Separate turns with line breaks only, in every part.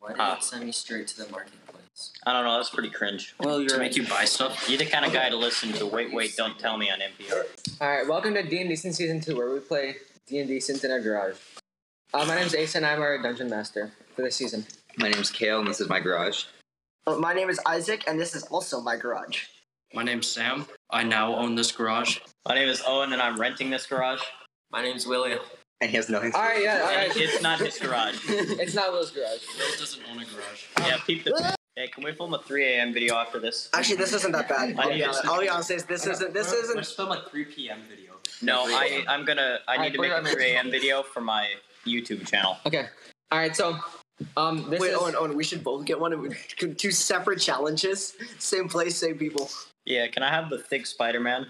Huh.
They send me straight to the marketplace.
I don't know. That's pretty cringe.
Well,
To
you're
make you buy stuff?
You're the kind of guy to listen to. Wait, wait, don't tell me on NPR.
All right, welcome to D and D Sin Season Two, where we play D and D Sins in our garage. Uh, my name's Ace, and I'm our dungeon master for this season.
My name's Kale, and this is my garage.
But Uh, my name is Isaac, and this is also my garage.
My name's Sam. I now own this garage.
My name is Owen, and I'm renting this garage.
my name's William.
And he has nothing.
All right, yeah, all right.
It's not his garage.
It's not Will's garage.
Will doesn't own a garage.
Yeah, peep the. Hey, can we film a 3 a.m. video after this?
Actually, this isn't that bad.
I
I'll be
think
honest.
it's-
I'll be honest. This, this isn't. This
I
isn't.
just filmed a 3 p.m. video.
No, I I'm gonna. I need to make
Alright,
a
put it on
3 a.m. video for my YouTube channel.
Okay. All right, so um, this
Wait, oh,
is
Owen, Owen, we should both get one. and we- Two separate challenges, same place, same people.
Yeah, can I have the thick Spider-Man?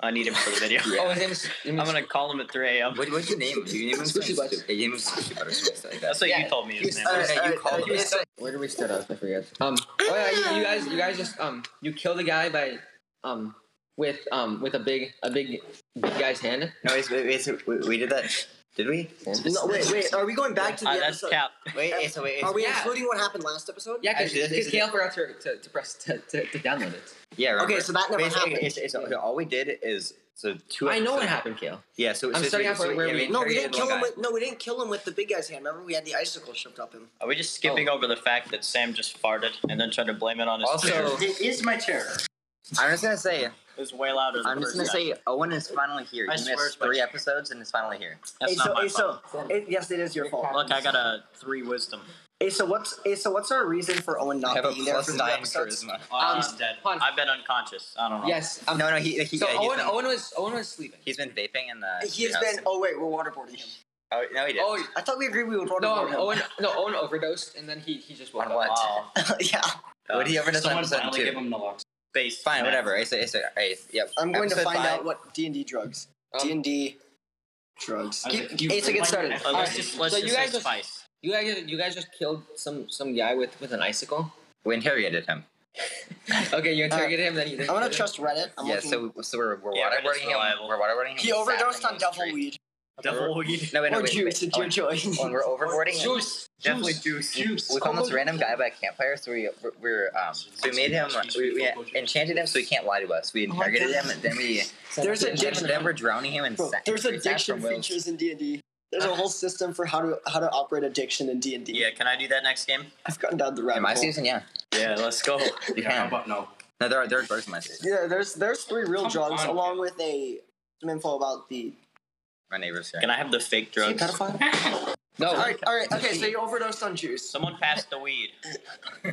I need him for the video.
oh, his name is.
I'm gonna call him at 3 a.m.
What, what's your name? Do you name him
Squishy
Squishy
Butts.
Butter? You name him Squishy Butter, something like that.
That's what
Yeah,
you told me his name.
uh,
was.
you call him.
it's-
Where do we start off? I forget. Um. Oh yeah, you, you guys, you guys just um, you kill the guy by um, with um, with a big a big big guy's hand.
No, wait, wait, wait, so we, we did that. Did we?
No, wait, wait. Are we going back to the
Uh, that's
episode?
Cap.
Wait, wait, so wait.
Are
so-
we
Yeah.
including what happened last episode?
Yeah, because
Actually, this is-
Kale forgot to, to, to press to, to, to download it.
yeah, remember.
Okay, so that never
Wait, so-
happened.
okay, so- so- so all we did is so two.
I know what
episodes-
happened, Kale.
Yeah, so
I'm
so,
starting off
so,
where- where
yeah,
we-
No, we didn't
interrogated
kill him.
one
With, no, we didn't kill him with the big guy's hand. Remember, we had the icicle shoved up him.
Are we just skipping over the fact that Sam just farted and then tried to blame it on his
Also-
chair?
It is my chair.
guy. I'm just gonna say.
It was way louder than
I'm
the
just
first
gonna
guy.
say Owen is finally here.
I
He
swear it's
missed
my
three
chair.
episodes and is finally here.
That's
Hey,
not
so,
my
hey, so,
fault.
it- yes, it is your fault.
Look, I got a three wisdom.
Hey, so what's hey, so what's our reason for Owen
I
not
have a
being there
plus
for the
nine
episodes?
charisma.
I'm
Um,
dead.
Hans-
I've been unconscious. I don't know.
Yes. Um,
Oh. No, no, he he.
so
yeah, he's
Owen,
been-
Owen was Owen was sleeping.
He's been vaping in the.
He's
treehouse.
been. Oh wait, we're waterboarding him.
Oh no, he did.
Oh
I thought we agreed we would waterboard
no,
him.
Owen no Owen overdosed and then he he just woke
On
up.
what?
Wow.
yeah.
What did he ever do on
Someone
episode
finally
two?
gave him naloxone.
Base.
Fine,
math.
whatever. It's, it's, it's, yep.
I'm going to
Episode
find
five.
out what D and D drugs.
Um,
D and D drugs.
I was
Keep,
like, you-
Asa, get started.
Uh,
Alright,
let's just let's
so
just
you
say
guys just-
spice.
You guys you guys just killed some some guy with with an icicle.
We interrogated him.
Okay,
Uh,
you interrogated him then you.
I'm gonna trust Reddit. I'm
yeah,
looking.
so so we're we're
Yeah, but it's
waterboarding him.
reliable.
We're waterboarding him.
he
with
overdosed
saffron
on
and
devil
straight-
weed
Double weed.
No, wait, no,
or
wait,
juice.
wait.
It's your
Owen,
choice.
Owen, we're overboarding him.
Juice.
Definitely juice.
Juice.
We found this random guy by a campfire, so we we're um so we made him we, we enchanted him so he can't lie to us. We
Oh my
interrogated
God.
him and then we
There's a
then,
different.
then we're drowning him in
Bro,
sa-
there's
in
addiction
saffron wills.
features in D and D. There's a whole system for how to how to operate addiction in D and D.
Yeah, can I do that next game?
I've gotten down the rabbit
In my
hole.
season, yeah,
Yeah, let's go.
you
Yeah, how
can.
about no?
No, there are there are drugs in my season.
Yeah, there's there's three real
Come
drugs
on.
along with a some info about the.
My neighbor's here.
Can I have the fake drugs?
No.
All right, all right, okay. So you overdosed on juice.
Someone passed the weed.
I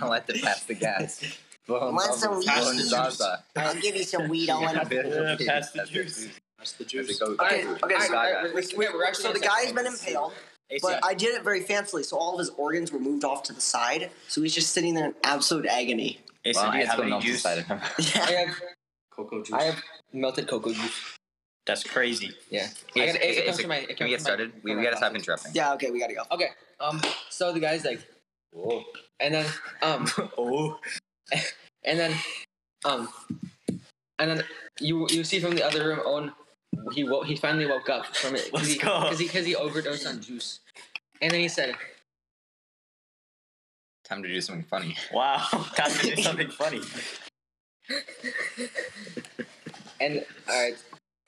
don't like to pass the gas.
Want some weed?
Pass the
I'll give you some weed.
Yeah,
juice.
pass the juice.
That's the juice.
Go,
Okay, okay, so-
Yeah, we're actually
So the
in a
guy's
section.
been impaled,
AC,
but I did it very fancily. So all of his organs were moved off to the side. So he's just sitting there in absolute agony.
AC do you have any juice?
I
Yeah.
have
Cocoa juice.
I have melted cocoa juice.
That's crazy.
Yeah. I
Yes,
got, it, it
okay,
comes
so
from my, it
Can
comes
we get
from my-
started?
from
We,
my
we gotta stop
pocket.
interrupting.
Yeah. Okay, we gotta go.
Okay. Um. So the guy's like, and then um,
Oh.
and then um, and then you you see from the other room, Owen, he wo- he finally woke up from it
Let's
he,
go.
because he, 'cause he overdosed on juice, and then he said,
Time to do something funny.
Wow. Time to do something funny.
and all right,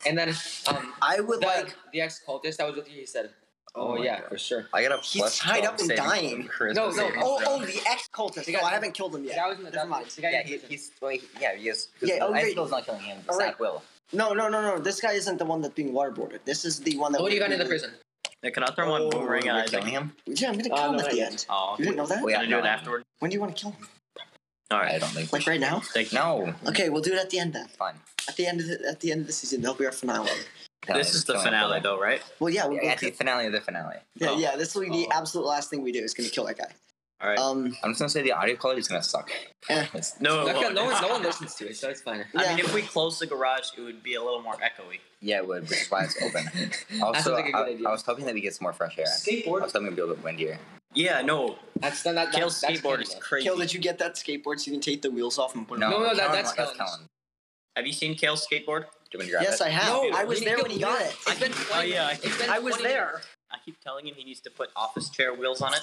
and then um,
I would
the
like.
the ex cultist that was with you, he said,
Oh
oh,
my
yeah,
God.
for sure.
I got a
He's
plus
tied up
12
and
saving
dying.
charisma
No, no,
saving
Oh,
throw.
oh, the ex-cultist.
You got-
oh, I haven't killed him
The
yet.
guy was in the
Never mind.
the guy
yeah,
in
he,
prison.
he's well, he, yeah, he is. 'cause
Yeah, oh,
I
great.
still not killing him.
All
All
right.
right. will.
No, no, no, no. This guy isn't the one that's being waterboarded. This is the one that.
Oh, what do you got in
in
the prison?
Now, can I throw one boomerang at
We're
Isaac?
killing him.
Oh, Yeah, I'm gonna kill
Uh,
him
no,
at
I
the
didn't.
end.
Oh,
You
okay.
didn't know that?
Wait,
Can I do
no.
it afterward?
When do you want to kill him?
All
I
right.
don't think.
Like right now?
Thank you.
No,
Okay, we'll do it at the end then.
fine.
At the end of the at the end of the season, that'll be our finale.
This is the finale, though, right?
Well, yeah, we'll
Yeah,
yeah,
at the finale of the finale.
yeah,
oh.
yeah. This will be the
Oh.
absolute last thing we do. Is gonna kill that guy.
All right.
Um,
I'm just gonna say the audio quality is gonna suck.
Eh.
It's-
No, it
No,
won't.
no one, no one listens to it, so it's fine.
I mean,
Yeah.
if we close the garage, it would be a little more echoey.
yeah, it would, which is why it's open. Also,
like a good
I,
idea.
I was hoping that we get some more fresh air. I
Skateboard.
was hoping it'd be a little bit windier.
Yeah, no.
That's not that.
Kale's
that's- that's
skateboard is
Canada.
crazy.
Kale, did you get that skateboard so you can take the wheels off and put?
No,
No, no, that-
Kellen-
that's
that's
Kellen's.
Kellen.
Have you seen Kale's skateboard?
Do you want me to
It?
grab
Yes,
it?
I have.
No,
I was
you
there
need
when
to
he
go-
got it.
It's been
Oh,
20
yeah, I-
it's been
I was
20
there.
I keep telling him he needs to put office chair wheels on it.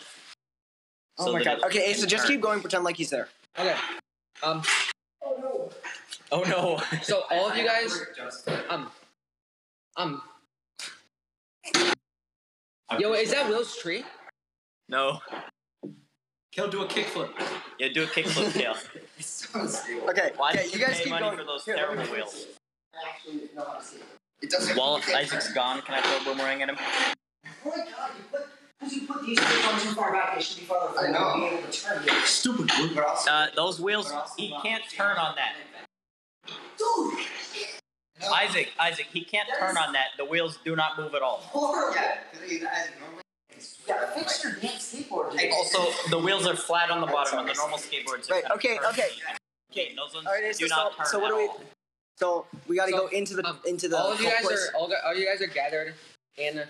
Oh
So
my
that
god.
it-
Okay, Asa,
in
just
turn-
keep going. Pretend like he's there.
Okay. Um.
Oh no.
So all of you guys, um, um. Yo, is that Will's tree?
No.
He'll do a kickflip.
Yeah, do a kickflip, Kale.
Okay.
Why
yeah,
did
you guys
pay
keep
money
going.
for those
Here,
terrible
let me-
wheels?
It doesn't.
While Isaac's gone, can I throw a boomerang at him?
Oh my god, you put, because you put these two ones too far back, they should be farther forward.
I know.
Be able to turn it.
Stupid. But also,
Uh, those wheels, he can't turn on that.
Dude,
Isaac, Isaac, he can't turn on that. The wheels do not move at all.
horrible.
yeah, because he's normally.
Yeah, fix your damn skateboard, dude.
Also, the wheels are flat on the bottom on the normal skateboards. they're
Right,
kind of
okay,
curved.
okay.
Okay, those ones
All right, Asa,
do
so,
not turn
so what
at
do we?
all.
So we got to
So,
go into the
um,
into the.
all of you guys
place.
are all, gu- all you guys are gathered in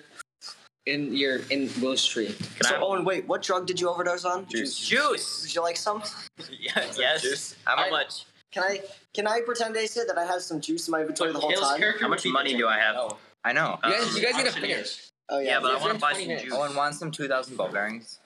in your in Will's tree.
Can I
So
have-
Owen, wait, what drug did you overdose on?
Juice.
Juice.
Would you like some?
Yeah, yes.
Juice.
How
I-
much?
Can I can I pretend Asa that I have some juice in my inventory the whole
Kale's
time?
character
How much
would be
money
the
do I have?
Oh.
No.
I know.
You
Uh,
guys, you guys need to
auctioneer.
finish.
Oh yeah.
Yeah, but I
Yes,
want
in
to buy
20
some
minutes.
juice.
Owen wants some 2,000 ball bearings.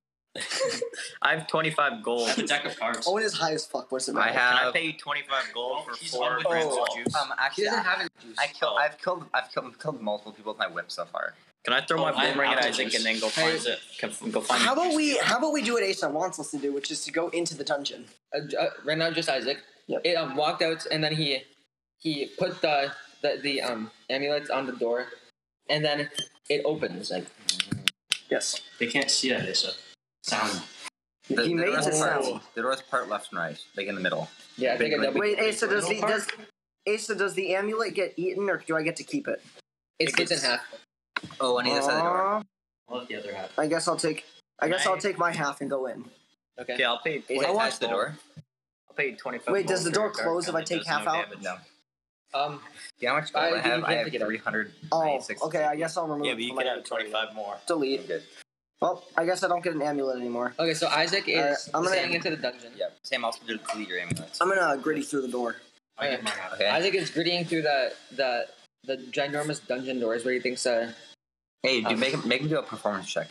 I have 25 gold.
That's a deck of cards.
Owen is high as fuck. What's it
I
matter?
have-
Can I pay you 25 gold for
He's
four
on the
grams
ground.
of juice? Oh.
Um,
Oh. He
actually,
doesn't
I,
have any Oh. juice.
I kill, I've killed, I've killed, killed multiple people with my whip so far.
Can I throw
Oh,
my
I-
boomerang at
I'll
Isaac
juice.
and then go
Hey.
find it? Can- Go find
How
it.
about we how about we do what Asa wants us to do, which is to go into the dungeon.
Uh, j- uh, right now, just Isaac.
Yep.
It um, walked out and then he he put the the, the um amulets on the door, and then it opens like.
Yes.
They can't see that, Asa. Sound.
The,
he
the
made
north
the
part,
sound.
The north part, left and right, like in the middle.
Yeah, I think
Big
a double.
Wait, Asa, does the
Part?
does Asa does the amulet get eaten or do I get to keep it?
It's split in half.
Oh, on either side of the door.
Aw,
Love the other half.
I guess I'll take I guess I'll
Nice.
take my half and go in.
Okay.
Okay, I'll pay.
Is it
I
attached
want-
to the door?
I'll pay you 25.
Wait, does
gold
the
for
door
your card,
close if
and
I
it
take
does
half
no
out?
damage.
No.
Um.
Do you know how much gold
I-
I,
you
have? I
can't
have
pick it up.
300.
Oh,
96.
okay. I guess I'll remove
Yeah,
it
but you
from my
can have
inventory.
25 more.
I'm
Delete.
good.
Well, I guess I don't get an amulet anymore.
Okay, so Isaac is
Alright, I'm gonna-
staying into the dungeon.
Yeah. Sam also did delete your amulets.
I'm gonna gritty through the door.
I
Okay.
get mine out.
Okay.
Isaac is grittying through the the the ginormous dungeon doors where he thinks uh
Hey, dude,
Um,
make him make him do a performance check.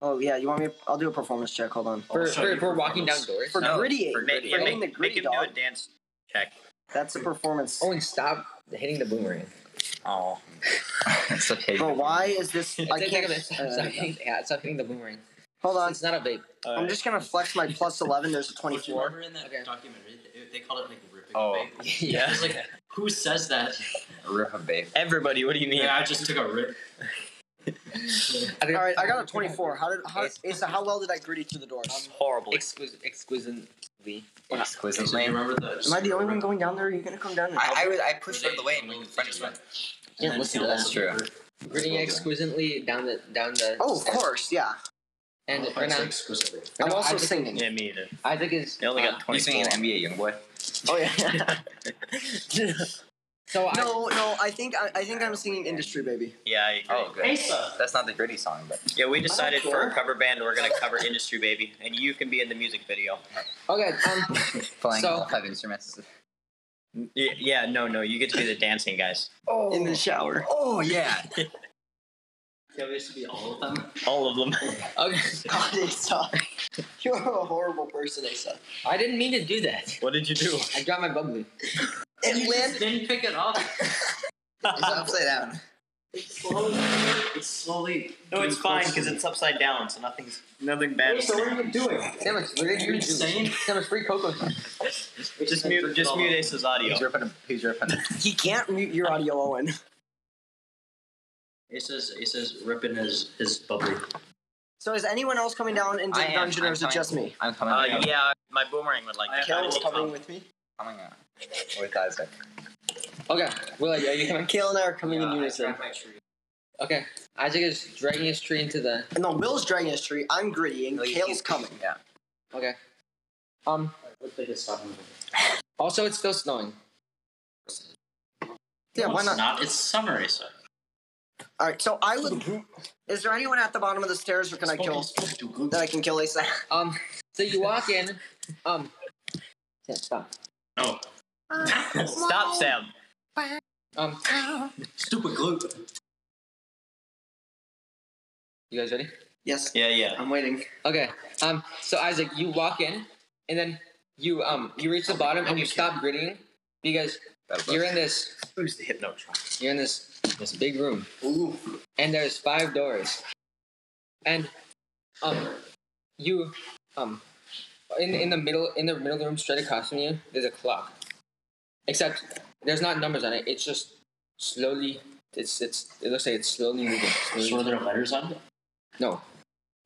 Oh yeah, you want me? I'll do a performance check. Hold on.
for,
show
for,
you
for walking down
performance.
doors.
For
No,
gritty,
for
Make,
gritty.
yeah,
You're
make,
the
make
gritty
him do a
dog.
dance check.
That's a performance.
Owen, Oh, stop hitting the boomerang.
Oh.
it's okay.
Bro, why is this? I
Take- take a
can't.
minute. Stop,
uh,
hitting, yeah, stop hitting the boomerang.
hold on.
It's not a vape.
I'm just gonna flex my plus eleven. There's a twenty-four.
Remember in that
Okay.
documentary, they- they called it like ripping
Oh.
away. I
Yeah.
was like, who says that?
Rip a vape.
Everybody, what do you mean?
Yeah, I just took a rip.
I
All
think-
right, I got a twenty-four. How did? How,
It's-
Asa, how well did I gritty through the doors?
It's horrible.
Exquisite, exquisitely.
So you
Exquisitely.
remember the?
Am I the only one going down there? Are you gonna come down? And help?
I, I was I
Where
pushed
they-
out of the way and
they
went in
just
front of you.
went-
Yeah,
and
listen
then
to
Kale
that.
also-
Gritting exquisitely down the down the.
oh, of
stairs.
course, yeah.
And
Oh,
Well,
right now,
it's exquisitely.
right
I'm
now
also
Isaac,
singing.
Yeah, me either.
Isaac is.
They only
uh,
got
He's being
24.
an NBA young boy.
Oh yeah.
So I,
no, no. I think I, I think I'm singing "Industry Baby."
Yeah, I agree.
Oh, good. That's not the gritty song, but
Yeah, we decided
cool.
for a cover band, we're going to cover Industry Baby, and you can be in the music video.
okay. Um,
playing
So-
all five instruments.
Y- Yeah, no, no, you get to be the dancing guys.
Oh,
In the shower.
oh yeah.
Yeah, we should be all of them.
All of them.
okay.
God, Asa, you are a horrible person, Asa.
I didn't mean to do that.
What did you do?
I dropped my bubbly.
It landed.
Didn't pick it up.
It's upside down.
It's slowly. It's slowly.
No, it's fine because it's upside down, so nothing's nothing bad. is happening.
doing?
Sandwich, what did
You're
you do?
insane.
Sandwich, free cocoa.
Just mute, just mute Ace's audio.
He's ripping. A, he's ripping. A,
He can't mute your audio, Owen.
It says. It says ripping his his bubbly.
So is anyone else coming down into
I
the
am,
dungeon, or
I'm
is it just me?
I'm coming.
Uh,
out.
yeah, my boomerang would like
I
to
have
come.
Kale's coming with me.
Coming out with Isaac.
Okay, Will, are you coming?
Kale and I are coming in
Yeah, I
unison.
grabbed my tree.
Okay, Isaac is dragging his tree into the.
No, Will's dragging his tree. I'm gritty, and
No, you
Kale's
can't.
coming.
Yeah.
Okay. Um.
Let's take a stop moving.
Also, it's still snowing.
Yeah,
No,
why
it's
not?
It's summer, Asa.
All right. So I would. Is there anyone at the bottom of the stairs, or can I kill? That I can kill Asa.
Um. So you walk in. Um. Yeah, stop.
No.
Stop, Sam.
Um.
Stupid glue.
You guys ready?
Yes.
Yeah, yeah.
I'm waiting.
Okay. Um. So Isaac, you walk in, and then you um you reach the bottom and you stop gritting because you're in this
Who's the hypnotron?
you're in this this big room. And there's five doors. And um you um in in the middle in the middle of the room straight across from you there's a clock. Except there's not numbers on it. It's just slowly. It's it's it looks like it's slowly moving. slowly-
So are there letters on it?
No.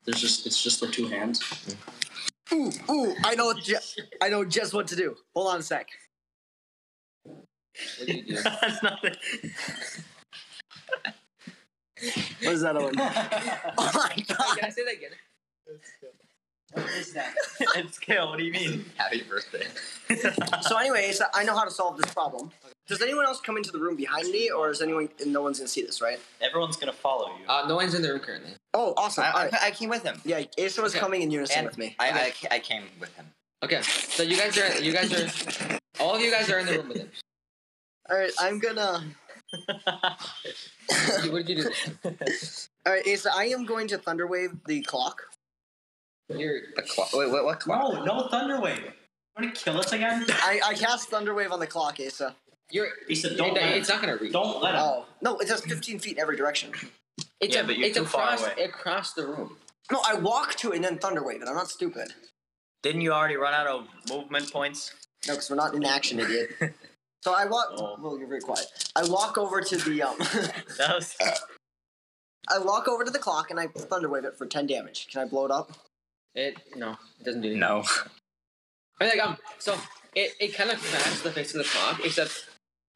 There's just it's just the two hands.
Ooh, ooh, I know, ju- I know just what to do. Hold on a sec.
What do you do?
That's nothing.
What is that other one? Oh my god.
Can I say that again?
it's kill. What do you mean?
Happy birthday.
So, anyways, I know how to solve this problem. Does anyone else come into the room behind me, or is anyone? No one's gonna see this, right?
Everyone's gonna follow you.
Uh, no one's in the room currently.
Oh, awesome! All
I,
right.
I, I came with him.
Yeah, Aisha was
Okay.
coming in unison
And
with me.
I, I, ca- I came with him.
Okay, so you guys are you guys are all of you guys are in the room with him.
All right, I'm gonna.
What did you- What did you do?
All right, Asa, I am going to thunderwave the clock.
You're
The clock. Wait, what? What clock?
no, no Thunderwave. You wanna kill us again?
I, I cast thunderwave on the clock, Asa.
you're
He said,
it-
"Don't let
it's
him.
not gonna reach.
Don't let him."
Oh no, it does 15 feet in every direction.
It's
Yeah,
a,
but you're
it's
too far
across
away.
across the room.
No, I walk to it and then thunderwave it. I'm not stupid.
Didn't you already run out of movement points?
No, because we're not in action, idiot. So I walk.
Oh.
Well, you're very quiet. I walk over to the um.
That was.
I walk over to the clock and I thunderwave it for 10 damage. Can I blow it up?
It no, it doesn't do anything.
No.
I mean, like um, so it, it kind of cracks the face of the clock, except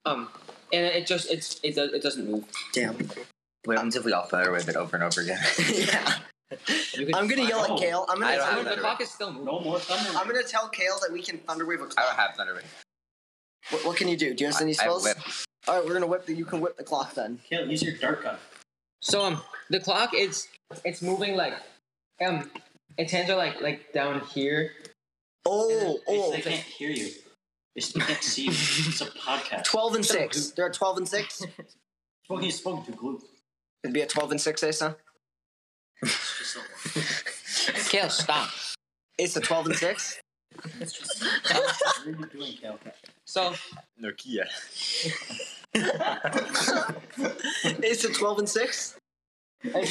um, and it just it's it does it doesn't move.
Damn.
What happens if we all fire with it over and over again?
yeah.
You can,
I'm gonna yell
Oh.
at Kale. I'm
I
gonna.
don't
I'm
have
gonna,
the clock is still moving.
No more Thunderwave.
I'm gonna tell Kale that we can thunderwave a
I
clock.
don't have Thunderwave.
What, what can you do? Do you understand these
I- I
spells?
whip.
All right, we're gonna whip the. You can whip the clock then.
Kill. Use your dark gun.
So um, the clock is it's moving like um, its hands are like like down here.
Oh, oh.
They can't hear you. They still can't see you. It's a podcast.
12 and 6. There are 12 and 6.
Spoken is spoken to glue.
It'd be a 12 and 6, Asa.
Kale, stop.
Asa, 12 and 6.
What are you doing, Cal?
So
Nokia.
Asa, 12 and 6.
Yeah, yeah,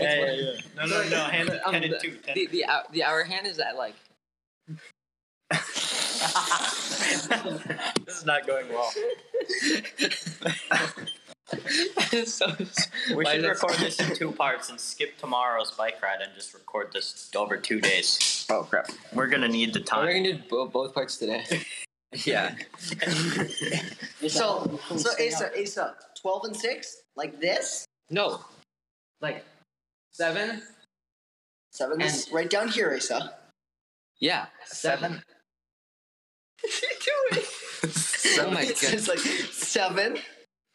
yeah. No, no, no. Hand it,
Um,
hand it
the-
two.
the the hour, the hour hand is at like
this is not going well.
so
We
Why
should
does-
record this in two parts and skip tomorrow's bike ride and just record this over two days.
Oh crap.
We're gonna need the
we're
time.
gonna do bo- both parts today.
Yeah.
So, so Asa, Asa, 12 and 6? Like this?
No, like seven.
7 and
And-
right down here, Asa.
Yeah,
Seven.
Oh my
It's just
god,
like 7.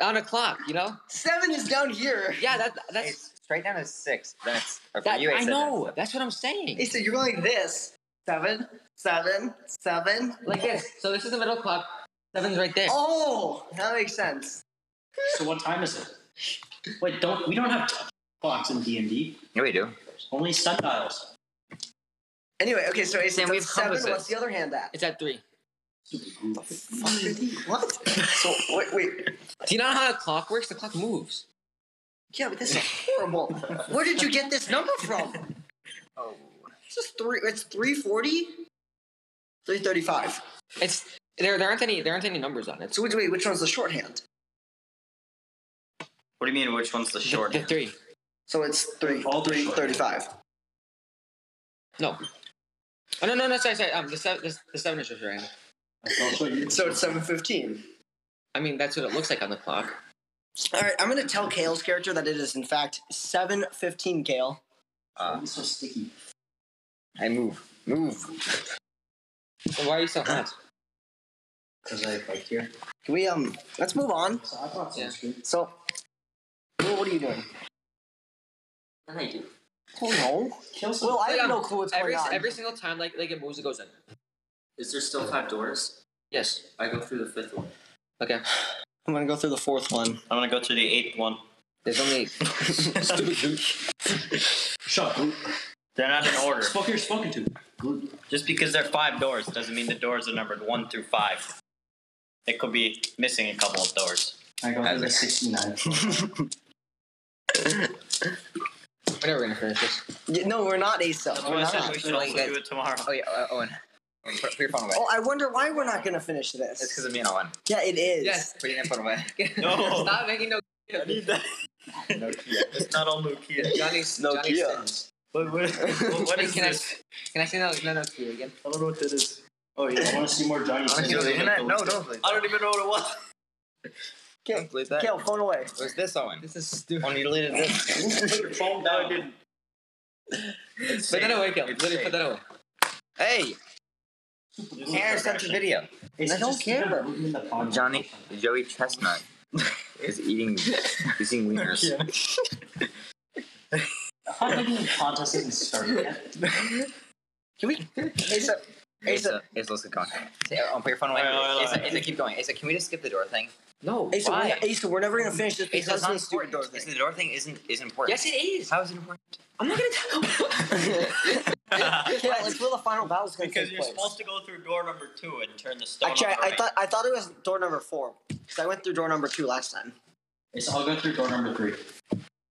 on a clock, you know?
7 is down here.
Yeah, that that's
It's straight down to six. That's or for
that.
you,
I
said
know.
that's-
That's what I'm saying.
Asa, you're going like this. 7, 7, 7.
Like this. So this is the middle clock. Seven's right there.
Oh, that makes sense.
So what time is it? Wait, don't we don't have clocks in D and D?
Yeah, we do.
Only sundials.
Anyway, okay, so Asa,
Then we
that's 7.
have
What's the other hand at?
It's at three.
What? So, wait, wait.
Do you know how a clock works? The clock moves.
Yeah, but this is horrible. Where did you get this number from? Oh, it's just three. It's three forty. Three thirty-five.
It's there. There aren't any. There aren't any numbers on it.
So which wait, which one's the shorthand?
What do you mean? Which one's the short?
The three.
So it's three
All the
three
shorthand.
thirty-five.
No. Oh no no no sorry sorry um the seven the, the seven is just right.
So it's seven fifteen.
I mean that's what it looks like on the clock.
All right, I'm gonna tell Kale's character that it is in fact seven fifteen. Kale.
Uh,
It's so sticky.
I move. Move.
Why are you so hot?
Because I like here.
Can we um? Let's move on.
So I thought
Yeah.
so.
So, Will, what are you doing? Oh no.
Kill some.
Well, I
Like, um,
have no clue what's
every,
going on.
Every single time like like it moves it goes in.
Is there still five doors?
Yes.
I go through the fifth one.
Okay.
I'm gonna go through the fourth one.
I'm gonna go to the eighth one.
There's only
Stupid goop. Shut up.
They're not in order.
Spoken, you're spoken to.
Just because they're five doors doesn't mean the doors are numbered one through five. They could be missing a couple of doors.
I got
Isaac.
number 69.
we're never gonna finish this.
Yeah, no, we're not ASL.
That's
We're
why I said
not.
we should
Like
also
that-
do it tomorrow.
Oh yeah, uh, Owen. Owen, Put, put your phone away.
Oh, I wonder why we're not gonna finish
It's
this.
because of me and Owen.
Yeah, it is.
Yes.
Put your phone away.
No.
Stop making no.
I need that.
No key.
It's not all Nokia.
Johnny's
No
Johnny's
Kia.
sins.
What, what, what, what is
Can I-
this?
Can I say no? No, no, Kia again.
I don't know what that is.
Oh, yeah. I want to see more Johnny.
Honestly,
Sins.
the internet? No, don't believe
I don't even know what it was.
that. Don't believe that. It
Kale, phone away.
was this Owen.
This is stupid.
Owen you deleted this.
Your phone no, it didn't.
Put that away, Kale.
It's
Literally,
safe.
put that away.
hey, Karen sent a video.
It's
I don't
just
care.
the movement of the podcast.
Johnny Joey Chestnut is eating he's eating wieners.
How did the contest isn't started yet?
Can we? Asa, Asa, Asa, let's get going. Say, uh, um, put your phone away.
Wait, wait, wait,
Asa,
wait.
Asa, keep going. Asa, can we just skip the door thing?
No.
Asa, we're,
Why?
not, Asa, we're never gonna finish this
Asa,
because
it's not
of the stupid
important.
door
Asa,
thing.
the door thing isn't is important.
Yes, it is.
How is it important?
I'm not gonna.
Kale, it's where the final battle's gonna
because
take
you're
place.
supposed to go through door number two and turn the stone.
Actually,
on
I,
the
I
right.
thought I thought it was door number four because I went through door number two last time.
It's I'll go through door number three.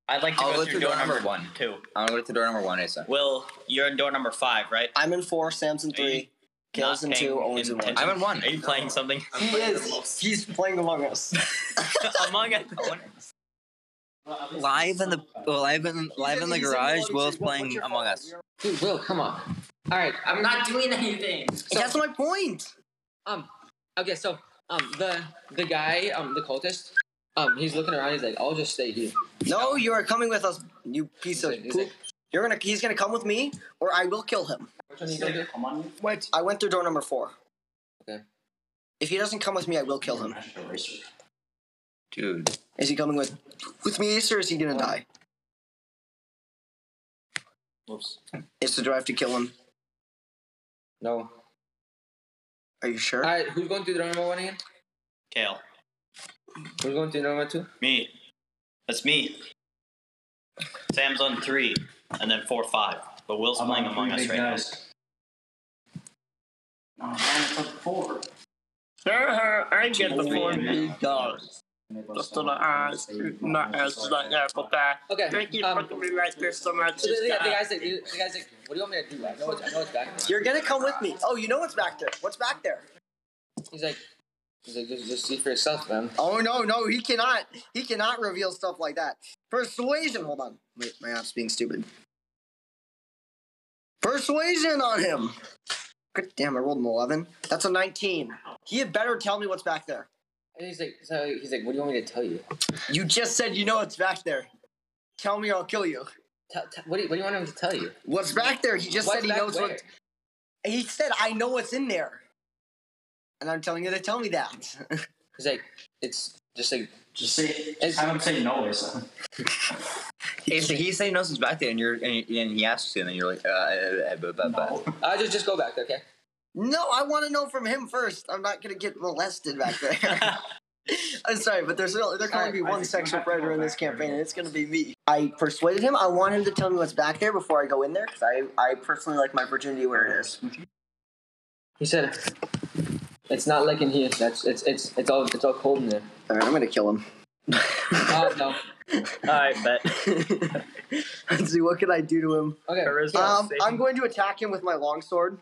I'd like to
I'll
go, through, door, number
one.
two.
I'm going to door number one, Asa.
Will, you're in door number five, right?
I'm in four, Sam's in three, Kale's in
Not
two,
paying
Owen's in one.
attention.
I'm in one.
Are you playing something?
He is. He's playing Among Us.
Among Us.
Live in the live in live in the garage. Will's playing Among Us.
Dude, Will, come on. All right.
I'm not doing anything.
That's my point.
Um. Okay. So. Um. The the guy. Um. The cultist. Um. He's looking around. He's like, I'll just stay here.
No, you are coming with us, you piece
He's
of
like, he's
poop.
like,
You're gonna. He's gonna come with me, or I will kill him.
which one are you gonna do?
Come on, you
What? I went through door number four.
Okay.
If he doesn't come with me, I will kill him.
magic eraser.
Dude,
Is he coming with with me, Ace, or is he gonna die?
Whoops.
Is the drive to kill him?
No.
Are you sure?
All right. Who's going through the door number one again?
Kale.
Who's going through door number two?
Me. That's me. Sam's on three, and then four, five. But Will's
I'm
playing
on
Among
three
Us
big
right now.
guys. No, I'm on four.
Uh-huh, I get the four big dogs. Just to the eyes, not as like that, but that.
Okay.
Thank you for
um,
fucking me like this so much.
so the, the,
uh,
the guy's like, the guy's like, what do you want me to do? I know it's, I know it's back there.
You're gonna come with me. Oh, you know what's back there. What's back there?
He's like, he's like, just, just see for yourself, man.
Oh no, no, he cannot. He cannot reveal stuff like that. Persuasion. Hold on. Wait, my app's being stupid. Persuasion on him. God damn, I rolled an eleven. That's a nineteen. He had better tell me what's back there.
And he's like, so he's like, what do you want me to tell you?
You just said you know what's back there. Tell me, or I'll kill you.
Tell tell- what, do you, what do you want him to tell you?
What's back there? He just
What's
said he
back
knows
there?
what. He said, "I know what's in there," and I'm telling you to tell me that.
He's like, it's just like,
Just say,
It's-
just have him say no, Asa.
Asa, he said he knows who's back there, and you're and, and he asks you, and then you're like, uh, uh, uh, but, but, but.
I just just go back, there, okay?
No, I want to know from him first. I'm not gonna get molested back there. I'm sorry, but there's no, there can only be
Alright,
one
Isaac, you
sexual
have to go
predator in
back
this campaign,
there.
and it's gonna be me. I persuaded him. I want him to tell me what's back there before I go in there, because I, I personally like my virginity where it is.
He said, "It's not like in here. That's it's it's it's all it's all cold in there."
All right, I'm gonna kill him.
Oh no.
Alright, bet.
Let's see, what can I do to him?
Okay.
Um, I'm going to attack him with my longsword.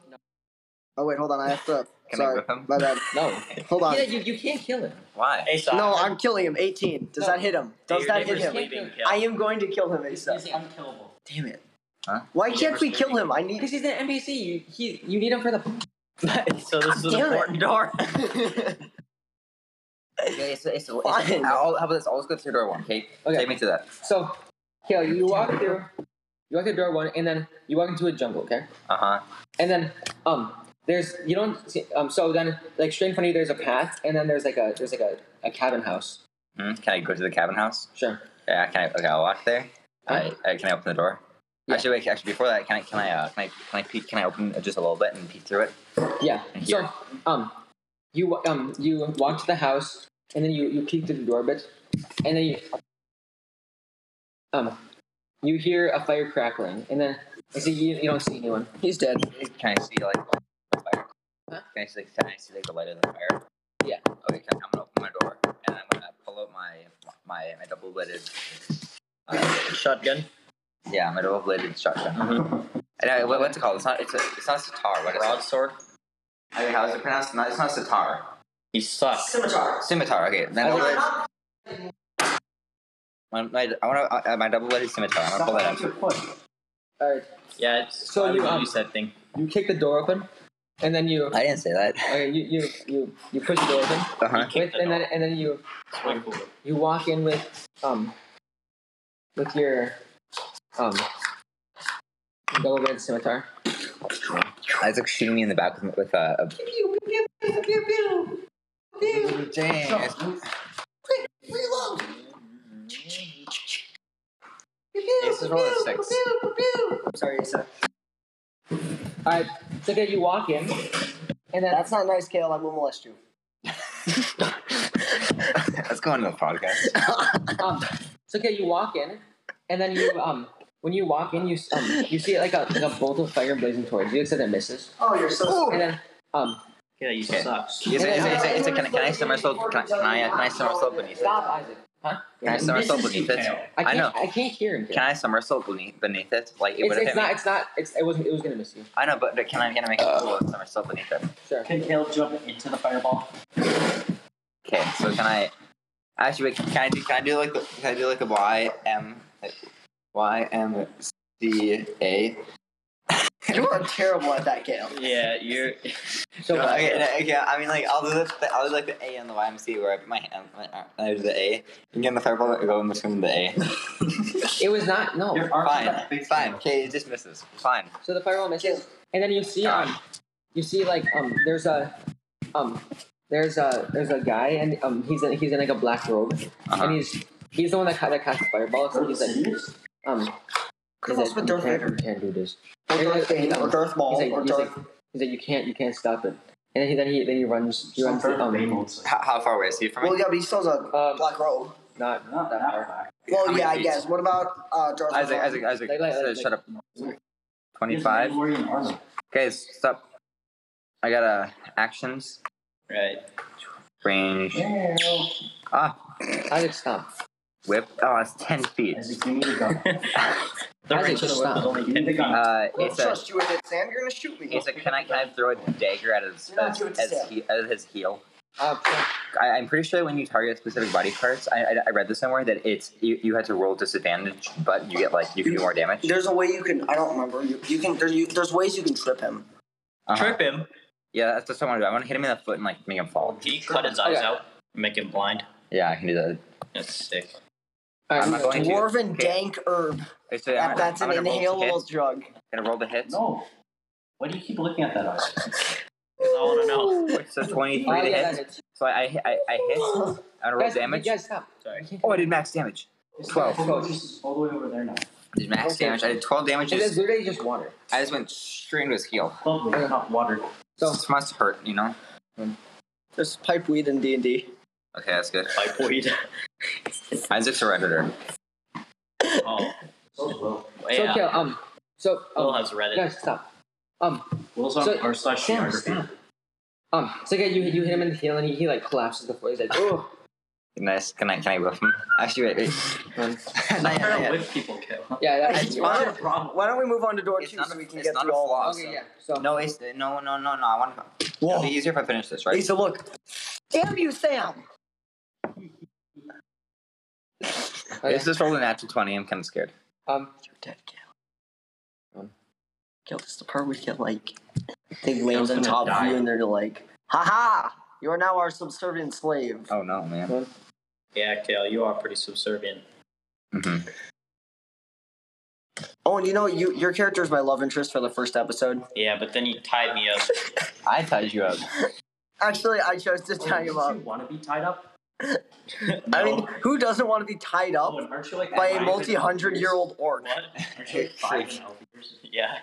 Oh wait, hold on. I have to.
Can I
sorry,
whip him?
my bad.
No.
Hold on.
Yeah, you, you can't kill him.
Why?
Asa,
No, I'm killing him. 18. Does
No.
that hit him? Does
your
that hit
neighbor's
him?
leaving, Kale.
I am going to kill him, Asa.
He's-
Unkillable.
Damn it.
Huh?
Why can't we kill him? I need.
Because he's an NPC. You he you need him for the.
so this is an
Damn it.
important door.
Okay, Asa, Asa, Asa,
Fine.
I'll, how about this? I'll just go through door one, okay?
Okay.
Take me to that.
So, Kale, you walk through, you walk through door one, and then you walk into a jungle. Okay.
Uh huh.
And then um, there's you don't see, um. So then like straight in front of you, there's a path, and then there's like a there's like a, a cabin house.
Mm, can I go to the cabin house?
Sure.
Yeah, can I? Okay, I'll walk there. I, I, can I open the door?
Yeah.
Actually, wait. Actually, before that, can I? Can I? Uh, can I? Can I peek? Can I open just a little bit and peek through it?
Yeah.
Here.
So, um, you um you walk to the house, and then you you peek through the door a bit, and then you um, you hear a fire crackling, and then you see you, you don't see anyone. He's dead.
Can I see like the fire? Can I see like can I see like the light of the fire?
Yeah.
Okay, can, I'm gonna open my door and I'm gonna pull out my my my double bladed uh,
Shotgun.
yeah my double bladed shotgun. And I, what, what's it called? It's not it's a it's not a sitar. What is it?
Broadsword.
I mean, how is it pronounced? Not, it's not sitar.
You suck.
Scimitar.
Scimitar. Okay. Then
I
I'll
like-
Not
my, my, I want to uh, my double bladed scimitar. I'm gonna pull that out.
your foot.
All right.
Yeah, it's
So
I
you,
would
um,
use that thing.
You kick the door open, and then you
I didn't say that.
okay, you you you, you push the door open,
Uh huh.
with,
Kick the
and then
door.
and then you
It's way cooler.
you walk in with um with your um double bladed scimitar.
Isaac shooting me in the back with with uh, a.
pew, pew, pew, pew, pew, pew.
Dang.
Quick, reload. Pew, pew,
This is roll a
pew,
six.
pew, pew, pew.
I'm sorry, Asa.
All right. So then you walk in, and then
That's not nice, Kale. I will molest you.
Let's go on to the podcast.
um, so okay, you walk in, and then you um, when you walk in, you um, you see like a like a bolt of fire blazing towards you, except it misses,
Oh, you're so
and then um,
Yeah, you
Okay.
suck.
It's a, it's a, it's a, it's a, can, I- can I somersault? Can I, can I, can I somersault beneath it?
stop, Isaac. Huh?
Can I somersault beneath it?
I
I
can't.
know.
I can't hear him.
Can I somersault beneath, beneath it? Like it
it's
would have hit
it's not.
me.
It's not. It's it wasn't. It was gonna miss you.
I know, but, but can I can I make a cool somersault beneath it?
Sure.
Can Caleb jump into the fireball?
Okay, so can I? Actually, wait, can I do can I do like the, can I do like a Y M like, Y M C A?
You are terrible at that, Kale.
Yeah, you're.
So
No, okay, no, okay, I mean like I'll do this, but I'll do like the A and the Y M C where I put my hand, my arm, and I do the A. And get in the fireball, I go in between the A.
it was not. No.
Your arms are that
Fine,
big.
fine. Okay, it just misses. Fine.
So the fireball misses, and then you see um, you see like um, there's a um, there's a there's a guy, and um, he's in, he's in like a black robe,
Uh-huh.
and he's he's the one that, ca- that cast the fireball. So he's like um, He's
Could have also
like,
been
you
Darth
can't,
Vader.
you can't do this.
Or Darth Bane, or Darth Maul,
He's like,
or
he's like,
Darth.
he's like, you can't, you can't stop it. And then he, then he, then he runs, he runs, um,
How, how far away is he from
Well,
me?
yeah, but he still has a
um,
black robe.
not
Not that far.
How
Well,
many
yeah, I
feet?
guess. What about uh, Darth?
Isaac,
Vader?
Isaac, Isaac.
Like, like,
so
like-
shut up. Twenty-five.
Wait,
Guys, stop. I got uh, actions
Right.
range. Ah,
Isaac. Stop.
whip. Oh, it's ten feet.
Isaac, you need a gun.
The
Isaac,
range
just
of the whip is
stop.
only
You need a
10
gun.
Uh,
I don't
it's a.
trust you with it, Sam. You're gonna shoot me.
It's a. Can I can I throw a dagger at his
You're not
as,
doing
as,
step.
he, as his heel?
Uh,
I, I'm pretty sure when you target specific body parts, I, I, I read this somewhere that it's you, you had to roll disadvantage, but you get like you can do more damage.
There's a way you can. I don't remember. You, you can. There's you, there's ways you can trip him.
Uh-huh.
Trip him.
Yeah, that's that's what I want to do. I want to hit him in the foot and like make him fall.
Can you cut his eyes
Okay.
out? Make him blind.
Yeah, I can do that.
That's sick.
all
I'm not
right,
going to.
Dwarven
Okay.
dank herb.
Okay, so I'm,
That, that's an
I'm gonna roll the
inhalable
hits.
drug.
Gonna roll the hits.
No. Why do you keep looking at that? Isaac?
That's all I want to know.
So twenty-three
oh,
to
yeah,
hit.
guys,
So I, I, I, I hit. I roll
guys,
damage.
guys, stop.
Sorry.
Oh, I did max damage.
It's
Twelve.
like, oh, just all the way over there now.
I did max
Okay.
damage. I did 12 damage.
It is
Just,
literally just water.
I just went straight into his heel.
Lovely,
Okay.
not water.
So-
This must hurt, you know?
There's pipe weed in D and D.
Okay, that's good.
Like, wait.
Isaac's a redditor.
Oh,
So Will.
So
yeah.
okay, um, so
Will
um,
has read it.
guys, stop. Um,
Will's on
So-
our slash
Sam,
geography.
stop. Um, so okay, you you hit him in the heel, and he, he like collapses to the floor. He's like, oh,
Nice. Can I, can I whiff him? Actually, wait, wait.
Um,
not yet,
Trying
not
to
yet.
whip people, Kev.
yeah, that,
It's
Why
fine.
don't, why don't we move on to door
It's
two
not
so
a-
we can
it's
get
not
through
a
all
flaw.
of
okay,
them?
yeah. So
No, it's, no, no, no, no. I want to. It'll be
Whoa,
easier if I finish this, right?
Asa, look. Damn you, Sam.
okay,
Is this rolled a natural 20? I'm kind of scared.
um,
You're dead, Gil.
Um.
Gil, this is the part where you get like they land on
gonna
top of
die.
you and they're like, haha, you are now our subservient slave.
Oh, no, man.
Yeah, Kale, you are pretty subservient.
hmm
Oh, and you know, you your character is my love interest for the first episode.
Yeah, but then you tied me up.
I tied you up.
Actually, I chose to
Oh,
tie
did
him up.
you want to be tied up?
I mean, who doesn't want to be tied
Oh,
up
and aren't you like
by
five
a
and
multi-hundred-year-old orc?
What?
Aren't you like five and elf years?
Yeah.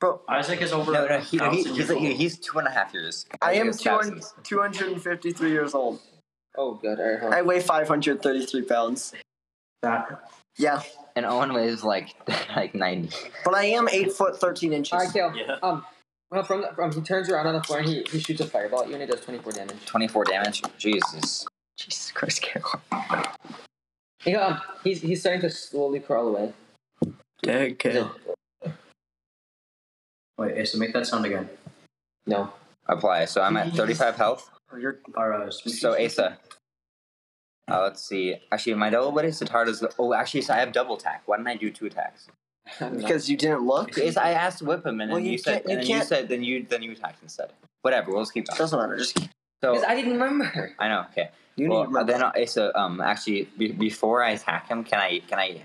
Bro,
Isaac is over.
No, no, he, no, he,
1,000
he's,
years
like,
old.
he's two and a half years.
I am
His
two hun-
cousins.
253 years old.
oh, good. All right, hold on.
I weigh 533 pounds.
That
Yeah,
and Owen weighs like like ninety.
But I am eight foot thirteen inches.
All right, Kale.
Yeah.
Um, well, from the, um, he turns around on the floor and he, he shoots a fireball at you and it does 24 damage.
Twenty four damage. Jesus.
Jesus Christ, Kale.
He, um, he's he's starting to slowly crawl away.
Dang, Kale.
Wait, Asa, make that sound again.
No.
Apply. So I'm at thirty five health.
Your, or, uh, species-
So Asa. Uh, let's see. Actually, my double bladed sitar does. Oh, actually, so I have double attack. Why didn't I do two attacks?
Because you didn't look?
Asa, I asked to whip him, and then
Well,
you,
you
said,
can't- you
and then you
can't-
said, then you then you attacked instead. Whatever. We'll just keep going.
Doesn't matter. Just
So
Because I didn't remember.
I know. Okay.
you need
well,
to remember.
then uh, Asa. Um, actually, be- before I attack him, can I can I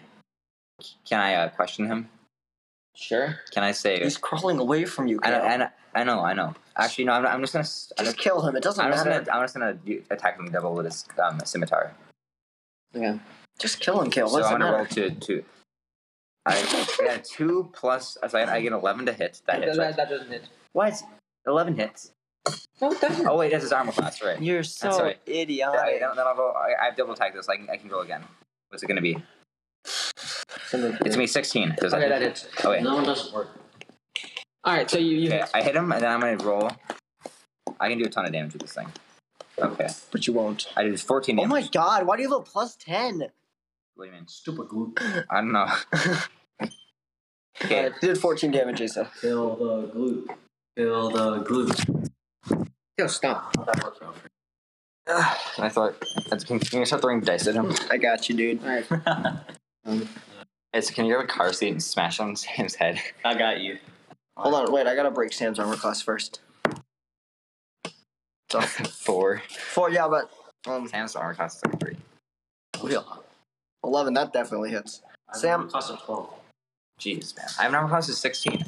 can I uh, question him?
Sure.
Can I say?
He's crawling away from you.
I know,
Kale.
I know, I know, I know. Actually, no, I'm, I'm just gonna. s- I'm
just
just,
kill him. It doesn't
I'm just
matter.
gonna. I'm just gonna u- attack him double with his um, scimitar.
Just kill him, Kale.
So
What does
I'm
it
gonna roll
matter?
to two. I I got a two plus. So I, I get eleven to hit. That
That,
hits. Right?
that, that doesn't hit.
What? Eleven hits.
No, it doesn't.
Oh wait, that's his armor class, right?
You're
I'm
so
sorry.
idiotic.
Then then I'll roll. I, I have double attack this. I can, I can roll again. What's it gonna be?
Something-
It's me sixteen. Does
Okay,
that
that
hit?
hits.
Oh wait.
That one doesn't work.
All right, so you you
Okay, I hit him, and then I'm gonna roll. I can do a ton of damage with this thing. Okay,
But you won't.
I did fourteen
Oh
damage.
my god, why do you have a plus 10?
What do you mean?
Stupid glue.
I don't know. okay,
Alright, Uh, did 14 damage, Asa.
Kill the glue. Kill the glue.
Yo, stop.
How'd that work out for
I thought, that's, can, can you start throwing dice at him?
I got you, dude.
All right.
It's, can you grab a car seat and smash on Sam's head?
I got you.
Hold on, wait, I gotta break Sam's armor class first.
Four.
Four, yeah, but um,
Sam's armor class is like three.
you?
11, that definitely hits. Sam-
Cost of 12.
Jeez, man. I have an armor class of 16.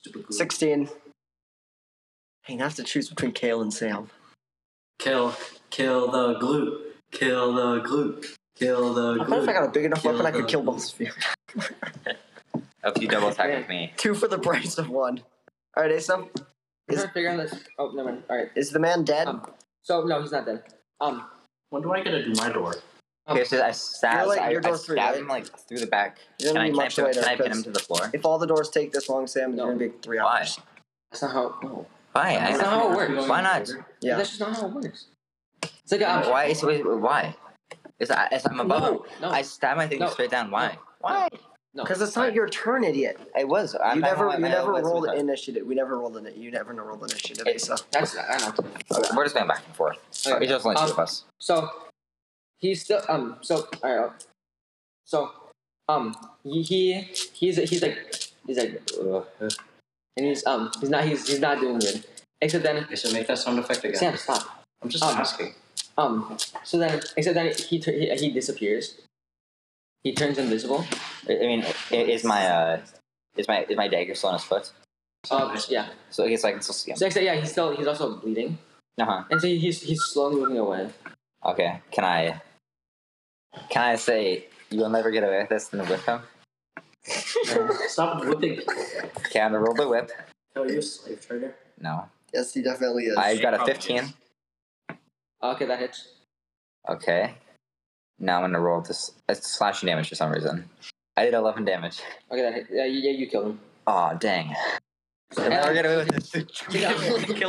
Stupid glue.
16. Hey, now I have to choose between Kale and Sam.
Kill, kill the glue. Kill the glue. Kill the glue.
What if I got a big enough
Kill
weapon I
the
could kill
uh,
glue.
both of you?
Oh, If you double attack with me.
Two for the price of one. Alright, Asa,
We're
Is-
trying to figure out this. Oh, never mind. All right.
is the man dead?
Um, so no, he's not dead. Um,
When do I get to do my door?
Okay, so I stab,
You're like-
I,
you're
I
door three,
stab
right?
him like through the back.
You're
Can
gonna
I,
be
can I,
much
pin,
later,
can I pin him
because-
to the floor?
if all the doors take this long, Sam, it's
No.
gonna be three
Why?
hours.
that's not how.
Oh,
No.
Why? I,
That's not how it works.
why not?
Yeah.
That's just not how it works. It's like um,
Why? Is, wait, why? Is I, is I'm above him.
No, no.
I stab my thing
No.
straight down. Why?
No.
Why?
no.
Because it's not your turn, idiot.
It was. I'm
you
back
never,
on
you
my- my
never
otherwise
rolled
we-
initiative. We never rolled initiative. You never rolled initiative,
It-
Asa.
That's I don't. know.
Okay, We're just going back and forth.
Okay.
It's just
Uh,
only two
Um,
of us.
So he's still um so all right. So um he, he he's he's like he's like "Ugh." and he's um he's not he's he's not doing good. Except then
Okay, so make that sound effect again.
Sam stop.
I'm just
um,
asking.
Um so then except then he tur- he, he disappears. He turns invisible.
I I mean, i- is my uh, is my is my dagger still on his foot?
Um yeah.
So I guess I can still see him.
So except yeah he's still he's also bleeding
Uh huh.
and so he's he's slowly moving away.
Okay. Can I? Can I say you'll never get away with this and whip him?
Stop whipping.
Okay, I'm gonna roll the whip.
Kill you, slave trader.
No,
Yes, he definitely is.
I got a
probably
15.
is.
Okay that hits.
Okay. Now I'm gonna roll this. It's slashing damage for some reason. I did 11 damage.
Okay that hits. Yeah you, yeah, you killed him.
Aw, dang. I'll never get away with this.
Kill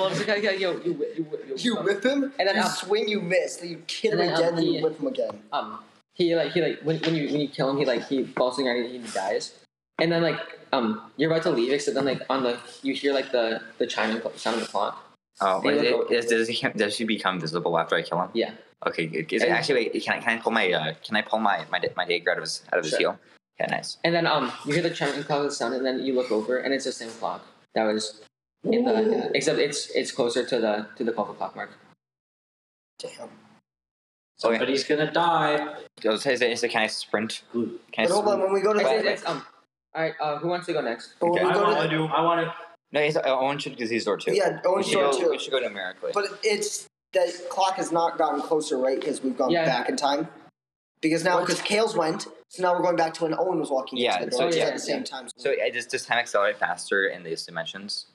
him. Yeah, yeah, yo, you, whi- you, whi- you,
You whip him,
And then
you
up.
swing, you miss, then you hit him
And then
again,
up,
then
yeah.
you whip him again.
um he like he like when, when you when you kill him he like he falls to the ground and he dies and then like um you're about to leave except then like on the you hear like the the chiming cl- sound of the clock
Oh, wait,
Hey,
it,
look.
is, does, he, does he become visible after I kill him?
yeah
Okay, good. Is it,
And-
actually, wait, can I can I pull my uh, can I pull my my, da- my dagger out of his out of his
Sure.
heel? Okay, nice.
and then um you hear the chiming clock sound and then you look over and it's the same clock that was in the, in the- except it's it's closer to the to the twelve o'clock mark
Damn.
Okay.
Somebody's gonna die.
So, so, so, so can I sprint?
Glue.
Can I
But hold on,
sprint?
when we go to
Actually,
the,
it's, um all right uh who wants to go next
but when
Okay.
we
I
go
want to
to
do. I want to.
No, he's, uh, Owen should do his door too.
the, yeah,
we
Owen's
should,
door
go,
too.
we should go numerically.
But it's the clock has not gotten closer, right? Because we've gone
Yeah.
back in time. Because now, because Kale's went, so now we're going back to when Owen was walking
Yeah,
into the
so
door. which is
yeah,
at the same
yeah.
time.
so uh, does, does time accelerate faster in these dimensions?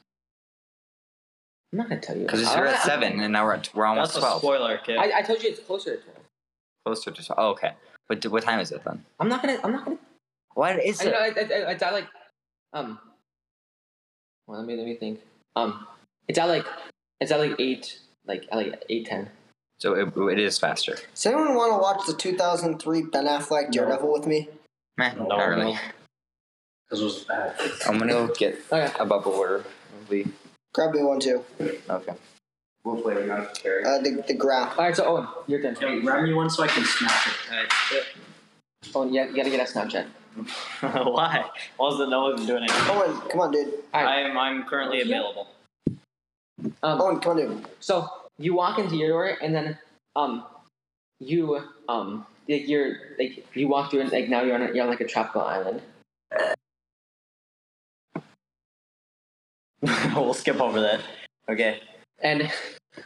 i'm not gonna tell you
Because
I
we're
don't
at
know.
seven, and now we're at, we're almost
That's a
twelve,
spoiler, kid.
I, I told you it's closer to 12
closer to twelve. Oh, okay. What, what time is it then?
I'm not gonna. I'm not gonna.
What is
I, you
it?
know, I, I, I, it's at like, um. Well, let me let me think. Um, it's at like, it's at like eight, like at like eight ten.
So it, it is faster.
Does anyone want to watch the 2003 Ben Affleck Daredevil with me?
Meh, not really.
Because it was bad.
I'm gonna go get
Okay.
a bubble water. We-
Grab me one too.
Okay. We'll play with not carry.
Uh, the the grab.
All right, so Owen, your turn.
Yo, grab me one so I can snap it.
Owen, you, you gotta get a Snapchat.
Why? Wasn't no one's doing it.
Owen, come on, dude.
I'm I'm currently available.
Um,
Owen, come on, dude.
So you walk into your door, and then um, you um, like you're like you walk through, and like now you're on a, you're on like a tropical island.
we'll skip over that. Okay.
And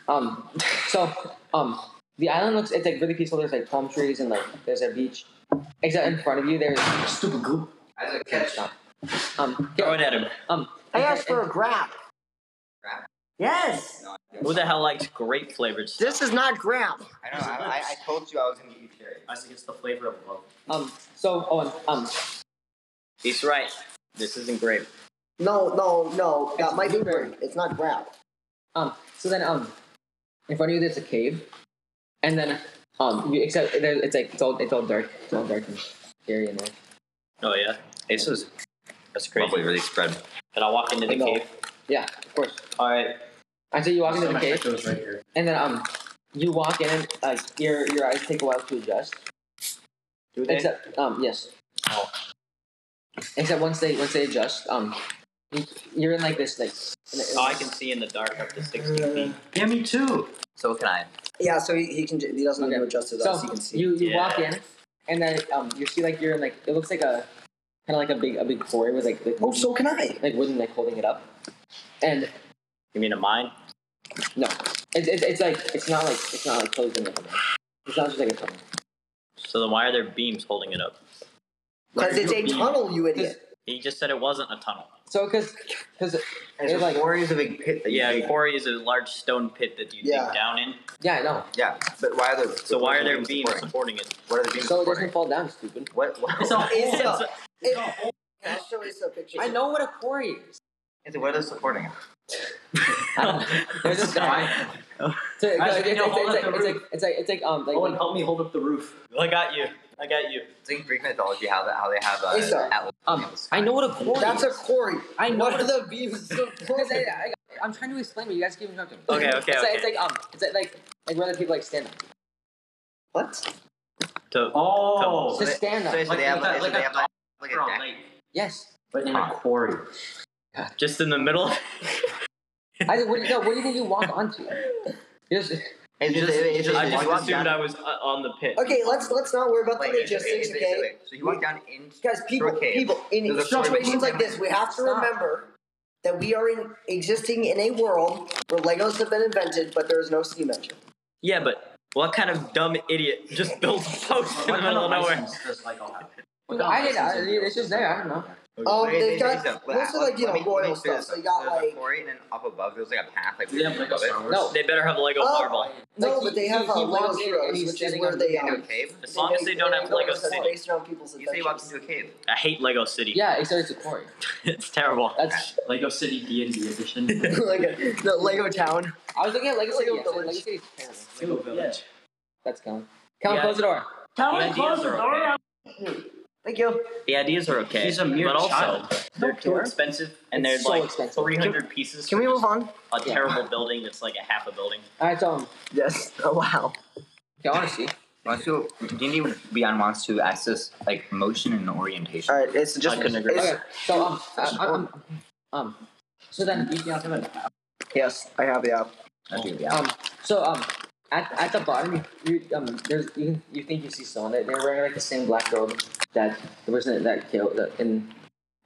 um, so um, the island looks it's like really peaceful. There's like palm trees and like there's a beach. Except in front of you, there's
Stupid goop.
As a catch.
stop. Um,
Throw it at him.
um,
I
and-
asked for a grab. Yes.
Who the hell likes grape flavored stuff?
This is not grab.
I know. I, I, I told you I was gonna get you carry.
As against the flavor of love.
um. So Owen, um,
He's right. This isn't grape.
No, no, no. That might be weird. It's not grab.
um. So then um, in front of you there's a cave, and then um, you, except there, it's like it's all it's all dark, it's all dark and scary in there.
Oh yeah. This is that's crazy.
Probably really spread.
Can I walk into the
No.
cave?
Yeah, of course.
All right.
I so you walk into the
My
cave,
picture was right here.
and then um, you walk in, and like your your eyes take a while to adjust.
Do they?
Except um, yes.
Oh.
Except once they once they adjust, um, you- you're in like this like. in a- in a-
Oh, I can see in the dark up to 60 feet.
Yeah, me too.
So can I?
Yeah, so he, he can j- he doesn't need
Okay.
to adjust to that, so, he
So
can see.
you you walk
Yeah.
in, and then um, you see like you're in like it looks like a kind of like a big a big quarry with like like
oh,
wooden-
so can I.
like wooden like holding it up, and
You mean a mine?
no, it's it's it's like it's not like it's not like closed in. It's not just like a tunnel.
So then why are there beams holding it up?
Because it's a tunnel, you idiot.
He just said it wasn't a tunnel.
So because because It's like-
quarry is a big pit. That
Yeah,
You
a quarry is a large stone pit that you
Yeah.
dig down in.
yeah, I know.
yeah. But why are there?
So why are there
what
beams supporting
supporting?
it?
What are the beams
So it
supporting?
doesn't fall down, stupid.
What? what
It's all
It's
It's
a,
a-
it's a, can I show you some pictures?
I know what a quarry is.
what is supporting? it?
I don't know. There's this guy. So, no,
Guys,
it's,
we
it's,
need to hold
it's, like,
up the
it's, like,
roof.
it's like it's like um like,
Owen,
like
Oh, help me hold up the roof.
I got you. I got you.
It's in Greek mythology how that how they have uh,
It's a-
atlas.
um I know what a quarry
That's
is.
a quarry.
I know
What
what
are the beams?
Because I, I, I'm trying to explain, but you guys keep interrupting. me.
Okay, okay,
it's Like,
okay.
it's like um, it's like like, like where the people like stand up.
what?
To,
Oh,
Just stand
So,
up.
so
Like-
they have
like a-
like, so they
like a
have like, like a
from,
deck.
like,
Yes.
but in a
Huh.
quarry.
just in the middle.
I what do you, no, what do you think you walk onto? You're just,
It's just, it's just,
I
you
just
walk
assumed
down-
I was uh, on the pit.
Okay, let's let's not worry about
Wait,
the
it's- it's-
logistics,
it's-
okay?
wait, So you walk down into
Guys, people,
Through a cave.
people, in
There's a quarry
situations like
behind
this, we have to
Stop.
remember that we are in, existing in a world where Legos have been invented, but there is no steam engine.
Yeah, but what kind of dumb idiot just builds a post in the middle of nowhere?
Dude, I did. I, it's just there. I don't know.
Um,
Wait, wait,
they've
wait, wait,
got
wait,
mostly
let-
like you
let
know
me- let me
royal
figure
stuff.
this
So
out.
you got
There's a
like
quarry and then up above there's like a path like
Do they have like a
above it.
Star Wars?
No.
They better have Lego
Oh.
marble.
no,
Like,
but
he-
they have
he-
uh,
he
Lego
walks in and
Heroes,
he's
which is
standing
where
on
they
Into a
um.
cave.
As long as they don't have Lego City.
based around people's
You say you walk into a cave.
I hate Lego City.
Yeah, except it's a quarry.
it's terrible.
That's.
Lego City D and D edition.
like a, the Lego town.
I was looking at Legacy.
Lego
Lego
Village.
Legacy.
Lego Village.
That's Kellen. Kellen,
Yeah.
close the door.
The
Tell
ideas are okay.
Thank you.
The ideas are okay.
He's a mere
but also,
child.
they're too expensive, and
It's
they're
so
like
expensive.
300 pieces.
Can
for
we
just
move on?
A
Yeah.
terrible building that's like a half a building.
All right, so um,
Yes. Oh, wow.
okay, honestly,
Wants to D&D Beyond wants to access like motion and orientation.
All right. It's just.
I couldn't agree.
it's-
okay, so um, I, I, um, um, so then
Yes, I have the app.
I think yeah.
Um, so um, at, at the bottom, you um, there's you, can- you think you see someone. They're, they're wearing like the same black robe that the person that killed that in.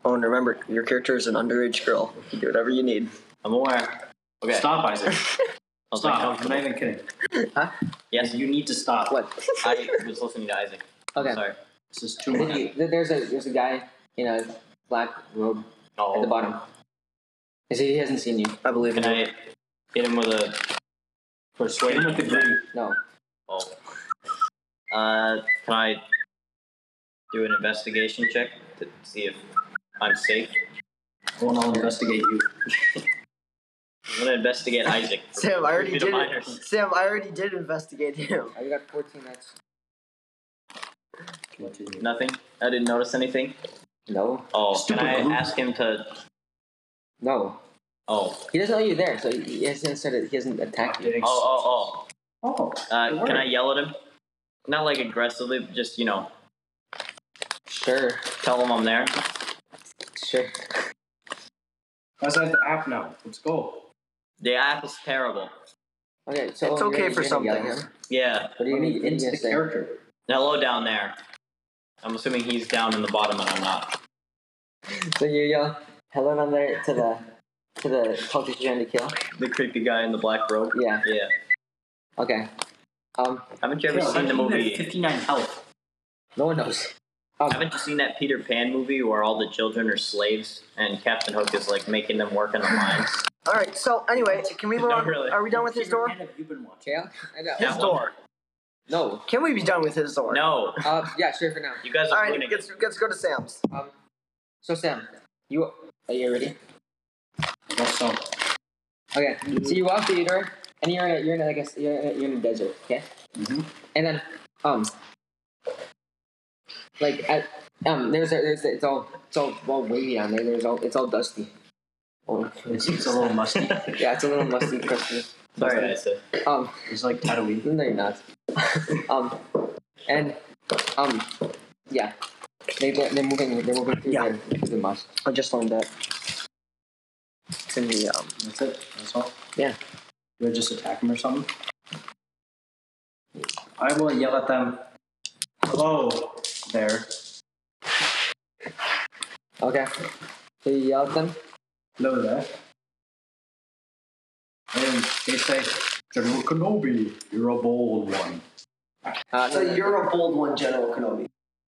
Oh, and remember, your character is an underage girl. You can do whatever you need.
I'm aware. Okay.
Stop, Isaac.
I was like,
Stop. I'm not even kidding.
yes,
You need to stop.
What?
I was listening to Isaac.
Okay.
Sorry.
This is too
Then
much.
you- then there's a there's a guy in a black robe
No.
at the bottom. He said he hasn't seen you.
I believe
Oh. Can
in you.
I hit him with a
Hit him
persuasion?
with the gritty.
No.
Oh. Uh, can I do an investigation check to see if I'm safe.
Well, I'll investigate you.
I'm gonna investigate Isaac. for
Sam, I already
creepy to
did. It.
minors.
Sam, I already did investigate him.
I Oh, got 14 nights.
Continue.
Nothing. I didn't notice anything.
No.
Oh,
Stupid
can I
group.
ask him to?
No.
Oh, oh,
He doesn't know you're there, so he hasn't said it. He hasn't attacked you.
oh,
Oh,
oh. Uh, can I yell at him? Not like aggressively, but just you know,
Sure.
tell him I'm there.
Sure.
I have the app now. Let's go.
The app is terrible.
Okay, so.
It's
you're
okay
gonna-
for
you're gonna yell at
something.
him?
Yeah.
What do you need? What are you
Into
gonna
the
say?
character.
Hello down there. I'm assuming he's down in the bottom and I'm not.
So you yell, hello down there to the. To the cultist you're trying to kill?
The creepy guy in the black robe.
Yeah,
Yeah.
okay. Um,
Haven't you ever
Yeah,
seen the
like,
movie?
59 health.
no one knows.
Haven't you seen that Peter Pan movie where all the children are slaves and Captain Hook is like making them work in the mines?
All right. So anyway, can we move
No,
on?
really.
Are we done with his door?
Have you been watching?
Kale? I know.
That one-
No.
Can we be done with his door?
No,
Uh, yeah, sure for now.
you guys
All
are
right.
ruining it.
Let's, let's go to Sam's.
Um, so Sam, you are you ready?
Well, so,
Okay. So you walk through your door, and you're in a, you're in a, like a, s- you're in a, you're in a desert, okay?
Mhm.
And then um, like at um, there's a, there's a, it's all it's all all wavy down there. There's all it's all dusty. Oh,
it's, it's a little musty.
yeah, it's a little musty, crusty.
Sorry, I said.
Um,
It's like Tatooine.
no, you're not. um, and um, yeah. They, they're, they're moving. They're moving through
Yeah.
the, through the must.
I just learned that. It's in the um.
That's it. That's all.
Yeah.
Do I just attack him or something? I will yell at them. Hello there.
Okay. So you yell at them.
Hello there. And they say, General Kenobi, you're a bold one.
Uh,
So
no, no, no.
you're a bold one, General Kenobi.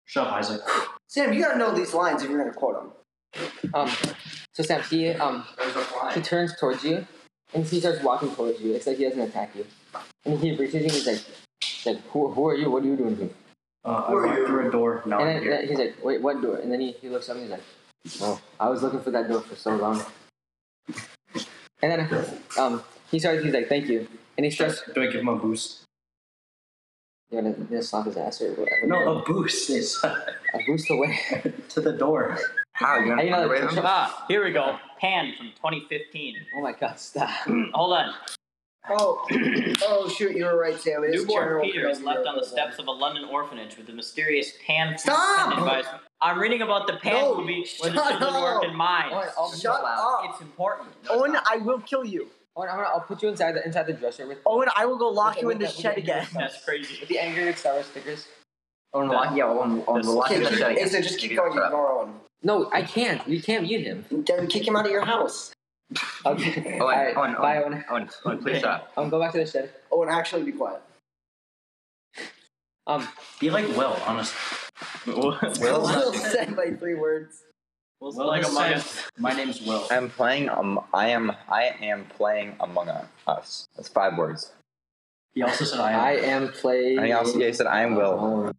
Shut up, Isaac.
Sam, you gotta know these lines if you're gonna quote them.
Um, so Sam, he um, he turns towards you, and he starts walking towards you. It's like he doesn't attack you, and he reaches you. and He's like, he's like who, who are you? What are you doing here?
Uh, I went through a door. Now
And
I'm
then,
here.
then he's like, wait, what door? And then he, he looks up and he's like, oh, I was looking for that door for so long. And then um, he starts. He's like, thank you, and he starts.
Do I give him a boost?
You're gonna, you're gonna slap his ass or whatever.
No, a boost is
a boost away.
to the door.
How? You
How you know that-
know
Ah, here we go. Pan from 2015.
Oh my god, stop!
Hold on.
Oh, oh shoot, you were right, Sam. It is
Newborn
General
Peter is
Kenobi,
left
you're
on the
right.
steps of a London orphanage with a mysterious pan
Stop!
advice. I'm reading about the pan
No,
movie when the
shut
children
up.
worked in mines.
Owen, I'll,
Shut up,
It's important.
Owen. I will kill you.
Owen, I'm gonna, Oh, I'll put you inside the inside the dresser with
Owen, I will go lock
Okay,
you in
we
this
got-
shed
we got-
again.
That's crazy.
with the angry with Star Wars stickers.
On the lock, yeah, on, on
That's-
the lock.
Okay,
you
keep,
shut it.
Asa, just keep
You shut
going.
up.
Ignore him.
No, I can't. You can't mute him.
Then kick him out of your house.
Okay.
Owen,
Alright,
Owen,
Bye, Owen.
Owen, Owen, please shut up.
Um, go back to the shed.
Owen, Oh, actually, be quiet.
Um,
Be like Will, honestly.
Will said like three words.
Will's
Will
like
has
Among
said,
Us.
My name's Will.
I'm playing. Um, I am. I am playing Among Us. That's five words.
He also said
I
I am.
am playing.
And he also yeah, he said, "I am Will."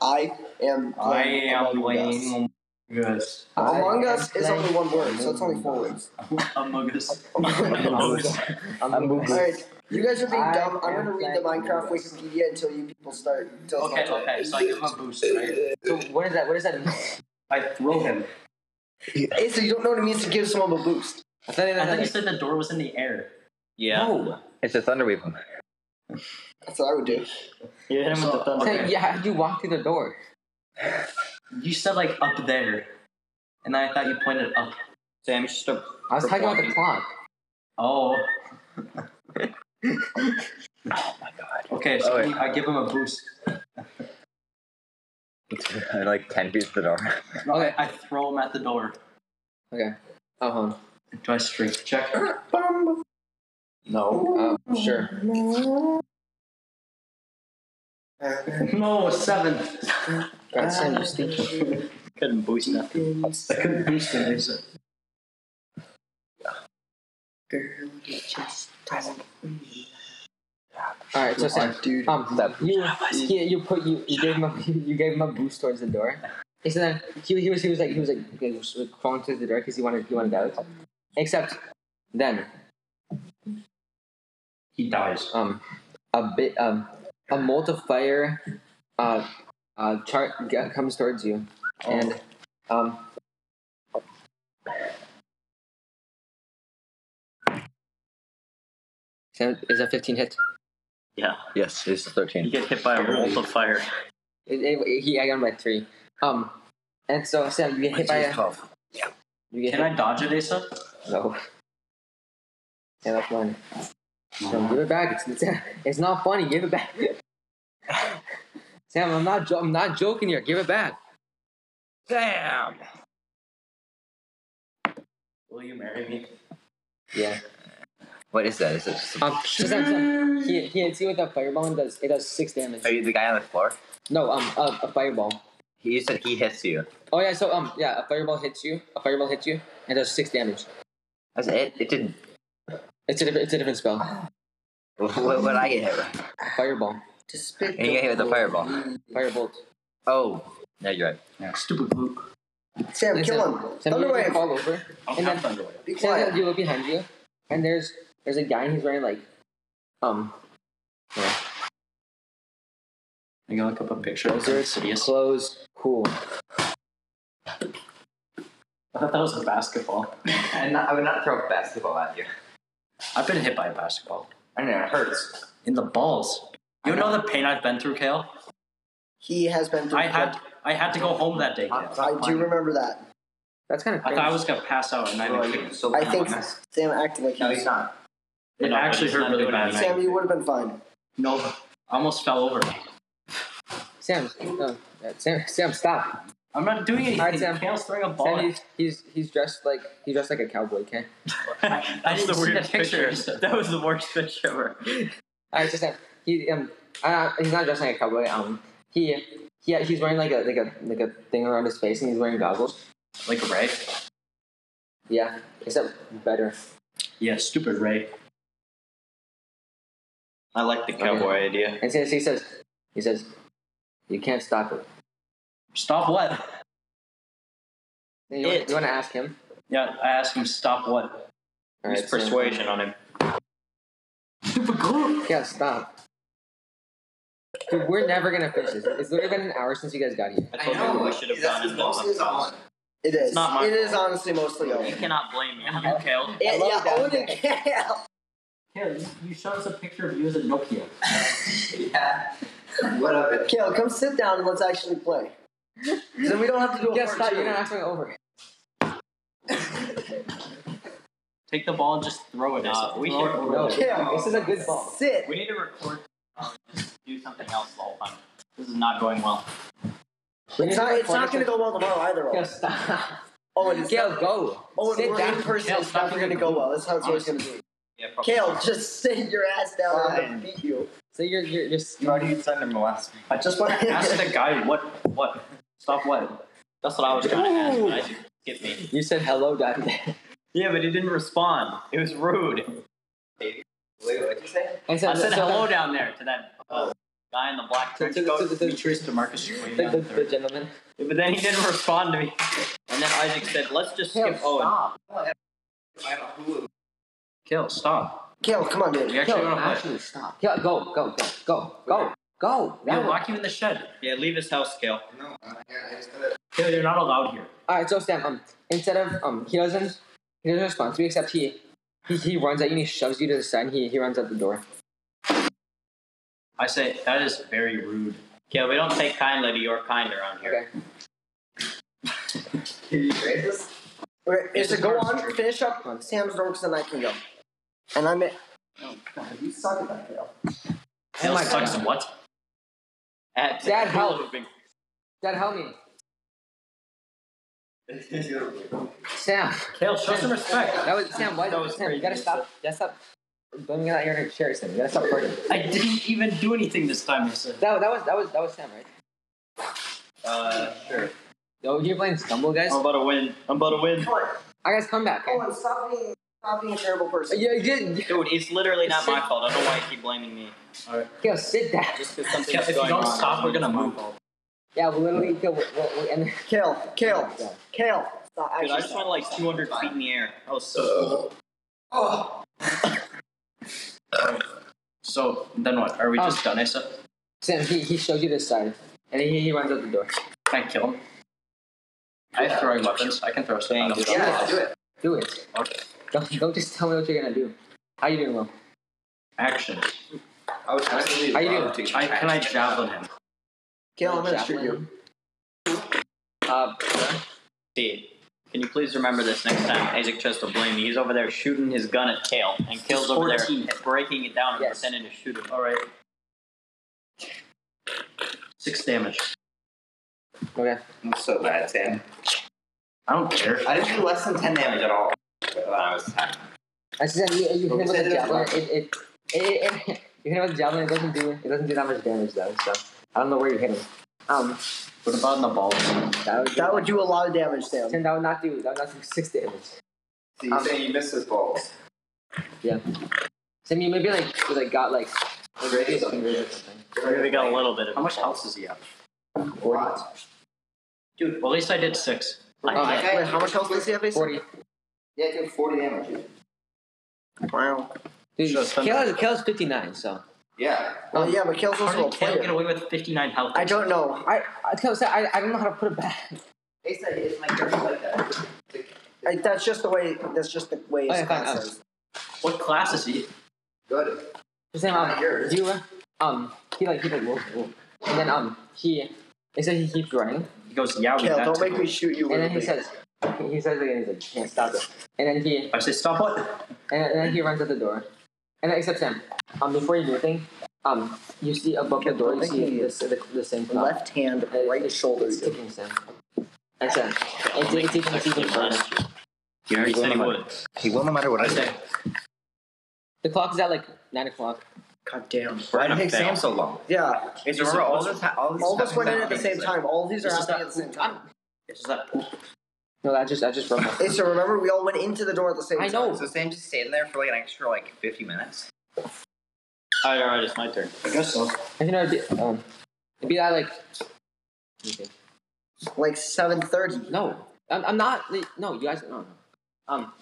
I am. Among Us.
Yes.
I
Among
am
Us is
playing-
only one word, so it's only four words.
Among Us.
All
I'm, I'm
right, you guys are being
I
dumb. I'm
am
gonna read the
playing
Minecraft
Among Us.
Wikipedia until you people start. Until
Okay,
it's my turn.
okay, so I give him a boost, right?
So what is that? What does that mean?
I throw him.
Asa, you don't know what it means to give someone a boost.
I thought it
I thought you
was
said the door was in the air.
Yeah.
no.
It's a thunder weave.
That's what I would do.
You hit him with the thunder.
Say, Yeah, how did you walk through the door?
You said like up there. And I thought you pointed up.
Sam, you should start
I was talking about the clock.
Oh. Okay, so
Oh, wait.
I give him a boost.
like ten feet to the door.
No, I, I throw him at the door.
Okay. Oh, hold
Do I strength check?
No.
on. Um, sure.
No, seven.
God, Sam, you stink.
couldn't boost nothing.
I couldn't boost him. is it?
All right, so Sam,
dude.
um, you you, you put you, you gave him a, you gave him a boost towards the door. And so then he, he was he was like he was like, he was like crawling towards the door because he wanted he wanted out. Except then
He dies.
um a bit um a multiplier uh uh chart g- comes towards you
Oh.
and um Sam, is that 15 hit?
Yeah,
Yes, it's
you
13.
get hit by a multiplier.
It, it, he, I got him by three. Um, and so Sam, you get hit by a. You get hit.
Can I dodge it, Asa?
No. Yeah, that's mine. Sam, give it back. It's, it's, it's not funny. Give it back. Sam, I'm not. Jo- I'm not joking here. Give it back.
Damn.
Will you marry me?
Yeah.
What is that? Is it just
Um. so Sam, Sam, he, he, see what that fireball does? It does six damage.
Are you the guy on the floor?
No. Um. A, a fireball.
He you said he hits you.
Oh yeah. So um. Yeah. A fireball hits you. A fireball hits you and does six damage.
That's it. It didn't.
It's a different. It's a different spell.
What would I get hit with?
Fireball.
To spit
And you get hit with a fireball.
Firebolt.
Oh, no, you're right.
Stupid Luke.
Sam,
Listen,
kill him.
Sam, you
Thunderwave.
fall over.
I'll
And
have
then-
Thunderwave.
Be
Sam,
quiet.
you look behind you, and there's there's a guy and he's wearing like, um,
I gotta look up a picture of
Wizards
Insidious.
clothes, cool.
I thought that was a basketball.
I'm not, I would not throw a basketball at you.
I've been hit by a basketball.
I don't know, it hurts.
In the balls. You know the pain I've been through, Kale?
He has been through.
I had I had to go home that day, Kale.
I do remember that.
That's kind of
I
cringe.
thought I was gonna pass out and I didn't.
so
I think Sam acted like he
No, he's
was.
not.
It
No,
actually
it's
hurt
not
really
doing
bad.
anything.
Sam, you would have been fine.
No, I almost fell over.
Sam, no, uh, Sam, Sam, stop.
I'm not doing anything.
Alright, Sam.
Kale's throwing a ball.
Sam, he's, he's he's dressed like he's dressed like a cowboy. Okay.
I didn't see that picture.
That was the worst picture ever.
All right, so Sam, he um, uh, he's not dressed like a cowboy. Um, he he he's wearing like a like a like a thing around his face and he's wearing goggles.
Like a Ray?
Yeah, except better.
Yeah, stupid Ray.
I like the cowboy idea.
And Sam, he says, he says, you can't stop it.
Stop what?
You wanna-
It.
you want to ask him?
Yeah, I asked him stop what.
All
Use
right, so-
persuasion on him.
Stupid glue.
Yeah, stop. Dude, we're never gonna finish this. It's literally been an hour since you guys got here.
I told you we should have gone in the house.
It is.
not my
it is
fault.
honestly mostly Owen.
You cannot blame me. You, Kale.
Yeah,
love
yeah,
that
Owen and Kale.
Kale, you- you showed us a picture of you as a Nokia.
What of it?
Kale, come sit down and let's actually play. then we don't have to do a
Yes,
part
stop.
two.
You're not asking over.
Take the ball and just throw it.
Nah, we
Throw it
should-
over
No,
there.
Kale,
this is a good ball.
sit.
We need to record. um, Just do something else the whole time. This is not going well.
It's not, it's not going to go well tomorrow either,
Gail,
Owen.
stop.
Owen, it's
Gail,
not-
go.
Owen
Sit
we're
down.
in person.
Kale,
it's
stop
not going to
being
go
rude.
well. That's how it's always going to be.
Yeah, probably.
Kale, just sit your ass down and I'm going to beat you.
So you're you're just.
You already sent him last week.
I just want to ask the guy what what. Stop what?
That's what I was trying to ask. but I didn't- Get me.
You said hello, Daddy.
Yeah, but he didn't respond. It was rude.
Wait, what'd you say?
I
I
said,
said
so
hello down there to that uh, guy in the black
To,
trench
to, to,
coat.
to, to,
Demetrius Demarcus is waiting
the,
on
the,
the
the
third.
gentleman.
But then he didn't respond to me. And then Isaac said, let's just skip Owen.
stop.
Kale, stop.
Kale, come on, dude.
We actually
Kale,
want to play.
actually stop. Gail, go, go, go, go, go, go.
We'll
All
lock you in the shed.
Yeah, leave his house, Kale.
Kale, you're not allowed here.
right, so Sam, um, instead of um, he doesn't he doesn't respond to me except he he, he runs at you and he shoves you to the side and he he runs out the door.
I say that is very rude.
Kale, we don't take kindly to your kind around here.
Okay.
Alright,
This
so
is
go
our
on, finish up on Sam's door because then I can go. And I'm it. You suck at that, Kale.
Kale
my
sucks
God.
what?
At
Dad, help. Dad, help me. Sam,
Kale, show some respect.
that was Sam. Why?
That was
Sam, you gotta
crazy.
stop. You gotta stop. Blaming out your chair, Sam. You gotta stop flirting.
I didn't even do anything this time. I said.
That, that was that was that was Sam, right?
Uh, sure.
Yo, you're playing stumble, guys.
Oh. I'm about to win. I'm about to win.
Come on,
I guys come back. Okay?
Owen, stop being.
oh, Stop being a terrible person.
Yeah, yeah,
Dude, it's literally not my fault. I don't know why you keep blaming me.
yeah, sit down.
Just because
Kill,
something's
if you
going
don't
on.
stop, we're gonna
it's my
move.
fault.
Yeah, we'll literally kill. We'll, we'll, and
Kill, kill,
Yeah.
kill. Stop,
Dude, I
actually,
just
stop.
went like 200 feet in the air. That was so cool.
Oh,
So then what? Are we
Oh.
just done, Asa?
Sam, he, he showed you this side, and then he, he runs out the door.
Can I kill him? I have throwing weapons. I can throw stuff at him.
yeah, do it.
Do it.
Okay.
Don't, don't just tell me what you're gonna do. How you doing, Will?
Action.
I was trying to leave
How you doing?
I, can I javelin him?
Kill him and shoot you.
Uh,
See, can you please remember this next time Isaac tries to blame me? He's over there shooting his gun at Kale, and Kale's over there
14.
breaking it down and
Yes.
pretending to shoot him.
All right. Six damage.
okay.
I'm so bad, Sam.
I don't care.
I didn't do less than 10 damage at all. When I was attacked.
I said you, you hit him with
Okay.
a javelin. It, it, it, it, you hit him with a javelin. It doesn't do it doesn't do that much damage though. So I don't know where you hit him. Um,
What about in the balls?
that would, do-
That would do a lot of damage, Sam.
Sam, that would not do that would not do six damage.
So you're
Um,
saying you missed his balls?
Sam, you maybe like you, like got like.
Radius on
Maybe
the
something.
We got a little bit
How
of
much health does he have?
Forty.
Dude, well, at least I did six.
Forty.
Oh, okay.
Wait, how much health does he have? Mason?
Forty.
Yeah, it took 40 damage.
Wow.
Dude,
Just
Kale is, Kale's 59, so.
Yeah.
Well, yeah, but Kale's
How
also a
did Kale get
player.
away with 59 health?
I don't know.
I, I, Kale, Sam, I, I don't know how to put it back.
They said it's like just like that.
I, that's just the way. That's just the way.
Okay,
it's
fine, I'll-
says.
What class is he?
Good.
Sam, um,
Yours.
you, uh, um, he like, he like, whoa, whoa. And then, um, he, he said he keeps running.
He goes, yeah, we
Kale,
have
don't
to.
make me shoot you.
And then he
literally.
says, he he says again, he's like, can't stop it. And then he,
I say, stop what?
and, and then he runs out the door. And then, except Sam, um, before you do anything, um, you see above the
Kale,
door,
don't
you
think
see
he
this, the, the same clock.
left hand,
And it-
right
it's-
shoulder.
It's
dude.
ticking, Sam. And Sam, it's, it's, even, it's even further.
You already said he would.
He will no matter what I say.
The clock is at like 9 o'clock.
God damn.
Why did
Adam
it take Sam
failed.
so long?
Yeah.
It's remember all this ha- all this
All of us went in at
happened
the same
simultaneously.
time. All of these are
It's just
happening at
that-
the same time.
It's just that poop.
No, I just, I just wrote my.
Hey, so remember, we all went into the door at the same
I
time.
know.
So Sam just stayed in there for like an extra like 50 minutes.
Alright, alright, it's my turn.
I guess so.
I think it'd be, um, it'd be at like
Like 7.30.
no, I'm, I'm not. like, No, you guys, no, no. Um,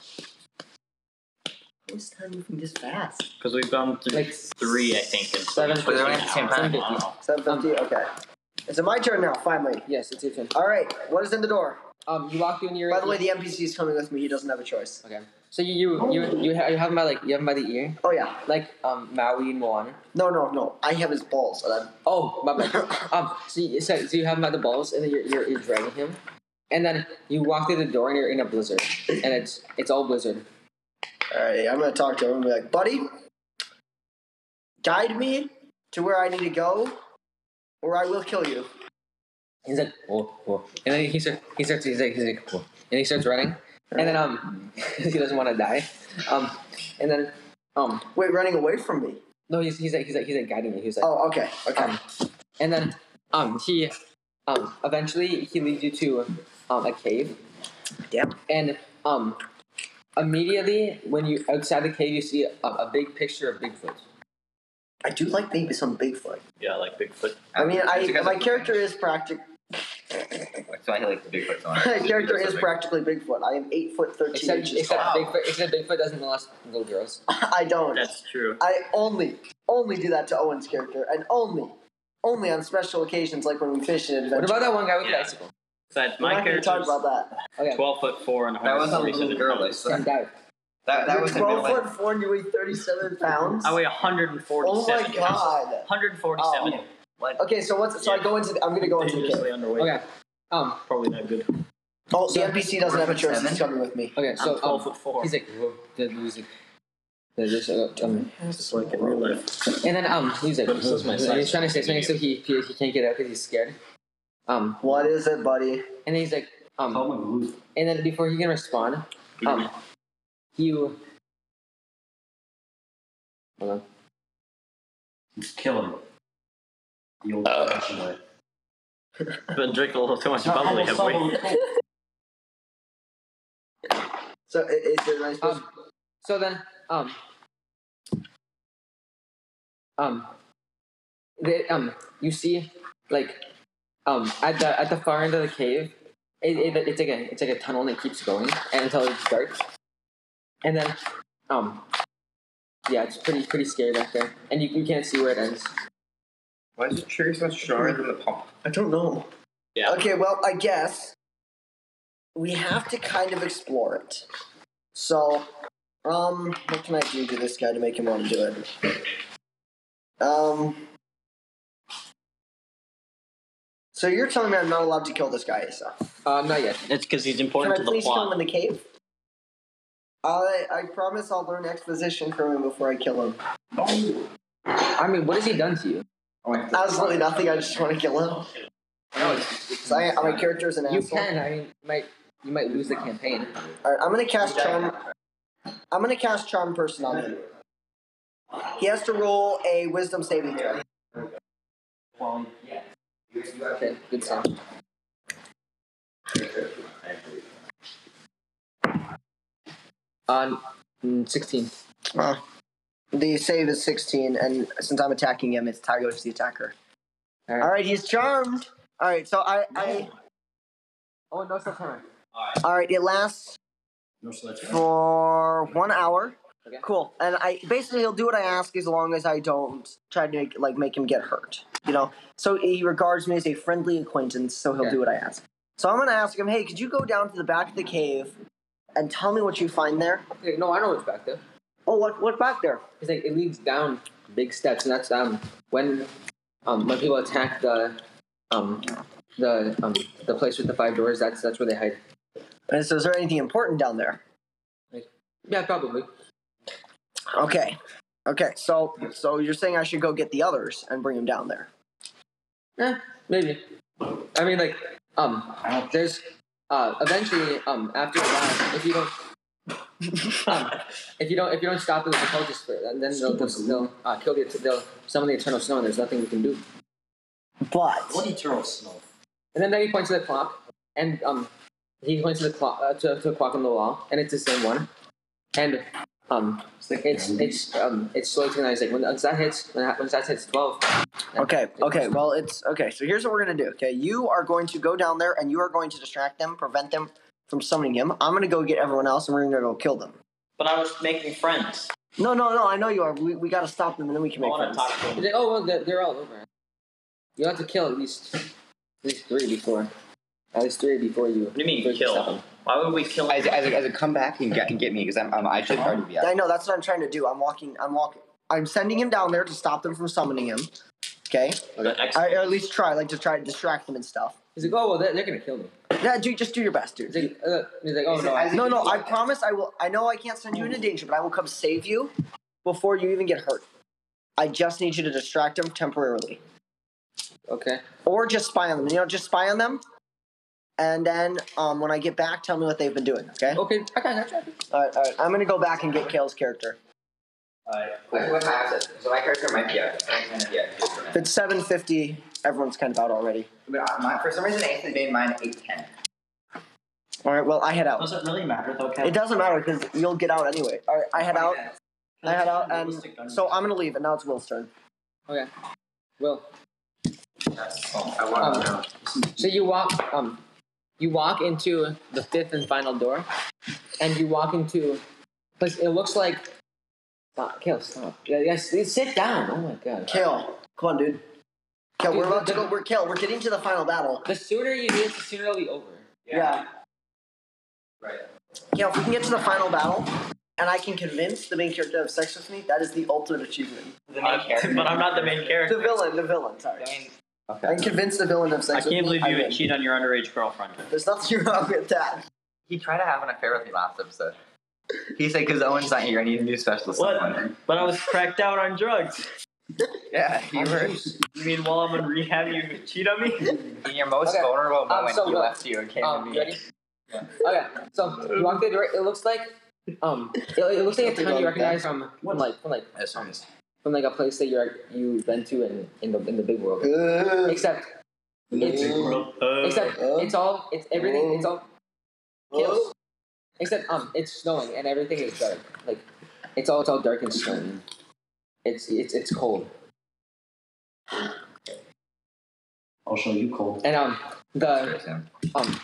Who's time moving this fast?
Because we've gone through
like
three, I think. And
seven.
But they're not at the same time.
7:50.
7.50? Okay. It's my turn now, finally.
Yes, it's your turn.
All right, what is in the door?
Um, you walk in your.
By the way, the NPC is coming with me. He doesn't have a choice.
okay. So you you you you, ha- you have him by like you have him by the ear,
Oh, yeah.
like um Maui and Moana.
No, no, no. I have his balls. And I'm,
Oh, my bad. um, so you, so, so you have him by the balls, and then you're, you're you're dragging him, and then you walk through the door, and you're in a blizzard, and it's it's all blizzard.
all right, I'm going to talk to him and be like, buddy, guide me to where I need to go, or I will kill you.
He's like, whoa, whoa. And then he, starts, he starts, he's like, he's like, whoa. And he starts running. And then, um, he doesn't want to die. Um, and then, um,
Wait, running away from me?
no, he's, he's like, he's like, he's like guiding me. He was like,
Oh, okay, okay.
um, and then, um, he, um, eventually he leads you to, um, a cave.
Yeah.
And, um, immediately when you, outside the cave, you see a, a big picture of Bigfoot.
I do like maybe some Bigfoot.
Yeah, like Bigfoot.
I mean,
It's
I
because
my
of-
character is practic.
So I hit like the big foot.
My character is practically Bigfoot. I am eight foot thirteen
Except,
inches
except
tall.
Bigfoot, except Bigfoot doesn't molest little girls.
I don't.
That's true.
I only only do that to Owen's character, and only only on special occasions like when we fish in adventure.
What about that one guy with the
Yeah.
icicle?
Besides,
We're
my
not going to talk
character's
about that.
Okay.
12 foot 4 and
That was a
147
little girl. I
pounds.
swear.
Sam, dive.
That, that
You're
was in
twelve
middle-
foot four, and you weigh thirty-seven pounds.
I weigh
oh
147 pounds.
my god.
147.
Okay, so what's so I go into? The, I'm going to go into the
Dangerously
cave.
underweight.
Okay. Um,
Probably not good.
Oh, the NPC doesn't have a choice. He's
Seven?
coming with me.
Okay, so
I'm 12
um,
foot 4.
he's like, whoa, the music. The- this, uh, um,
Just like in real life.
and then um, he's like,
This is my
and he's
size.
trying to say something, so he he, he can't get out because he's scared. Um,
What is it, buddy?
and then he's like, um,
Oh my glue.
and then before he can respond,
Mm-hmm.
um,
Oh.
you. Hold on.
Just kill him. The old
Uh.
fashioned way.
Been drinking a little too much bubbly, have we?
So i- is it? am I supposed
Um, So then, um, um, they, um, you see, like, um, at the at the far end of the cave, it, it, it's like a it's like a tunnel and it keeps going until it's dark, and then, um, yeah, it's pretty pretty scary back there, and you, you can't see where it ends.
Why is the trigger so much stronger than the pump?
I don't know.
Yeah.
Okay, well, I guess we have to kind of explore it. So, um, what can I do to this guy to make him want to do it? Um. So you're telling me I'm not allowed to kill this guy, Asa?
Uh, not yet.
That's because he's
Can
important
I
to the
please kill him
plot.
in the cave? I I promise I'll learn exposition from him before I kill him.
I mean, what has he done to you?
Absolutely nothing. I just want to kill him.
No, it's, it's
So I, my character's an
you
asshole.
can. I mean, you might you might lose the campaign.
All right, I'm gonna cast charm. I'm gonna cast charm person on him. He has to roll a wisdom saving throw.
Okay, good stuff. On mm, sixteen.
The save is 16, and since I'm attacking him, it's Tygo's the attacker. All right. he's charmed. All right, so I, I
Oh no, September.
all right, it lasts for one hour.
Okay.
Cool, and I basically he'll do what I ask as long as I don't try to make, like make him get hurt. You know, so he regards me as a friendly acquaintance, so he'll
Yeah.
do what I ask. So I'm gonna ask him, hey, could you go down to the back of the cave and tell me what you find there?
Hey, No, I know what's back there.
Oh, what what back there?
It's like it leads down big steps, and that's um when um when people attack the um the um the place with the five doors. That's that's where they hide.
And so is there anything important down there?
Yeah, probably.
Okay. Okay, so so you're saying I should go get the others and bring them down there.
Eh, maybe. I mean, like, um, there's, uh, eventually, um, after a while, if you don't, um, if you don't, if you don't stop it with the cultist spirit, then then they'll, they'll, they'll uh, kill the, they'll summon the eternal snow, and there's nothing we can do.
But
And then, then he points to the clock, and um, he points to the clock uh, to, to a clock on the wall, and it's the same one. And um, it's it's um, it's slowly ticking. It's like when once that hits, when that, once that hits twelve.
okay, okay, well it's okay, so here's what we're gonna do. Okay, you are going to go down there and you are going to distract them, prevent them from summoning him. I'm gonna go get everyone else and we're gonna go kill them.
But I was making friends.
No, no, no, I know you are. We, we gotta stop them and then we can
I
make
want to
friends.
talk to him.
He's like, oh well, they're, they're all over. You have to kill at least at least three before, at least three before you.
What do you mean kill? Why would we kill
As,
him?
as, a, as a comeback and get, and get me because I'm, I'm I should already be out.
I know that's what I'm trying to do. I'm walking I'm walking I'm sending him down there to stop them from summoning him. Okay?
The ex-
I, or at least try, like to try to distract them and stuff.
He's like, oh well, they're, they're gonna kill me.
Yeah, do just do your best, dude.
He's like, uh, he's like oh no, I,
No, no, I promise I will. I know I can't send you into danger, but I will come save you before you even get hurt. I just need you to distract them temporarily.
okay.
Or just spy on them. You know, just spy on them. And then um, when I get back, tell me what they've been doing, okay?
Oh.
Okay, I got you.
All right, all right. I'm going to go back and get Kale's character.
Wait, what happens? So my character might be out. Yeah.
If it's 7.50, everyone's kind of out already.
But uh, my, for some reason, Anthony made mine eight ten.
All right, well, I head out.
Does it really matter though,
It
Kevin?
doesn't matter because you'll get out anyway. All right, I head out. I head out, and so I'm going to leave, and now it's Will's turn.
Well, Um,
I want to know.
so you walk um, you walk into the fifth and final door, and you walk into, but it looks like. Stop, kill, stop. Yeah, Yes, sit down. Oh my god.
Kale, come on, dude. Kale, we're
Dude,
about to
the-
go. We're Kale. We're getting to the final battle.
The sooner you do it, the sooner it'll be over.
Yeah.
Right.
Yeah, if we can get to the final battle and I can convince the main character to have sex with me, that is the ultimate achievement.
the main character. But I'm not the main
The
character.
villain, the villain, sorry. I
Okay.
can convince the villain to have
I
sex with me.
can't believe you
win.
would cheat on your underage girlfriend.
There's nothing wrong with that.
He tried to have an affair with me last episode. He said, "Because Owen's not here, I need a new specialist."
What? But I was cracked out on drugs.
Yeah, you were in
You mean while I'm in rehab, you cheat on me?
your most
Okay.
vulnerable moment.
so
he
good.
left you and came
Um,
to
you
me.
ready? Okay, so you walk through the door. It looks like, um, it, it looks like a town you recognize from, from like, from like,
As soon as-
from like a place that you're you've been to in, in the in the big world. Except, it's, except it's all it's everything it's all. Kills. Except um, it's snowing and everything is dark. Like It's all it's all dark and stony. It's it's it's cold.
I'll show you cold.
And um the um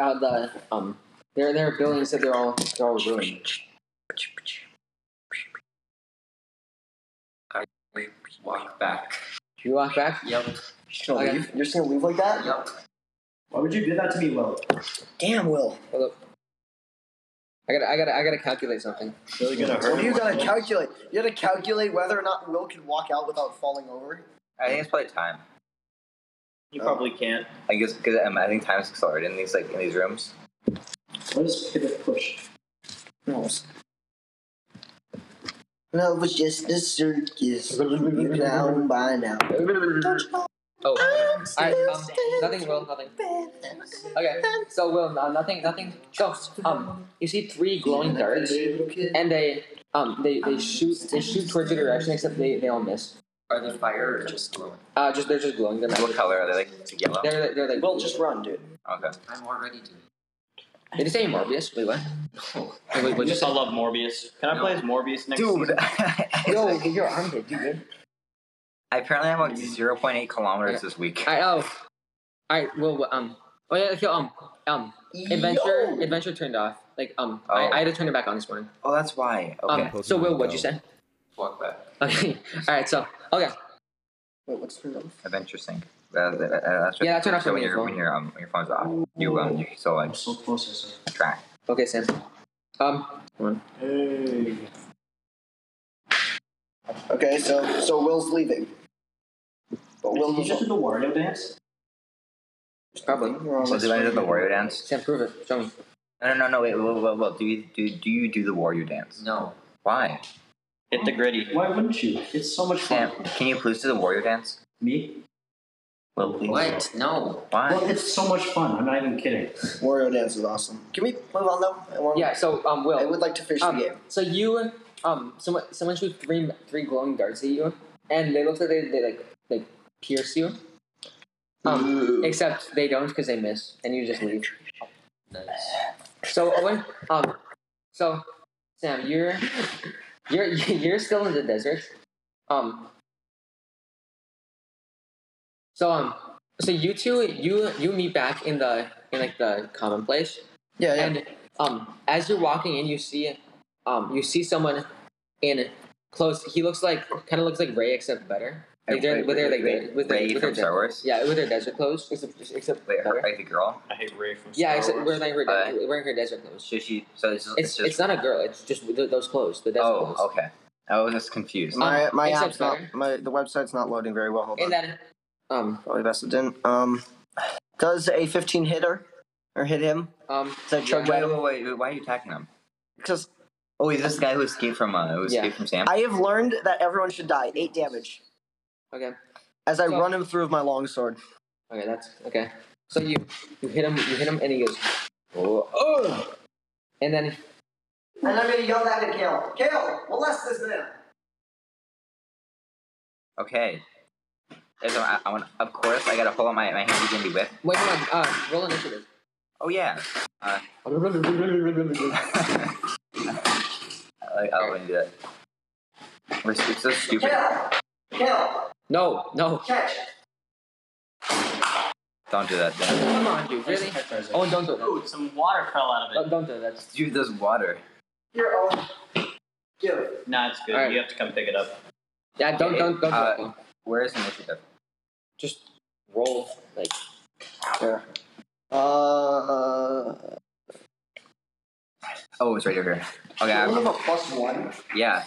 uh, the um there there are buildings that they're all they're all ruined.
We walk back.
You walk back?
Yep.
Just gonna
Okay.
leave? You're just gonna leave like that?
Yep.
Why would you do that to me, Will?
Damn, Will.
I gotta I gotta I gotta calculate something.
Really gonna hurt.
What are you
him.
gonna calculate? You gotta calculate whether or not Will can walk out without falling over.
I think it's probably time.
You probably can't.
I guess because um, I think time is accelerated in these like in these rooms.
What is pivot push?
No. No, it was just a circus. You're down by now.
Oh, I, um, nothing, Will, nothing. Okay, so Will, no, nothing, nothing. So, um, you see three glowing darts, and they, um, they, they shoot, they shoot towards your direction, except they, they all miss.
Are they fire or just glowing?
Uh, just they're just glowing. They're
What
magic.
color are they? Like yellow.
They're they're like.
Will, Eh, just run, dude.
Okay.
I'm already doing.
Did you say Morbius? Wait, what? Wait, wait,
I
what'd you
just
say?
I love Morbius. Can I
No.
play as Morbius next
Dude,
season?
Yo, get your arm hit, dude.
apparently I'm like 0.8 kilometers this week.
Mm. I oh, I will. Um, oh yeah, okay, um, um, adventure, adventure turned off. Like um, I, I had to turn it back on this morning.
Oh, that's why. Okay.
Um, so Will, what'd you say?
Walk back.
Okay, all right, so okay,
Wait, what's turned off?
Adventure Sync. Uh, that- that- that's
Yeah, that's what I'm
so when
saying,
your when your um when your phone's off, you um you can still like
I'm so close, I said.
track.
okay, Sam. Um,
Hey.
Okay, so so Will's leaving. But Will
Will you just do the Wario dance?
probably.
So do I do the Wario dance?
Sam, prove it. Show me.
No, no, no, no. Wait, wait, wait, wait, wait. Do you do do you do the Wario dance?
No.
Why?
Hit the gritty.
Why wouldn't you? It's so much fun.
Sam, can you please do the Wario dance?
Me?
Well, please.
What? No.
Well,
Why?
it's so much fun. I'm not even kidding.
Wario dance is awesome. Can we move on though? I, want,
Yeah. So um,
I
Will.
would like to finish
Um,
the game.
so you um, someone someone shoots three three glowing darts at you, and they look like they, they like like pierce you. Um, except they don't because they miss, and you just leave.
Nice.
So Owen, um, so Sam, you're you're you're still in the desert. Um. So um, so you two, you you meet back in the in like the common place,
Yeah, yeah.
and um, as you're walking in, you see, um, you see someone in close. He looks like kind of looks like Ray, except better. Like they're, with their like their- with their,
Ray
with
from
their
Star Wars.
yeah, with their desert clothes, except except
Wait, her,
better.
like the girl.
I hate Ray from Star
Yeah, except
Wars.
wearing her
Uh,
wearing her desert clothes.
So she. So it's, just-
It's
just.
it's not a girl. It's just th- those clothes. The desk
oh,
clothes.
okay. I was just confused.
My my
except
app's not
um, better.
my the website's not loading very well. Hold on.
And then, um,
Probably best it didn't. Um, does a 15 hit her or hit him?
um,
Does that
Wait,
chug
wait, wait, wait, Why are you attacking him?
Because
Oh, he's this guy who escaped from uh, who escaped from Sam.
I have learned that everyone should die eight damage
okay,
as I
So-
run him through with my longsword.
okay, that's okay. So you you hit him, you hit him, and he goes, oh, oh! and then
And I'm gonna yell that at Kale. Kale, molest this man.
Okay. There's a- I- I wanna- of course, I gotta pull out my my handy dandy whip.
wait, hold on, uh, roll initiative.
Oh yeah. Uh, I like I wouldn't do that. We're s- it's so stupid.
Kale, Kale,
No, no,
catch.
Don't do that. Don't.
come on, dude, really? Oh, don't do that.
Dude, some water fell out of
Don't,
it.
don't do that.
Dude, there's water.
Your own. Give.
Nah, it's good.
All right.
You have to come pick it up.
Yeah, don't, don't, don't do
Uh,
that. Will.
Where is initiative?
Just roll, like,
Uh,
Oh, it's right over here. Okay.
I
I'm-
have a plus one.
yeah.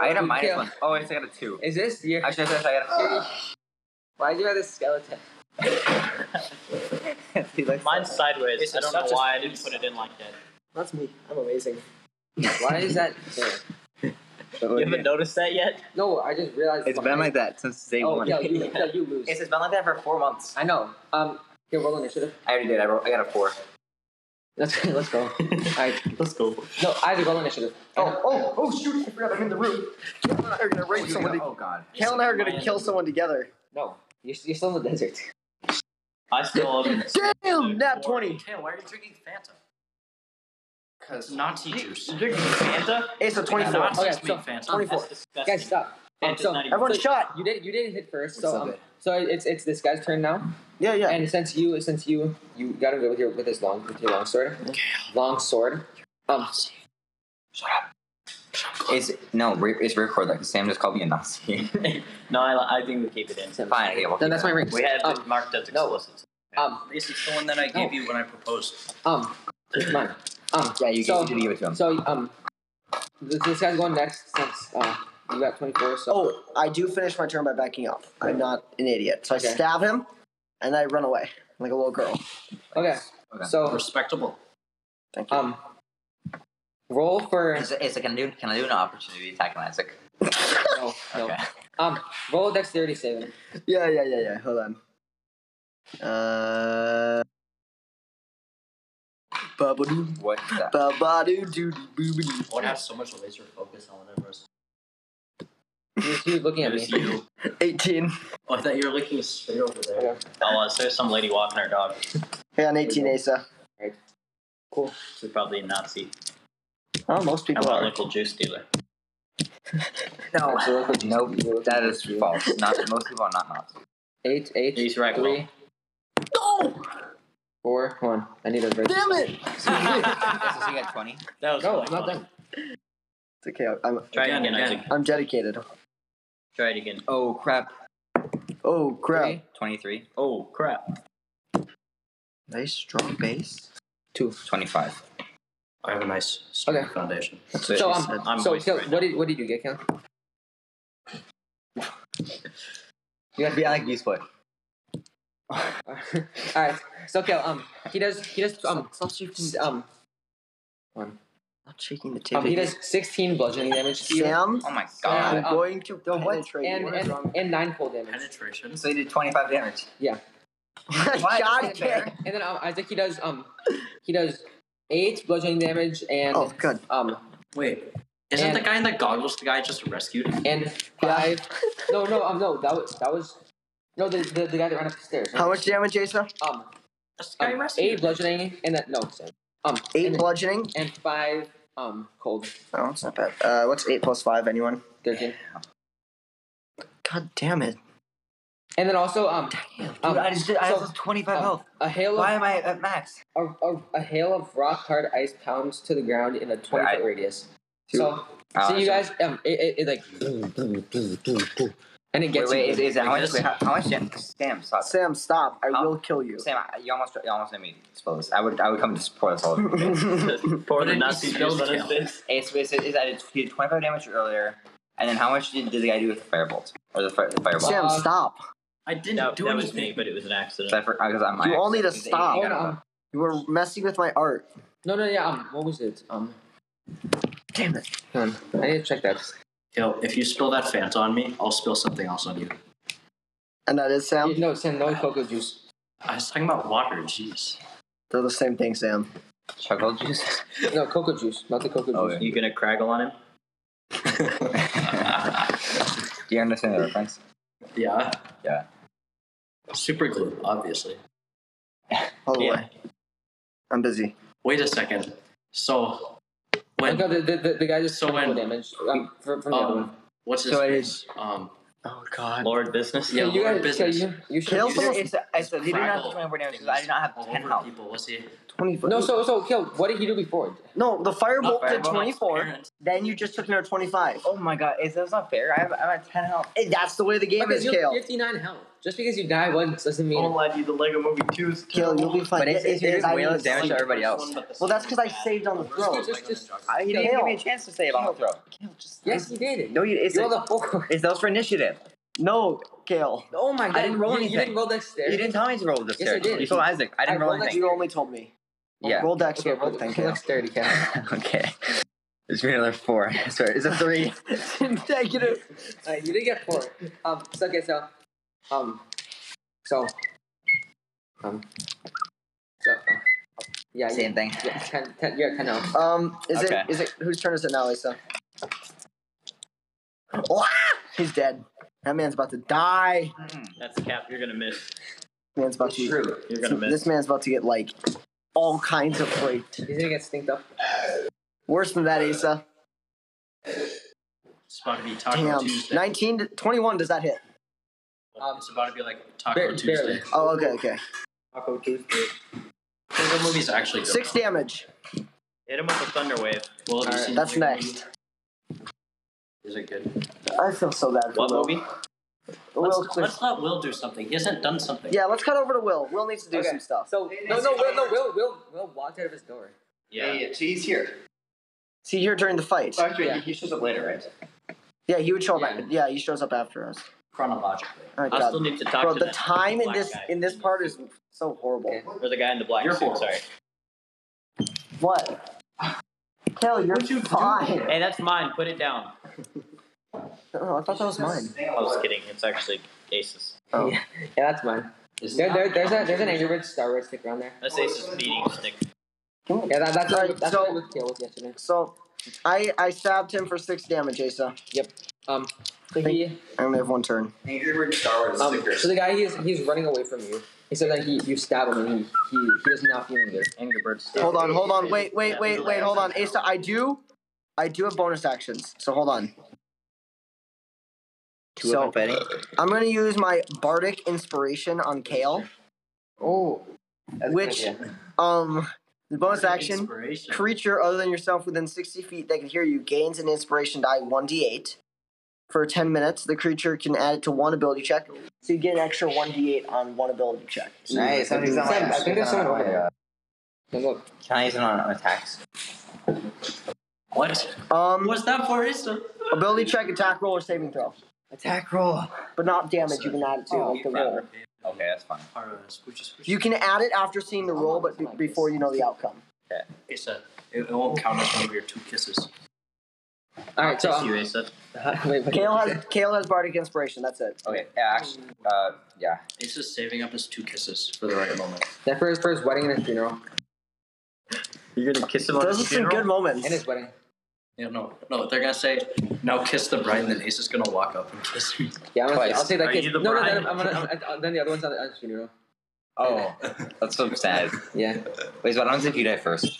I had a minus
Okay.
one. Oh, I just got a two.
is this your?
Actually, I just I got a
Why do you have this skeleton?
He likes-
Mine's sideways. I don't know why I didn't put it in like that.
That's me. I'm amazing.
Why is that? there?
Oh,
You haven't noticed that yet?
No, I just realized.
It's been like that since day
Oh,
one.
yeah, you, yeah, you lose.
It's it's been like that for four months.
I know. Um, okay, roll initiative.
I already did. I, wrote, I got a four.
Let's let's go. Alright.
Let's go.
No, I have to roll initiative.
Oh, oh, oh, shoot. I forgot I'm in the room. Kale and I are gonna rape somebody.
oh God.
Kale and I are gonna kill someone together.
No, you're, you're still in the desert.
I still
Damn, nat 20.
Damn, why are you drinking Fanta?
It's not teachers.
You're giving Fanta?
Hey, so
We
24.
cannot
Okay,
teach me
so
Fanta.
24.
That's disgusting.
Guys, stop. Um,
Fanta's
so
not even-
Everyone shot.
you did you didn't hit first,
What's
so
up,
um,
babe?
so it's it's this guy's turn now.
Yeah, yeah.
And since you since you you got him good with your with his long with your long sword, long sword. Um,
It's no, re- it's record that because Sam just called me a Nazi.
No, I, I think we keep it in.
Fine, okay, well,
then that's my ring.
We had
um,
it marked as
no.
explicit.
um
This is the one that I gave you when I proposed.
um it's mine. Um,
Yeah, you,
So-
so, you did give it to him.
so um, this, this guy's going next since uh you got twenty four. So
Oh, I do finish my turn by backing up. I'm not an idiot. So I
Okay.
stab him, and I run away like a little girl.
okay.
Okay.
So
Respectable.
Thank you.
um, roll for
Is, is, can I do can I do an opportunity attack on Isaac?
no, no.
Okay.
um roll a dexterity saving.
Yeah, yeah, yeah, yeah. Hold on. Uh. Babadoo,
What? is that?
babadoo, doo doo boo doo.
What has so much laser focus on whatever.
He was, he was looking at me.
you.
18.
Oh, I thought you were looking straight over there.
Yeah.
Oh, uh, so there's some lady walking her dog.
Hey, on 18, Asa.
She's probably a Nazi.
Oh, most
How
people
about
are.
local juice dealer?
Oh,
No,
Absolutely.
nope. That is false. Not most people are not Nazis.
Eight, eight,
He's right,
three,
Will.
No!
four, one. I need a break.
Oh, Damn it!
Does he get twenty?
That was
No,
really
I'm not
funny.
done.
It's okay. I'm,
Try it
Again,
again,
again.
Isaac.
I'm dedicated.
Try it again.
Oh crap!
Oh, crap.
Three,
Twenty-three.
Oh, crap.
Nice, strong base.
Two. Twenty-five.
I have a nice strong
Okay.
foundation.
That's it.
So
she
um,
said. I'm
so
voiced
Kel,
right
what did what did you get, Kel?
you have to be like Beast Boy.
All right. So Kel, um, he does he does um
Stop shaking,
s- um,
stop shaking the
um he
table.
does sixteen bludgeoning damage to you,
Sam,
Oh my
I'm
god!
um,
going to penetrate
and
you.
and, and nine cold damage.
Penetration.
So you did twenty-five damage. What?
God,
That's fair.
damn.
And then um, Isaac he does um he does eight bludgeoning damage and
Oh, good.
um
Wait, isn't
And-
the guy in the goggles the guy I just rescued?
and five. no, no, um, no, that was that was no the the, the guy that ran up the stairs.
How much damage, Asa?
Um,
That's the guy I
um
rescued.
eight bludgeoning and then no Sam. um
Eight
and,
bludgeoning.
and five um cold
Oh, that's not bad. Uh, what's eight plus five? Anyone?
thirteen.
God damn it!
And then also, um, um,
I just did. I
so,
lost twenty-five
um,
Oh.
health.
a hail
Why
of
am I at max?
a, a, a hail of rock hard ice pounds to the ground in a twenty
Wait, I-
foot radius.
Two.
So,
Oh,
so you
so-
guys, um, it, it, it like, and it
Wait,
gets
wait. Is,
you.
is it how
Like
much?
this?
Wait, how, how much? Damage? Sam, stop.
Sam, stop! I
Huh?
Oh.
will kill you.
Sam, I- you almost you almost made me spill this. I would I would come to support us all. over your face.
Pour the
did he
Nazi
spill
juice on his
Kel?
face.
it's, it's, it's, I did, he did twenty five damage earlier, and then how much did, did the guy do with the firebolt or the, fire, the fireball?
Sam,
Uh,
stop!
I didn't
That,
do
that was me,
anything.
but it was an accident.
So I for- I- 'cause I'm-
You
I-
all need to
it's eight,
stop.
you
Oh,
gotta-
no, um,
You were messing with my art.
no, no, yeah, um, what was it? Um,
Damn it!
hang on, I need to check that.
Yo, if you spill that Fanta on me, I'll spill something else on you.
And that is Sam.
No, Sam, no cocoa juice.
I was talking about water. Jeez.
They're the same thing, Sam.
Chuckle juice.
No cocoa juice, not the cocoa
Oh,
juice.
You gonna craggle on him?
Do you understand the reference?
Yeah.
Yeah.
Super glue, obviously.
Hold
Yeah.
away. I'm busy.
Wait a second. So, when
no, the, the, the, the guy just
So
took
when-
cold damage um, from, from the other one.
um, what's his
So it
face? Um,
Oh God!
Lord business?
Yeah.
So you
we're
guys, so
business.
you, you should.
Kill
you
someone-
should-
It's, it's, he didn't have
Fraggle
24 damage because I did not have
all
10
over
health.
people. Was he?
Twenty.
No, so so Kill. What did he do before?
no. The firebolt
Not
did
firebolt,
twenty-four.
Parents.
Then you just took another twenty-five.
Oh my god, is that's not fair? I have, I have 10 health.
Hey, that's the way the game
Okay,
is,
you're
Kale.
59 health. Just because you die once doesn't mean.
Oh, I need the Lego Movie 2's
Kale, you'll be fine.
But it's,
It-
it's,
it
you're
is, I
doing way
need
less
to
damage
sleep.
to everybody else.
Well, that's because I saved on the throw.
Just- just-
I, you didn't give me a chance to save on the throw.
yes, you did.
No, you, it's,
You rolled a four.
it's those for initiative.
No, Kale.
Oh my god!
didn't roll
you, You
anything.
didn't roll dexterity.
You didn't tell me to roll this
Yes, I
turn.
did.
You told Isaac. I didn't
I
roll
rolled
anything.
You only told me.
Yeah.
Roll dex
Okay,
real
roll
quick, thank you.
dexterity, Cal.
okay. There's been another four. I swear. It's a three.
Negative.
Alright, you did get four. Um, so okay, so, um, so, um, so, uh, yeah,
Same thing.
Yeah, yeah, ten, ten, yeah, ten health.
Um, is
Okay.
it is it whose turn is it now, Lisa? Oh, ah! He's dead. That man's about to die.
That's cap. You're gonna miss.
Man's about to.
You're gonna miss.
This man's about to get like all kinds of raped.
He's gonna get stinked up.
Worse than that, Asa.
It's about to be Taco
Damn.
Tuesday.
19 to 21, does that hit?
it's about to be like Taco
Barely,
Tuesday.
barely.
Oh, okay, okay.
Taco Tuesday.
That movie's actually good.
Six damage.
Hit him with a thunder wave.
Well, have
Alright,
you seen
That's
the Wicker
next.
Movie? Is it good?
I feel so bad for
What
Will.
movie?
Will
Let's, let's let Will do something. He hasn't done something.
yeah, let's cut over to Will. Will needs to do
Okay.
some stuff.
So no, no, Will, no, Will, Will, Will walked out of his door.
Yeah.
so he's here.
See here during the fight.
Actually,
Yeah.
he shows up later, right?
Yeah, he would show up.
Yeah.
a- Yeah, he shows up after us.
Chronologically.
Oh,
I
God.
still need to talk
Bro,
to
the
that
time in
black
this
guy.
in this part is so horrible.
Okay.
Or the guy in the black
You're
suit,
horrible.
sorry.
What? Hell, you're fine.
Hey, that's mine. Put it down.
Oh, I thought that was mine.
I was kidding. It's actually Ace's.
Yeah, that's mine.
Is
There,
that-
there, there's a, there's an Angry Birds Star Wars sticker on there.
That's Ace's beating stick.
Yeah, that, that's
Alright,
what, that's what
so-
I was killed with yesterday.
So, I I stabbed him for six damage, Asa.
Um, so he,
I only have one turn.
Angry Bird Star Wars
um, so the guy he's he's running away from you. He said that he you stab him and he he, he does not feel good.
Angry Bird Star
Hold on, hold on, wait, wait, wait, wait, hold on, Asa. I do, I do have bonus actions. So hold on.
Two so,
So I'm gonna use my bardic inspiration on Kale.
Oh. That's
Which-
good, yeah.
Um, the bonus action.
Inspiration.
creature other than yourself within 60 feet that can hear you gains an inspiration die 1d8 for 10 minutes. The creature can add it to one ability check, so you get an extra 1d8 on one ability check.
Nice. I think there's
Sam, I think there's someone over there. And look,
Can I use it on attacks?
What?
Um,
What's that for, Issa?
ability check, attack roll, or saving throw,
Attack roll.
but not damage. You can add it to like the roll.
Okay, that's fine.
Part of this, which is-
You can add it after seeing the roll, but be- before you know the outcome.
Issa, it, it won't count as one of your two kisses.
all right, so
Kiss
um,
you, Asa.
wait, wait,
Kale has Kale has bardic inspiration. That's it.
Okay, yeah, actually, uh, yeah.
Issa's saving up his two kisses for the right moment.
that for his for his wedding and his funeral
You're gonna kiss him on
Those are
his
some good
funeral?
moments.
and his wedding.
Yeah, no, no, they're gonna say, now kiss the bride, and then Ace is gonna walk up and kiss me.
Yeah, I'm gonna,
Twice.
I'll take that
Are
kid.
you
No,
the
no,
bride?
then, I'm gonna, I, then the other one's on the on his funeral.
Oh, that's so sad.
Yeah.
Wait, so what happens if you die first?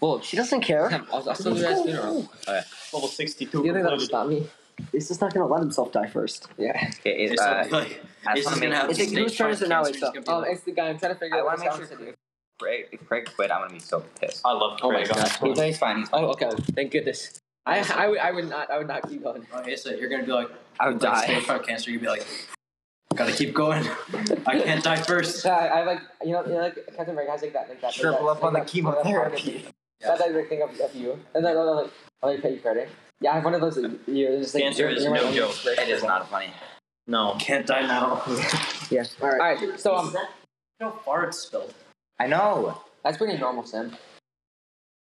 Well,
She doesn't care.
Sam, I'll, I'll still do that funeral.
Level 62.
You think that'll
completed.
stop me?
He's just not gonna let himself die first.
Yeah.
Okay, is,
Issa,
uh,
will be like,
I just
Ace is
wanna
gonna have
make,
It's like,
stage
whose turn
five
is it now,
cancer, he's
Issa?
gonna be
Um,
like,
it's the guy. I'm trying to figure
I
out what
want to make
Sam
sure
said to do.
Craig, if Craig quit, I'm gonna be so pissed.
I love
Oh my
Craig.
God.
He's, he's fine. He's fine.
Oh, okay. Thank goodness. I, I, would, I would not, I would not keep going.
oh, Issa, you're gonna be like,
I would
like
die.
stage five cancer, you'll be like, gotta keep going. I can't die first.
I, I like, you know, you know, like Captain America has like that, like that.
Triple
like
up
that,
on the
like that-
chemotherapy.
That like the thing of, of you, and then like, like, oh, you pay your credit. Yeah, I have one of those. Like, you're just like
Cancer
you're,
is
you're
no
my-
joke.
It is not funny.
No.
Can't die now.
Yeah.
All right. All right. So um,
No farts spilled.
I know.
that's pretty normal, Sam.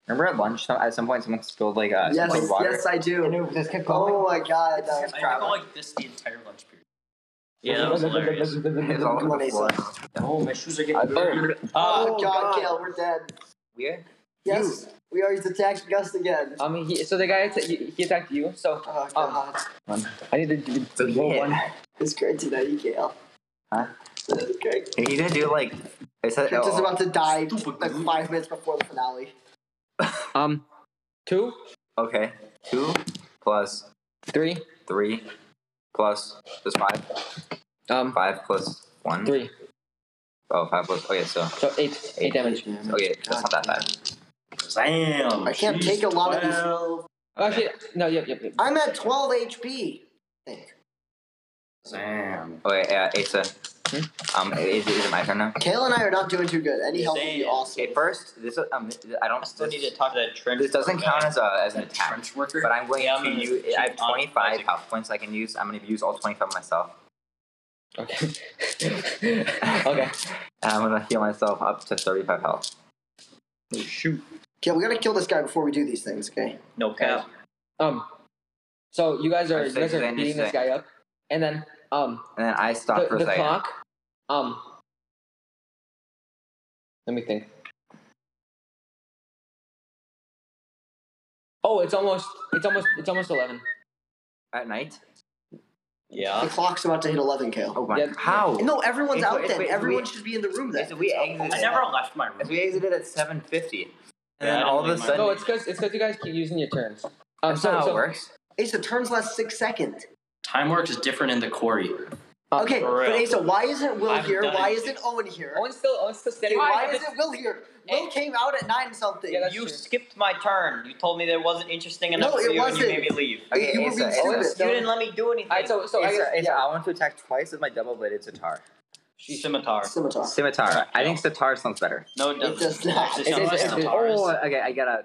Remember at lunch, some, at some point, someone spilled like uh, some
Yes,
plain water.
yes, I
And
do.
it just kept going.
Oh my god. uh,
I had to go like this the entire lunch period.
Yeah, that was hilarious.
It was all over
Come on,
the
Asa.
floor.
Oh, my shoes are
I
getting
burned.
Ah,
Oh, God, Kale, we're dead.
Weird.
Yes, we are. He's attacking us again.
Um, he, so the guy atta- he, he attacked you. So
Oh God,
I need to do
So
roll
yeah.
one.
it's great to know you, Kale.
Huh?
This is great.
He didn't do like. It said,
You're just
oh,
about to die
Stupid
like
dude.
five minutes before the finale.
Um, two,
okay. Two plus
three,
three plus just five.
um,
Five plus one.
three.
Oh, five plus. Okay, so
So eight, eight damage.
okay, that's not that bad.
Damn.
I can't take a lot of these.
Oh, Actually, no. Yep, yep, yep.
I'm at 12 HP. I think.
Damn.
Okay, yeah, Asa.
Hmm?
Um, is, is it my turn now?
Kale and I are not doing too good. Any help would be
Damn.
awesome.
Okay, first, this um, I don't.
I still need to
This,
talk to that trench.
this doesn't count as a as an
That
attack.
trench worker.
But I'm going
Yeah, I'm
to
gonna
use. I have
keep on
25
Isaac.
health points I can use. I'm going to use all 25 myself.
Okay. okay.
And I'm going to heal myself up to 35 health.
shoot.
Kale, we gotta kill this guy before we do these things, okay?
No cap.
Um, so you guys are
I
you
say
guys are
then
beating
it's
this
like-
guy up, and then um
And then I stop
the,
for a
the
second.
clock, um. Let me think. Oh, it's almost it's almost it's almost eleven.
At night?
Yeah.
The clock's about to hit 11, Kale.
Oh, my.
Yeah.
How?
No, everyone's
It's-
out
it's-
then.
wait,
Everyone
we-
should be in the room then.
If we exited,
I never left my room.
if we exited at 7.50,
And then
Yeah, I
all of
don't
a
think
sudden,
No, it's because it's because you guys keep using your turns. Um,
that's
so,
not how
so,
it works.
Asa, turns last six seconds.
Time works is different in the quarry.
um,
Okay,
for real.
but Asa, why isn't Will
I've
here?
done
Why
it.
isn't Owen here?
Owen's still Owen's still
Okay,
standing.
why isn't Will here? Will came out at nine something.
Yeah, that's
you
true.
skipped my turn. You told me that it wasn't interesting
No,
enough
it
for you, and
wasn't.
you made me leave.
Okay,
you were
Asa,
being
Asa.
stupid.
You didn't let me do anything.
Alright, so so I
Asa,
guess
Asa,
yeah.
I want to attack twice with my double-bladed sitar.
Scimitar.
Scimitar.
Scimitar.
Alright,
I think sitar sounds better.
No, it
It
doesn't.
does not.
Actually, sounds
Asa,
like
Asa,
Centaurus.
oh, okay. I got a,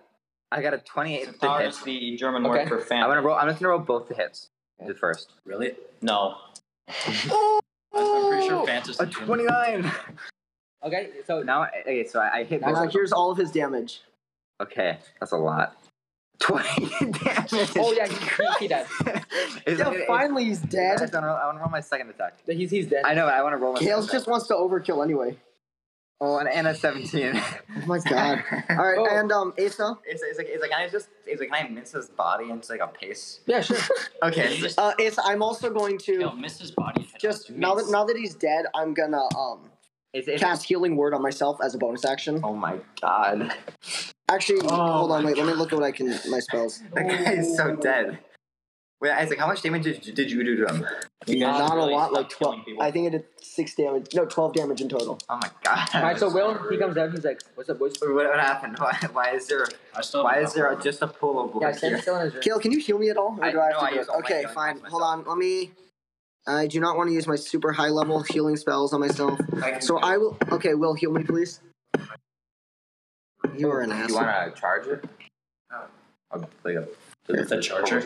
I got a twenty-eight to
Centaur
hit.
is the German
Okay.
word for
I'm
family.
gonna roll. I'm just gonna roll both the hits. The first.
Really?
No.
I'm pretty sure Phantas.
Oh, A twenty-nine.
Okay, so
Now, okay, so I, I hit. both of
Now
them.
here's all of his damage.
Okay, that's a lot. Twenty damage.
oh yeah, he, he, he died.
Is
Yeah,
it- is-
finally he's
I
dead.
just wanna roll- I want to roll my second attack.
He's he's dead.
I know. I want to roll my.
Kales
second
just wants to overkill anyway.
attack. Oh, and, and a seventeen.
Oh my god. All right,
Oh.
and um, Asa.
It's, it's like, it's like, can I just, it's like, can I mince his body into like a paste?
Yeah, sure.
Okay.
Just
Uh, Asa, I'm also going
kill
to
Mrs. Body.
just now that now that he's dead, I'm gonna um
Is it?
cast healing word on myself as a bonus action.
Oh my god.
Actually,
Oh
hold on,
my
wait. Let me look at what I can my spells.
That guy is so dead. Wait, Isaac, how much damage did you, did you do to him?
Not a lot, like twelve.
twelve.
I think I did six damage. No, twelve damage in total.
Oh my god.
Alright, so Will he comes out. He's like, "What's up, boys?"
What, what happened? Why, why is there,
I still
why is there just a pool of
Yeah,
blood
stand
here?
still in his room.
Kale, can you heal me at all? Or
I-
do I, have
no,
to
I
do
use
it?
all my
Okay,
healing
fine.
spells
Hold on. Let me. I do not want to use my super high level healing spells on myself. So I will. Okay, Will, heal me, please. You are an
You
asshole.
want to charge it? Oh, like a,
the charger.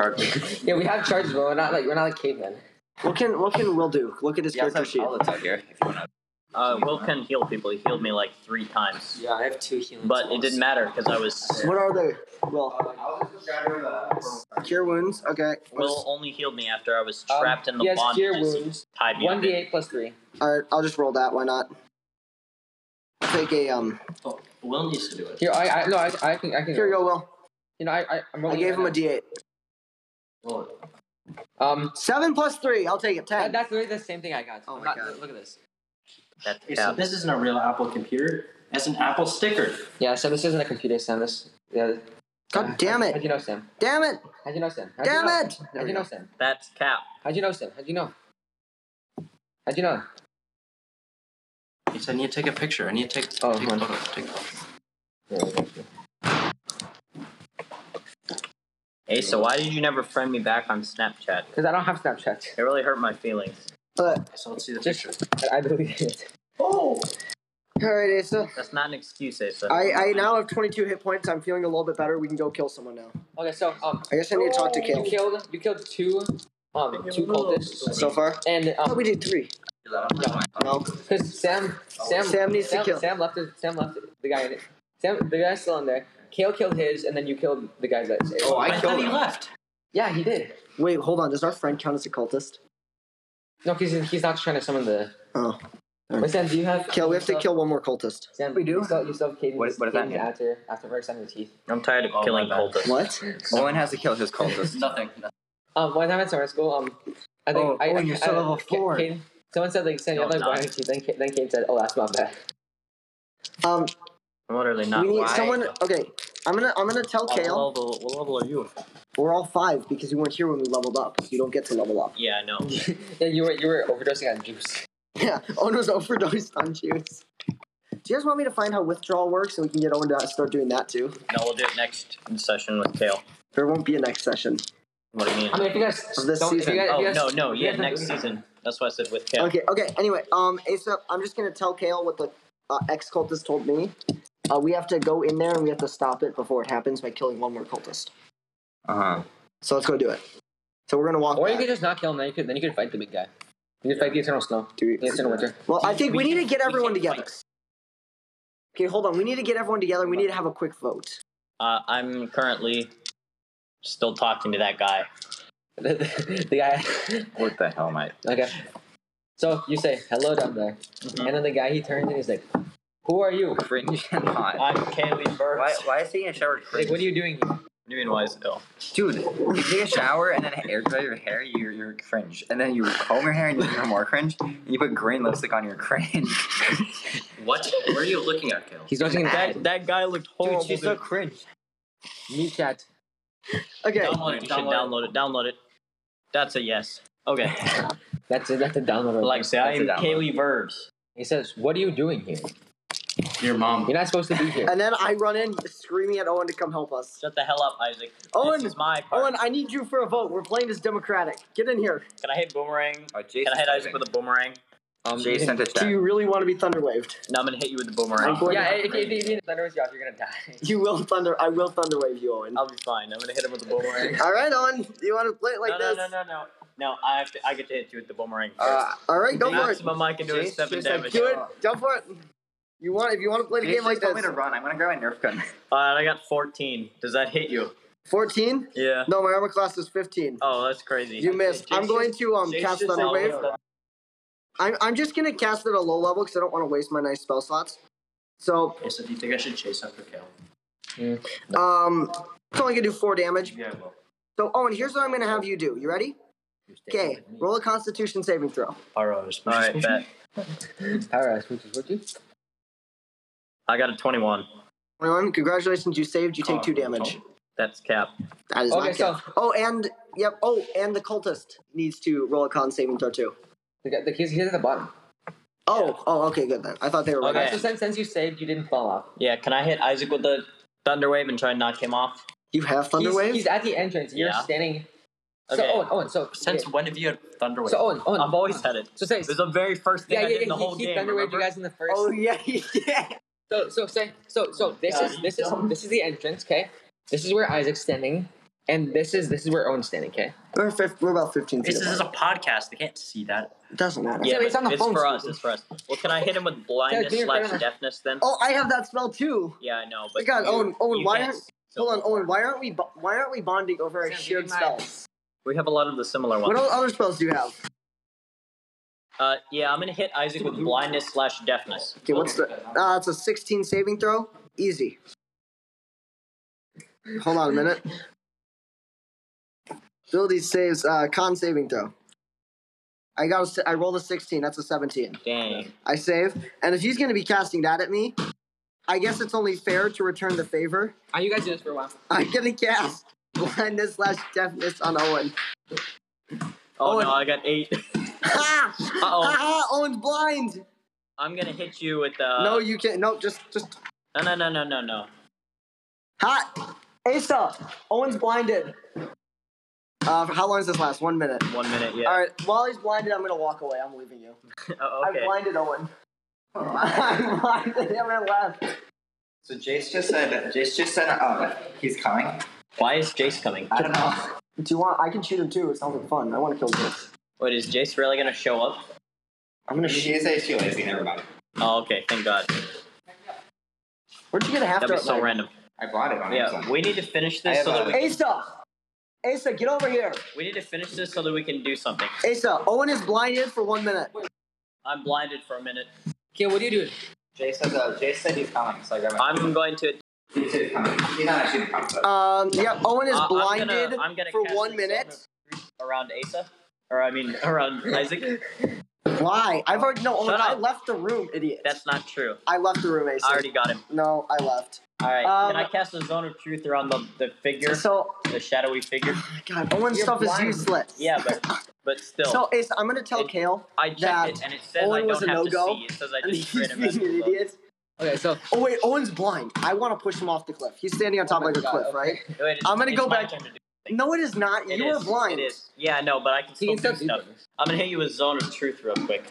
Yeah, we have charges, but we're not like we're not like cavemen.
What can what can Will do? Look at his
Yeah, I also
character
have
sheet.
pellets out here. If you wanna.
Uh, Will can heal people. He healed me like three times.
Yeah, I have two healing.
But it didn't matter because I was.
What are they? Will cure wounds. Okay.
Will only healed me after I was
Um,
trapped in the
he has
bondage.
cure
as he
wounds.
Tied me
One
up.
d eight plus three.
All right. I'll just roll that. Why not? Take a um.
Will needs to do it.
Here, I, I no, I, I can, I can.
Here you go, Will.
You know, I, I, I'm
I
rolling
gave
right
him a
now.
D8.
Um,
Seven plus three. I'll take it.
that,
Ten.
that's literally the same thing I got.
Oh
I'm
my
not,
God.
Look at this.
That's
Okay,
yeah.
So this isn't a real Apple computer. That's an Apple sticker.
Yeah, Sam, this isn't a computer, Sam. This, yeah.
God damn
How'd
it!
you know, Sam?
Damn it!
How'd you know, Sam? How'd
Damn
you know?
it! There
How'd
we
you know,
go.
Sam?
That's Cap.
How'd you know, Sam? How'd you know? How'd you know?
He said, I need to take a picture. I need to take,
Oh,
take
hold
a
on.
photo. Take a photo.
Asa, why did you never friend me back on Snapchat?
Because I don't have Snapchat.
It really hurt my feelings.
But
So let's see the
Just-
picture.
but I deleted it.
all right, Asa.
That's not an excuse, Asa.
I, I now have 22 hit points. I'm feeling a little bit better. We can go kill someone now.
Okay, so um,
I guess I need to talk to
you
Kale.
killed, you killed two, um, two cultists,
So far,
and
I thought
um,
we did three. No.
because Sam, Sam,
Sam needs to
Sam,
kill.
Sam left. His, Sam left the guy. In it. Sam, the guy's still in there. Kale killed his, and then you killed the guy that.
Oh, I,
I
killed
thought he
him.
left.
Yeah, he did.
Wait, hold on. Does our friend count as a cultist?
No, because he's, he's not trying to summon the.
Oh.
Wait, Sam, do you have?
Kill. We have to
you still-
kill one more cultist.
Sam,
We do?
You still, you still have Caden's,
What- what does that
Caden's
mean?
after after first on your teeth.
I'm tired of
Oh,
killing
my bad.
cultists.
What?
Owen has to kill his cultist.
Nothing. nothing.
Um, one time at summer school, um, I think
Oh,
I.
oh,
I,
you're
I-
still
I-
level
Ca-
four.
Caden, someone said like Sam, you
No,
have like
I'm
one on your teeth. Then Ca- then Caden said, "Oh, that's my bad."
Um,
I'm literally not.
we need
Why?
someone. Okay, I'm gonna I'm gonna tell
What
Kale
level, what level are you?
we're all five because you weren't here when we leveled up. You don't get to level up.
Yeah, I know.
yeah, you were you were overdosing on juice.
Yeah, Owen was overdosed on juice. Do you guys want me to find how withdrawal works so we can get Owen to start doing that too?
No, we'll do it next session with Kale.
There won't be a next session.
What do you mean?
I mean, if you guys
Of this
don't, if
season.
you guys,
oh
if you guys,
no, no,
if you
yeah,
guys don't
next
do that-
season. That's why I said with Kale.
Okay, okay. Anyway, um, Asa, I'm just gonna tell Kale what the uh, ex cultist told me. Uh, we have to go in there and we have to stop it before it happens by killing one more cultist.
Uh huh.
So let's go do it. So we're gonna walk.
Or you
back.
could just not kill him. Then you could then you could fight the big guy. You could fight the eternal snow,
Do we-
the eternal winter.
Well, I think we, need to get
we
everyone
can't
together. Okay, hold on. We need to get everyone together. We need to have a quick vote.
Uh, I'm currently still talking to that guy.
the, the, the guy.
What the hell, mate?
Okay. So you say hello down there,
Mm-hmm.
and then the guy he turns and he's like, "Who are you?
Cringe and hot.
I'm Kaylee Burks.
Why, why is he in shower
Like,
cringe?
what are you doing here?"
you mean, why is it ill?
Dude, you take a shower and then air dry your hair, you're, you're cringe. And then you comb your hair and you're even more cringe. And you put green lipstick on your cringe.
What? Where are you looking at, Kale?
He's watching an ad.
That that guy looked horrible.
Dude, she's so cringe. Me chat.
Okay.
Download it. You should download it. Download it. That's a yes. Okay.
That's a, that's a download. right
Alexia, I
That's a
am
download.
Kaylee Verbs.
there. He says, "What are you doing here?
Your mom.
You're not supposed to be here."
And then I run in screaming at Owen to come help us.
Shut the hell up, Isaac.
Owen,
this is my part.
Owen, I need you for a vote. We're playing this Democratic. Get in here.
Can I hit boomerang?
Oh,
Can
Jason
I hit Isaac with a boomerang?
Um,
Jason sent a
Do
chat.
you really want to be thunderwaved?
No, I'm gonna hit you with the boomerang.
going
yeah,
to-
if, if, if you thunder with Josh, you're gonna die.
You will thunder. I will thunderwave you, Owen.
I'll be fine. I'm gonna hit him with the boomerang.
All right, Owen. You want to play it like
no,
this?
no, no, no, no. No, I have to. I get to hit you with the boomerang. First.
Uh,
All right, go for it.
Maximum I can do is
Jace
seven
just, like,
damage.
Do it. Go for it. You want if you want to play the
Jason
game like
told me
this.
to run. I'm gonna grab my Nerf gun.
Uh, I got 14. Does that hit you?
Fourteen?
Yeah.
No, my armor class is fifteen.
Oh, that's crazy.
You missed. I'm going to um cast thunderwave. I'm I'm just gonna cast it at a low level because I don't want to waste my nice spell slots. So
Yes, do you think I should chase after Kale?
um, it's only gonna do four damage.
Yeah, well.
So Owen, here's what I'm gonna have you do. You ready? Okay. Roll a Constitution saving throw.
All right.
All right, bet.
Alright, switches, switches.
I got a 21.
Twenty-one. Congratulations, you saved. You take two damage.
That's cap.
That is
Okay,
not good. Oh, and yep. Oh, and the cultist needs to roll a con saving throw too.
The, guy- the he's, he's at the bottom.
Oh, oh, okay, good then. I thought they were right.
Okay.
So since, since you saved, you didn't fall off.
Yeah, can I hit Isaac with the thunderwave and try and knock him off?
You have
He's,
Thunderwave?
he's at the entrance. You're
Yeah.
standing. So
Okay.
Owen, Owen, so
Since
yeah.
when have you had thunderwave?
so Owen, Owen,
I've always
Owen.
had it.
So say,
It was the very first
yeah,
thing I
yeah,
did
yeah.
in the
he,
whole
he
game.
thunderwaved you
remember?
guys in the first.
oh yeah, yeah.
So so say so so this is this is this is the entrance. Okay, this is where Isaac's standing, and this is this is where Owen's standing. Okay,
We're, fif- we're about fifteen feet
This is
apart.
a podcast. They can't see that.
It doesn't matter.
Yeah,
So it's
but
on the
it's
phone
for us.
screen.
It's for us. Well, can I hit him with blindness
Yeah, do your
slash
friend.
deafness then?
Oh, I have that spell too.
Yeah, I know. But
God,
you-
Owen, Owen,
you
why
can't
aren't-
see so
Hold on, oh.
far.
Owen. Why aren't we bo- why aren't we bonding over our shared spells?
We have a lot of the similar
What
ones.
o- other spells do you have?
Uh, yeah, I'm gonna hit Isaac with blindness slash deafness.
Okay, what's the? Uh, it's a sixteen saving throw. Easy. Hold on a minute. Ability saves uh, con saving throw. I got. A, si- I rolled a sixteen. That's a seventeen.
Dang.
I save, and if he's going to be casting that at me, I guess it's only fair to return the favor.
are you guys do this for a while?
I'm gonna cast blindness slash deafness on Owen.
Oh,
Owen.
no, I got eight.
Ha! Ha! Owen's blind.
I'm gonna hit you with uh.
no, you can't. No, just just
No, no, no, no, no, no.
ha. Asa, Owen's blinded. Uh, how long does this last? One minute.
One minute. Yeah.
All right. While he's blinded, I'm gonna walk away. I'm leaving you.
Oh, okay.
I blinded Owen. I blinded him and left.
So Jace just said, Jace just said, um, he's coming.
Why is Jace coming?
I don't know.
Do you want? I can shoot him too. It sounds like fun. I want to kill Jace.
Wait, is Jace really gonna show up?
I'm gonna shoot.
She is a she lazy. Never mind.
Oh, okay. Thank God.
Where'd you get a half
That'd be
dart?
so
knife?
random.
I bought it on
Yeah,
Amazon.
we need to finish
I
this
have
so that
a-
we,
Asa, Asa, get over here.
we need to finish this so that we can do something.
Asa, Owen is blinded for one minute.
I'm blinded for a minute.
Okay, what are you doing?
Jace says, uh, Jace said he's coming, so I grabbed my.
I'm going to.
He said he's coming. He's not actually coming. So.
Um, yeah, Owen is
Uh,
blinded
I'm gonna, I'm gonna
for
cast
one
this
minute.
around Asa, or I mean around Isaac.
Why? I've already no. Owen,
Shut
I
up.
left the room, idiot.
That's not true.
I left the room, Asa.
I already got him.
No, I left.
All right.
Um,
can I cast a zone of truth around the, the figure,
So,
the shadowy figure?
God, Owen's
You're
stuff
blind.
is useless.
Yeah, but but still,
So, Asa, I'm gonna tell
It-
Kale.
I checked
that
it and it says
Owen
I
was a
don't have
no-go,
to see. It says I
And
just
he's
create a
being an
magical
idiot.
Okay, so
Oh wait, Owen's blind. I want to push him off the cliff. He's standing
Oh
on top
my
like a
God,
cliff,
okay.
right?
spell. Wait, it's-
I'm gonna
it's
go
my
back-
turn to do thing.
No, it is not.
It
you
is,
are blind.
It is. Yeah, I know, but I can
he
still
can still
do
do
stuff.
this.
I'm gonna hit you with zone of truth real quick.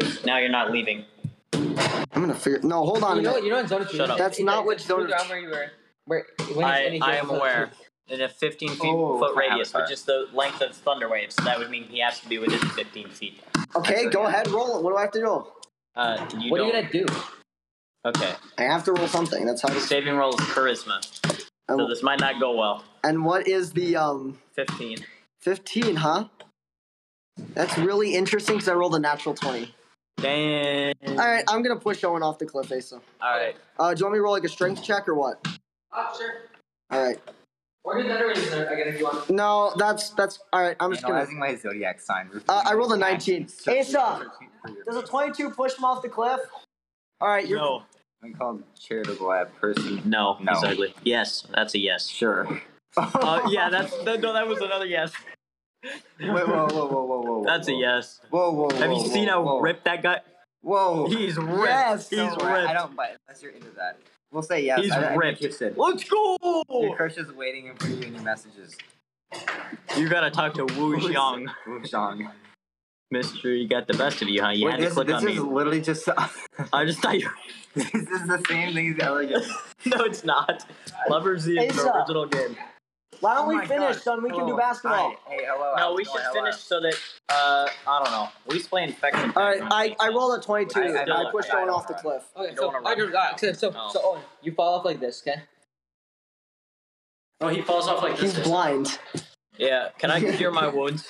'cause Now you're not leaving.
I'm gonna figure. No, hold on.
You
a
know,
minute.
you know, in zone of
Shut
truth.
up.
That's not what zone of
around where you were. Where when he's- when
I,
he's
I
in
am
zone of
aware.
truth.
In a 15 feet
Oh,
foot
my
radius,
avatar.
which is the length of thunder waves, so that would mean he has to be within 15 feet.
Okay, go ahead, roll it. What do I have to do?
Uh, you
What are
don't.
you gonna do?
Okay.
I have to roll something. That's how.
The
This,
saving roll is charisma, so
Oh.
this might not go well.
and what is the um?
15.
15, huh? That's really interesting because I rolled a natural 20.
Dang. All
All right, I'm going to push Owen off the cliff, Asa.
right.
Uh, do you want me to roll like a strength check or what?
Oh, sure.
All right.
What are the veterans there again if you want?
No, that's that's all right. I'm just gonna.
Analyzing my zodiac sign.
Uh, I rolled a 19.
Searching-
Asa,
searching for your-
does a 22 push him off the cliff? All right, you're.
No.
I'm called charitable at person.
No,
No.
he's ugly. Yes, that's a yes.
Sure.
Uh, yeah, that's that, no, that was another yes.
Wait, whoa, whoa, whoa, whoa, whoa, whoa.
That's a yes.
Whoa, whoa, whoa.
Have you
whoa,
seen how
whoa.
ripped that guy?
Whoa.
He's ripped.
Yes,
he's
so
ripped.
I don't buy it unless you're into that. We'll say yes.
He's
I, I'm
ripped.
interested.
Let's go.
Your crush is waiting for you in your messages.
You gotta talk to Wu Xiang.
Wu Zhang.
Mister, you got the best of you, huh? You
Wait,
had to
this,
click
this
on
is
me.
literally just.
I just thought you.
this is the same thing as elegant.
No, it's not. Lovers the
Asa.
original game.
Why don't
Oh
we
my
finish,
God.
son? We can do
Hello.
basketball.
Hi. Hey, hello.
No,
how's
we
it going?
should
Hello.
finish so that uh I don't know. We play infection.
All right, I, I rolled a 22.
I-
I,
I
don't-
pushed
I
Owen
don't
off the
run.
cliff.
Okay,
You
so
don't wanna
I
run.
do that. So, so,
No.
so Owen, you fall off like this, okay?
Oh, he falls off like this.
He's blind.
Yeah, can I cure my wounds?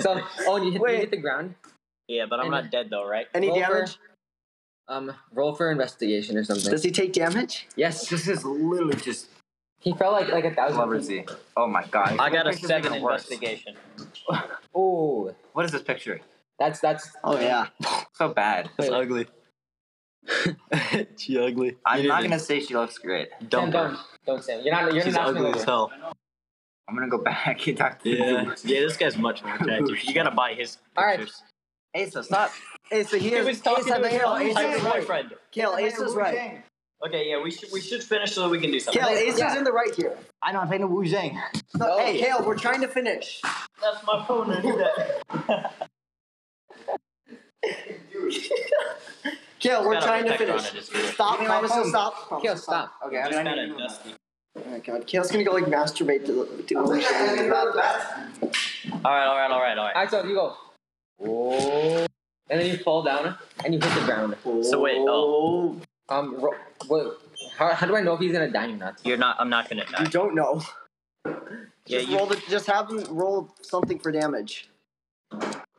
So Owen, you hit, you
Wait.
hit the ground.
Yeah, but I'm
And-
not dead though, right?
Any
Roll for-
damage?
Um, roll for investigation or something.
Does he take damage?
yes,
This is literally just
he fell like like a thousand.
Lover
feet.
Z. Oh my god.
I got a
This picture's
seven
even worse.
investigation.
Oh,
What is this picture?
that's that's
Oh, yeah.
So bad.
Wait.
ugly. she ugly.
I'm not gonna say she looks great.
Sam,
dump her.
don't don't Sam. You're not you're
She's
not
ugly
over.
as hell.
I'm gonna go back and talk to
Yeah,
you.
yeah. This guy's much more attractive. You gotta buy his
All right.
pictures.
Hey, so stop.
Asa, he
He
is.
was talking
Asa,
to his
Kale,
own type
Asa's
of
right.
boyfriend.
Kale, Asa's right.
Okay, yeah. We should we should finish so that we can do something.
Kale, Asa's
Yeah.
in the right here.
I know I'm playing a Wu Zhang.
No,
No.
Hey, Kale, we're trying to finish.
That's my phone. I knew that.
Kale, we're
Got a
trying to
protector on
finish.
it, it's good.
Stop,
Give me my
promise to
phone.
stop. Promise
Kill,
to
stop.
Okay, I'm
Just
gonna
kinda
need to-
dusty.
Oh my god, Kale's gonna go like masturbate to the. To
All right, all right, all right, all right.
Axel, you go. Oh. And then you fall down and you hit the ground.
So wait, oh.
Um, ro- what? How, how do I know if he's gonna die or not?
You're not. I'm not gonna
You
die.
don't know.
Yeah,
just
you-
roll the, Just have him roll something for damage.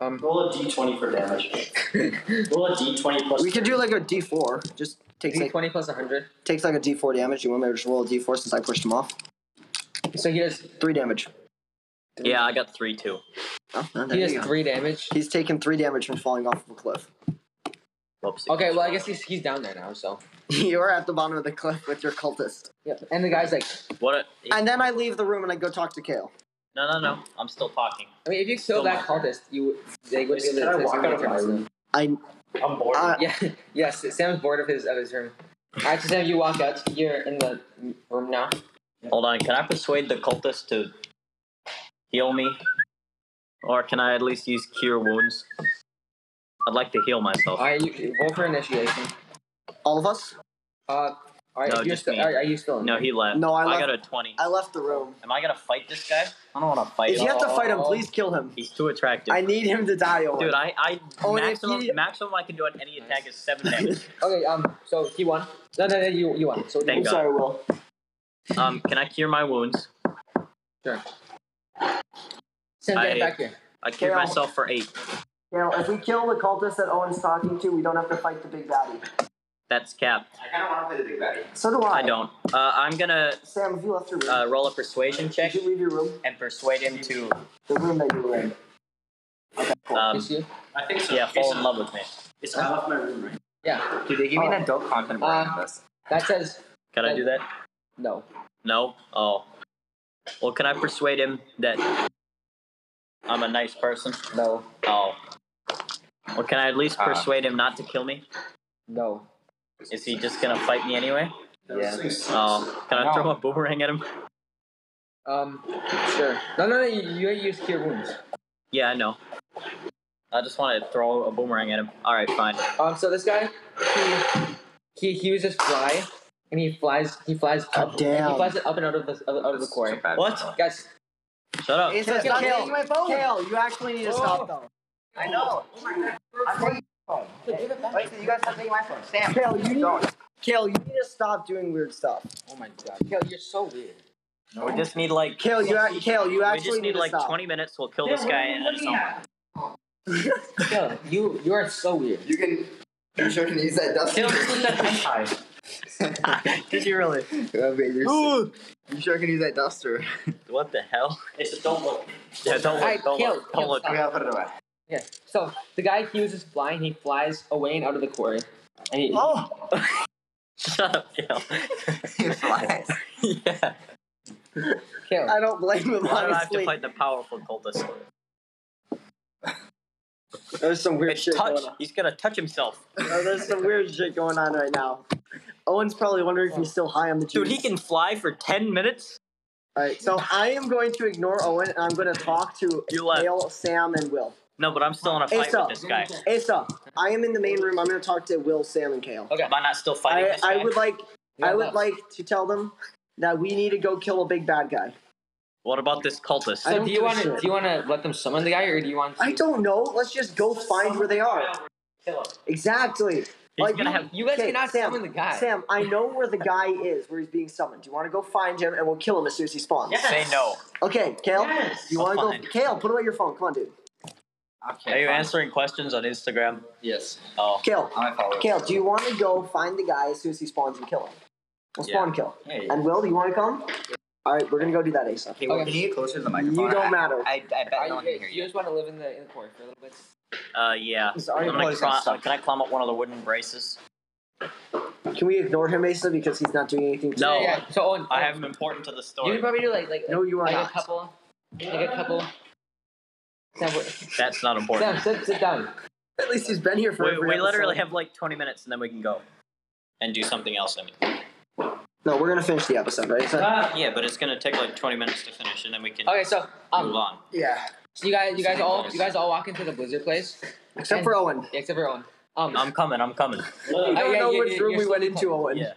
Um,
Roll a d20 for damage. Roll a d20 plus.
We could do like a D4. Just takes like
twenty plus hundred.
takes like a D4 damage. You want me to just roll a D4 since I pushed him off?
So he does
Three damage.
Yeah, I got three too.
Oh, no, there
he
you
does
go.
three damage.
He's taken three damage from falling off of a cliff.
Whoops.
Okay, well I guess he's he's down there now. So
You're at the bottom of the cliff with your cultist.
yeah. And the guy's like,
What? A,
And then I leave the room and I go talk to Kale.
no, no, no. I'm still talking.
I mean, if you
Still
kill that
my-
cultist, you they would be
Can
able
I
to
walk out of my
room.
I.
I'm bored.
Uh,
Yeah, yes. Sam's bored of his of his room. All right, so Sam, you walk out. You're in the room now.
Hold on. Can I persuade the cultist to heal me, or can I at least use cure wounds? I'd like to heal myself.
All right, you roll for initiation.
all of us?
Uh, all right,
No,
if you're
just
still,
me.
are, are you still in?
No, he left.
No, I
I
left-
got a 20.
I left the room.
Am I gonna fight this guy? I don't want to fight.
If you
him.
have to fight him, please kill him.
He's too attractive.
I need him to die, Owen.
Dude, I, I
Oh, and if
maximum
he-
maximum I can do on any attack is seven damage.
Okay, um, so he won. No, no, no, you you won. So
Thank
I'm
God.
sorry, Will.
um, can I cure my wounds?
Sam, get
I-
back here.
I cured
Yeah.
myself for eight.
Now, if we kill the cultist that Owen's talking to, we don't have to fight the big baddie.
That's cap.
I kinda wanna play the big baddie.
So do I.
I don't. Uh, I'm gonna
Sam, if you left your room,
uh, roll a persuasion check
did you leave your room?
and persuade him to,
The room that you were in.
um,
Kiss you.
I think so.
yeah, fall
It's-
in love with me.
It's out of my room, right?
Yeah,
Dude, they gave me an
Oh.
adult content warning on this.
that says
Can I do that?
no.
No. Oh. Well, can I persuade him that I'm a nice person?
No,
Oh. Well, can I at least
Uh.
persuade him not to kill me?
no.
Is he just gonna fight me anyway?
Yeah.
Oh. Can I
No.
throw a boomerang at him?
Um, sure. No, no, no. You, you use cure wounds.
Yeah, I know. I just want to throw a boomerang at him. All right, fine.
Um, so this guy, he he he uses fly, and he flies he flies up,
damn.
he flies it up and out of the out of the quarry.
So bad.
What?
Guys,
Shut up.
It's Kale,
stop
Kale,
taking
Kale, you actually need to stop, though.
Oh. I know. I'm taking my phone. Wait, so you guys stop taking my phone. Sam.
Kale, you
Don't.
need, Kale, you need to stop doing weird stuff.
oh my god, Kale, you're so weird.
We just need like.
Kale, you, ac- Kale, you
We
actually
just need
to
like
stop.
20 minutes. We'll kill this guy and then it's over.
Kale, you you are so weird.
You can you sure can use that
Did you really?
Ooh, You sure I can use that duster?
What the hell?
It's a don't look.
Yeah, don't
I
look, don't
killed-
look, don't look.
killed
yeah, put it away.
Yeah. So the guy Hughes is flying. He flies away and out of the quarry. And he,
Oh! Shut up, Kale.
It flies.
yeah.
Kale,
I don't blame
Why
him,
do I have to
honestly.
fight the powerful cultist?
There's some weird
It's
shit
touch.
going on.
He's gonna touch himself.
Oh, there's some weird shit going on right now. Owen's probably wondering if he's still high on the
Dude,
juice.
he can fly for 10 minutes?
All right, so I am going to ignore Owen, and I'm going to talk to
You left.
Dale, Sam, and Will.
No, but I'm still in a
Hey,
fight
stop.
with this guy.
Asa, I am in the main room. I'm going to talk to Will, Sam, and Kale.
Am I not still fighting
I,
this guy?
I would like
you're
I would
left.
like to tell them that we need to go kill a big bad guy.
What about this cultist?
So
I don't
do
give
you
a
want to do
shit.
you want to let them summon the guy, or do you want? To,
I don't know. Let's just go find where they are. Exactly.
He's gonna
You,
have.
you guys
Okay,
cannot
Sam,
summon the guy.
Sam, I know where the guy is, where he's being summoned. Do you want to go find him and we'll kill him as soon as he spawns?
Say no.
Okay, Kale.
Yes.
You want to
I'll
go?
find.
Kale, put away your phone. Come on, dude.
Are
Okay.
you answering questions on Instagram?
Yes.
Oh.
Kale.
I'm gonna follow.
Kale, do you want to go find the guy as soon as he spawns and kill him? We'll spawn kill.
Hey.
And Will, do you want to come? All right, we're gonna go do that, Asa.
Okay, well,
Okay.
can you get closer to the
You
microphone?
don't
I-
matter.
I, I bet
Are
no
you,
one can hear
you
you.
just want to live in the in the quarry for a little bit.
Uh, yeah.
Sorry,
I'm gonna
Chloe's gonna
climb-
suck.
can I climb up one of the wooden braces?
Can we ignore him, Asa, because he's not doing anything?
No.
Yeah, yeah. So Owen,
I
Owen,
am important to the
You
story.
can probably do like like
No, you are
like
not.
a couple, like a couple. Sam, wait-
That's not
Sam,
important.
sit sit down.
At least he's been here for.
We,
every
we
episode.
literally have like 20 minutes and then we can go and do something else. I mean.
No, we're gonna finish the episode, right? Asa?
Yeah, but it's gonna take like 20 minutes to finish and then we can
Okay, so
move
um,
on.
yeah.
so you guys you guys all you guys all walk into the Blizzard place,
Except for Owen.
yeah, except for Owen. Um,
I'm coming, I'm coming.
I don't
yeah,
know
yeah,
which
yeah,
room
you're
we went
still-
into, Owen.
Yeah.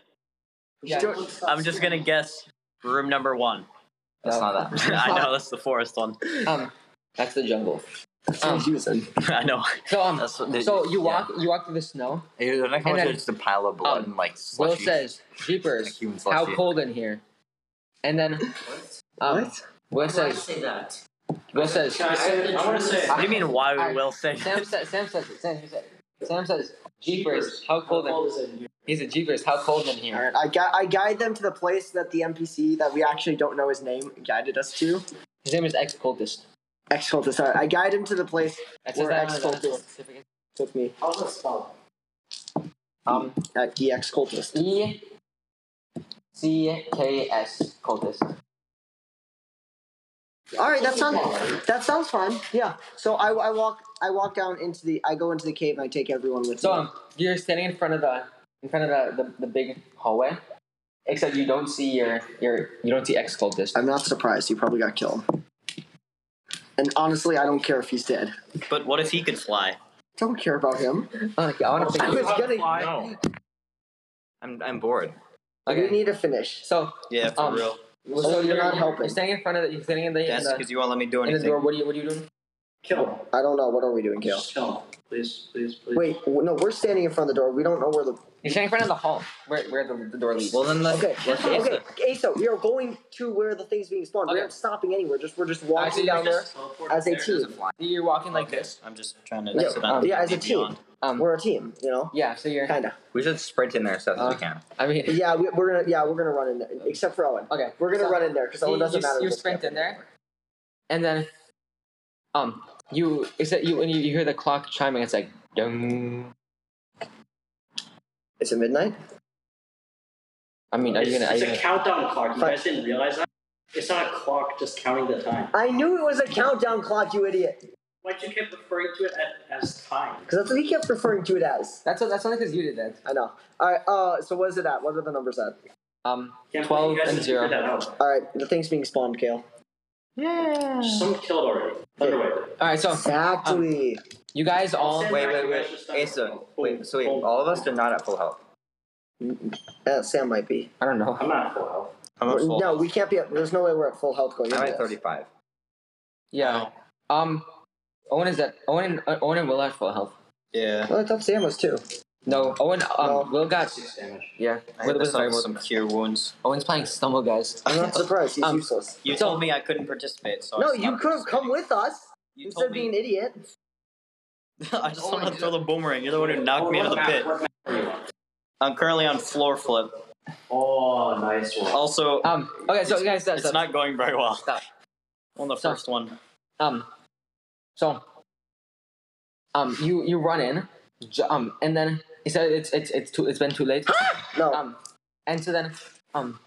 yeah.
Sure.
I'm just gonna guess room number one.
That's not that.
I know, that's the forest one.
Um, that's the jungle.
That's what he's using.
I know.
So um,
That's what
so you walk you walk through the snow.
Yeah. You're not
And
coming
then-
to just a pile of blood
um,
and like
Will
slushy.
says, "Jeepers,
human
how
slushy.
cold in here," and then um, Will
Why do I
says,
say that?
Will says,
Can I say the
I wanna
truth?
say-
What do you mean why would Will say
Sam says, Sam says, it, Sam says, it. Sam says, "Jeepers, how cold in
How is it?
He's a jeepers. How cold in
All
here?
right, I, gui- I guide them to the place that the NPC that we actually don't know his name guided us to.
His name is Ex Cultist.
Excultus. All right, I guide him to the place.
That says
Or
that on the- on the
Ex-Cultist.
certificate.
Took me.
How's it spelled?
Um,
Uh, the Excultus.
E C K S Cultist.
All right, that sounds that sounds fine. Yeah. So I, I walk I walk down into the I go into the cave and I take everyone with
So
me.
um, you're standing in front of the in front of the, the, the big hallway, except you don't see your your you don't see Ex Cultist.
I'm not surprised. He probably got killed. And honestly, I don't care if he's dead.
But what if he could fly?
Don't care about him.
Okay, I want to
I
finish.
was gonna.
No. I'm I'm bored.
We
Okay,
need to finish.
so
Yeah, for
Um,
real.
So you're
You're
not helping.
standing in front of the. You're standing in the in
That's
the,
because you won't let me do
in the
anything.
door. What are you What are you doing?
Kill him.
I don't know. What are we doing, Kale?
Just kill him. Please, please, please.
Wait, w- no, we're standing in front of the door. We don't know where the.
You're standing in front of the hall where where the, the door leads.
Well then, let's,
Okay,
let's
okay, Aso, we are going to where the thing's being spawned. We're
Okay.
not stopping anywhere. Just we're just walking
Actually,
down there
just
as a
There, there's a
team.
fly.
you're walking like
Okay,
this.
I'm just trying to.
Yeah,
spend
um,
yeah, as a
maybe
team.
on-
Um,
We're a team, you know.
yeah. So you're.
Kinda.
We should sprint in there as fast as
Uh,
we can.
I mean.
Yeah, we, we're gonna. Yeah, we're gonna run in there, except for Owen.
Okay.
We're gonna
so-
run in there because
you,
Owen doesn't
you,
matter.
You
what's
sprint in
happening.
there, and then, um, you is that you when you, you hear the clock chiming, it's like dung.
Is it midnight?
I mean, are you gonna? Are
It's
you
a
gonna
countdown clock. You guys didn't realize that? It's not a clock just counting the time.
I knew it was a countdown clock, you idiot.
Why'd you keep referring to it as, as time?
Because that's what he kept referring to it as.
that's what, that's only because you did that.
I know. All right. Uh, so what is it at? What are the numbers at?
Um,
Can't believe
twelve
you guys
and
didn't
zero.
figure that out.
All right, the thing's being spawned, Kale.
Some killed already. Underway.
All right, so
Exactly.
you guys all
Wait, wait, wait. Asa, wait. So wait, all of us are not at full health.
Uh, Sam might be.
I don't know.
I'm not full health.
I'm at full.
No, we can't be. At, there's no way we're at full health going
I'm
into
at
this.
35.
Yeah. Um, Owen is that Owen and uh, Owen and Will are full health.
Yeah.
Well, I thought Sam was too.
No, Owen. Um,
No.
Will got
Six damage.
yeah.
I
Will,
had to
Will, sorry,
suffer
Will.
some cure wounds.
Owen's playing stumble, guys.
I'm not surprised. He's
Um,
useless.
You
So-
told me I couldn't participate, so I
No,
stopped
you could have come with us
uh, You
instead
told
of being an
me.
idiot.
I just want to throw the boomerang. You're the one who knocked me into the pit.
What map are you on?
I'm currently on floor flip.
Oh, nice one.
Also,
Um. Okay, so guys, that's
it's not going very well.
Stop.
On the
Stop.
first one.
Um. So. Um. You you run in. ju- Um. And then he said it's it's it's too it's been too late.
No.
Um. And so then um.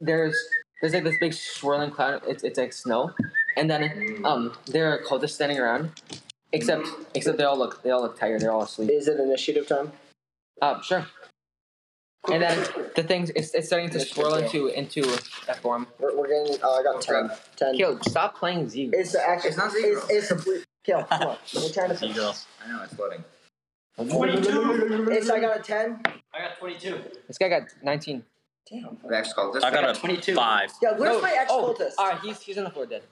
There's there's like this big swirling cloud. It's it's like snow. And then um. There are cultists standing around. Except except they all look they all look tired. They're all asleep.
is it initiative time?
Um. Sure. And then the thing it's it's starting to swirl into into that form.
We're, we're getting. Oh, I got ten. Ten.
Yo, stop playing Z.
It's the action.
It's not zero.
It's, it's a kill. Come on. We're trying to.
You girls.
I know it's floating.
It's. I got a ten.
I got 22.
This guy got 19.
Damn.
The extra call.
I got a
22.
five.
Yeah. Where's
No,
my ex cultist?
Oh, uh, he's he's on the floor dead.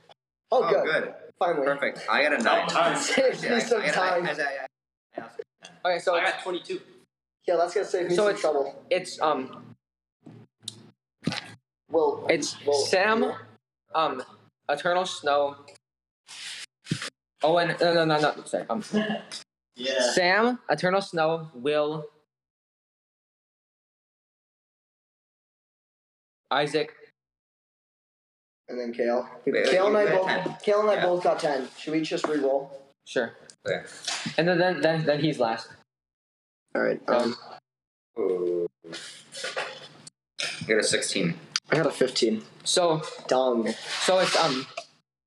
oh,
Oh,
good.
good.
Finally.
Perfect. I got a nine.
Save
Yeah, I-
me some
I got a-
time.
I- I- I-
Okay, so
I
it's,
got 22.
Yeah, that's gonna save me
So
some
it's-
trouble.
it's um
Well,
it's
well,
Sam, um, Eternal Snow. Owen, no, no, no, no, sorry. Um,
Yeah.
Sam, Eternal Snow, Will, Isaac.
And then Kale.
wait,
Kale and
you
I
got
both.
ten.
Kale and I
Yeah.
both got ten. Should we just re-roll?
Sure.
Okay.
And then, then then then he's last.
All right.
Um,
Ooh. I got a 16.
I got a fifteen.
so
Dong.
so it's um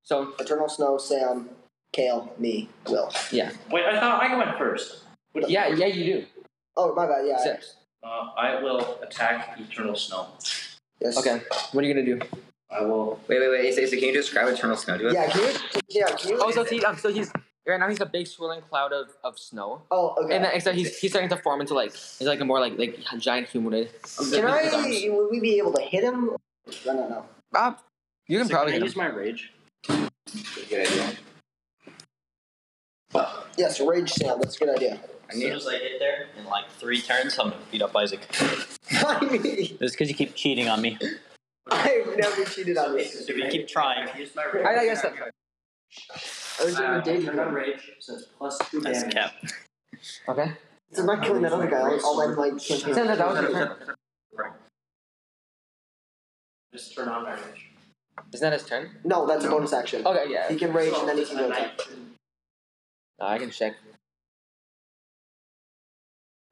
so
Eternal Snow. Sam. Kale. Me. Will.
yeah
Wait, I thought I went first.
yeah yeah you do.
Oh, my bad. Yeah.
So-
Uh, I will attack Eternal Snow.
yes.
okay, what are you gonna do?
I will.
Wait, wait, wait. Asa, Asa, can you describe Eternal Snow to us?
Yeah. Can you? Yeah. Can you?
Oh, so he, um, so he's right now. He's a big swirling cloud of, of snow,
Oh, okay.
and then so he's he's starting to form into like he's like a more like like giant humanoid.
Can I? Would we be able to hit him? I don't know.
Rob, you can
So
probably hit
can I
him.
use my rage?
Good idea.
Yes, rage Sam. That's a good idea.
I
As soon
need,
as I hit there, in like three turns, I'm gonna beat up Isaac.
I mean,
This because you keep cheating on me.
I've never cheated on this.
If you keep trying,
Use my rage.
I, I guess that
I was never
Uh,
dating
turn on
him.
rage, so it's plus two
that's
damage.
cap.
okay.
So I'm not killing that other guy. I'll, I'll end my
So
campaign.
that, that was your turn.
Just turn on my rage.
Isn't that his turn?
No, that's a bonus action.
Okay, yeah.
He can rage and then he can go attack.
Uh, I can check.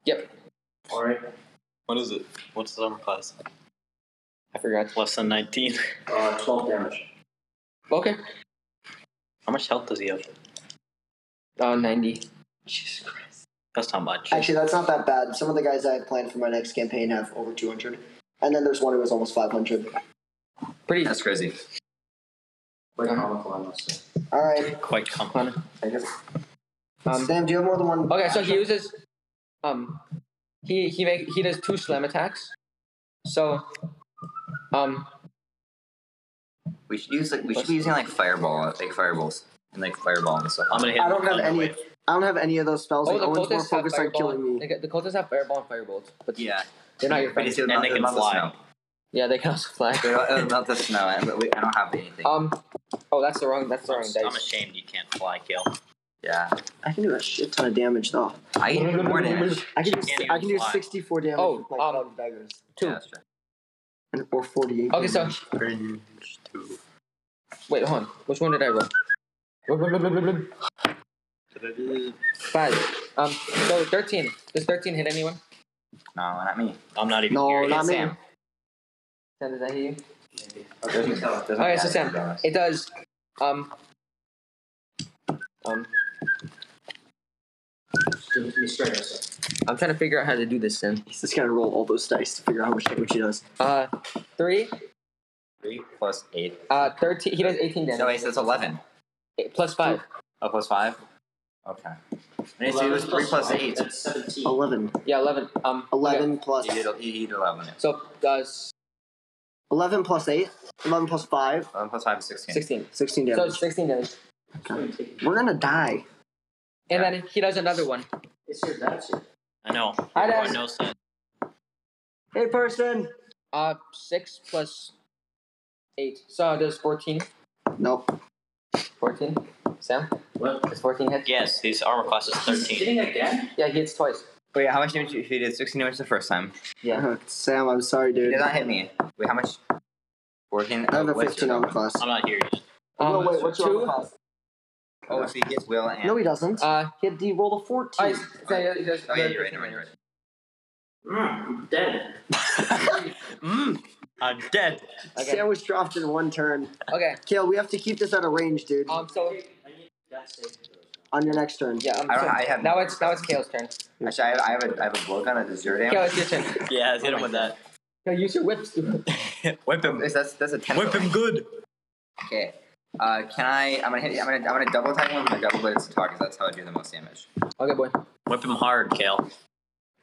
Yep,
Alright.
What is it? What's the armor class?
I forgot.
Less than 19.
Uh, 12 damage.
Okay.
How much health does he have?
Uh, ninety.
Jesus Christ. That's not much.
Actually, that's not that bad. Some of the guys I have planned for my next campaign have over 200. And then there's one who was almost 500.
Pretty.
that's crazy.
Quite comical, I must say.
All right.
Quite common.
Fun.
I guess.
Um,
Sam, do you have more than one?
okay, so he uses, um, he he make he does two slam attacks. So, um,
We should use like we should be using like fireball, like fireballs, and like fireball and stuff.
I'm gonna hit
I don't
him
have
on the
any.
way.
I don't have any of those spells.
Oh,
and
the
Owen's more
cultists have
focused on
fireball.
killing
They
me.
got- The cultists have fireball and firebolt, but
Yeah,
they're not your
but
friends.
it's still
And
not,
they
they'll
can
melt the
fly.
snow.
Yeah, they can also fly.
They're not the snow, and- but we, I don't have anything.
Um, oh, that's the wrong. That's the wrong
I'm
dice.
ashamed you can't fly, Kale.
yeah,
I can do a shit ton of damage though.
I can do more damage.
I can do.
Can't
I can do
even fly.
64 damage
Oh,
with my
um,
cloud daggers.
Two.
Yeah, that's true.
And- or 48.
Okay, so wait, hold on. Which one did I roll? Blub, blub, blub, blub, blub, blub. Five. Um, so thirteen. Does thirteen hit anyone?
No, not me.
I'm not even
No,
here.
not me.
Sam.
Sam, does that hit you?
Doesn't, doesn't
Okay, so
matter, to be
Sam,
honest.
it does. Um. Um,
Just destroy yourself.
I'm trying to figure out how to do this. Then.
He's just gonna roll all those dice to figure out how much damage he does.
Uh, three.
Three plus eight.
Uh, thirteen. He does eighteen
No,
damage.
wait, so it's eleven.
Eight plus five.
Oh, plus five. Okay. I need to do three plus
five,
eight.
That's 17.
Oh.
11.
Yeah, eleven. Um, okay.
11 plus-
You did, you did eleven.
So uh, does
11 plus 8. 11 plus 5.
Eleven plus five is sixteen.
sixteen.
16
So
damage.
it's sixteen damage.
We're gonna die.
And then he does another one.
It's your dice.
I know.
I
Everyone
don't-
knows that.
Hey, person!
Uh, six plus eight. So there's 14.
Nope.
14. Sam,
What?
does 14 hit?
Yes, his armor class is 13.
Hitting again?
Yeah, he hits twice.
Wait, how much damage? you- He did 16 damage the first time.
Yeah. Sam, I'm sorry,
He
dude.
did not hit me. Wait, how much? 14?
I have a
what's
15
your-
armor class.
I'm not here yet.
no,
Um,
Oh, wait, what's your armor class?
Oh, so he gets Will and.
No, he doesn't.
Uh,
he had D roll a 14.
I, so he does-
oh, yeah, you're right, you're right, you're right.
Mm, dead.
Mm, I'm dead.
Okay.
Sam was dropped in one turn.
Okay.
Kale, we have to keep this out of range, dude.
Um. So
on your next turn.
yeah. Um,
I don't
so
know, I have-
now it's now it's Kale's turn.
Actually, I have, I have a, I have a blowgun at zero damage.
Kale, it's your turn.
Yeah, hit him with that.
Kale, use your whips. dude.
Whip him.
Is that's that's a ten.
Whip him good.
Okay. Uh, can I? I'm gonna hit. I'm gonna. I'm gonna double attack one with my double bladed guitar because that's how I do the most damage.
Okay, boy.
Whip him hard, Kale.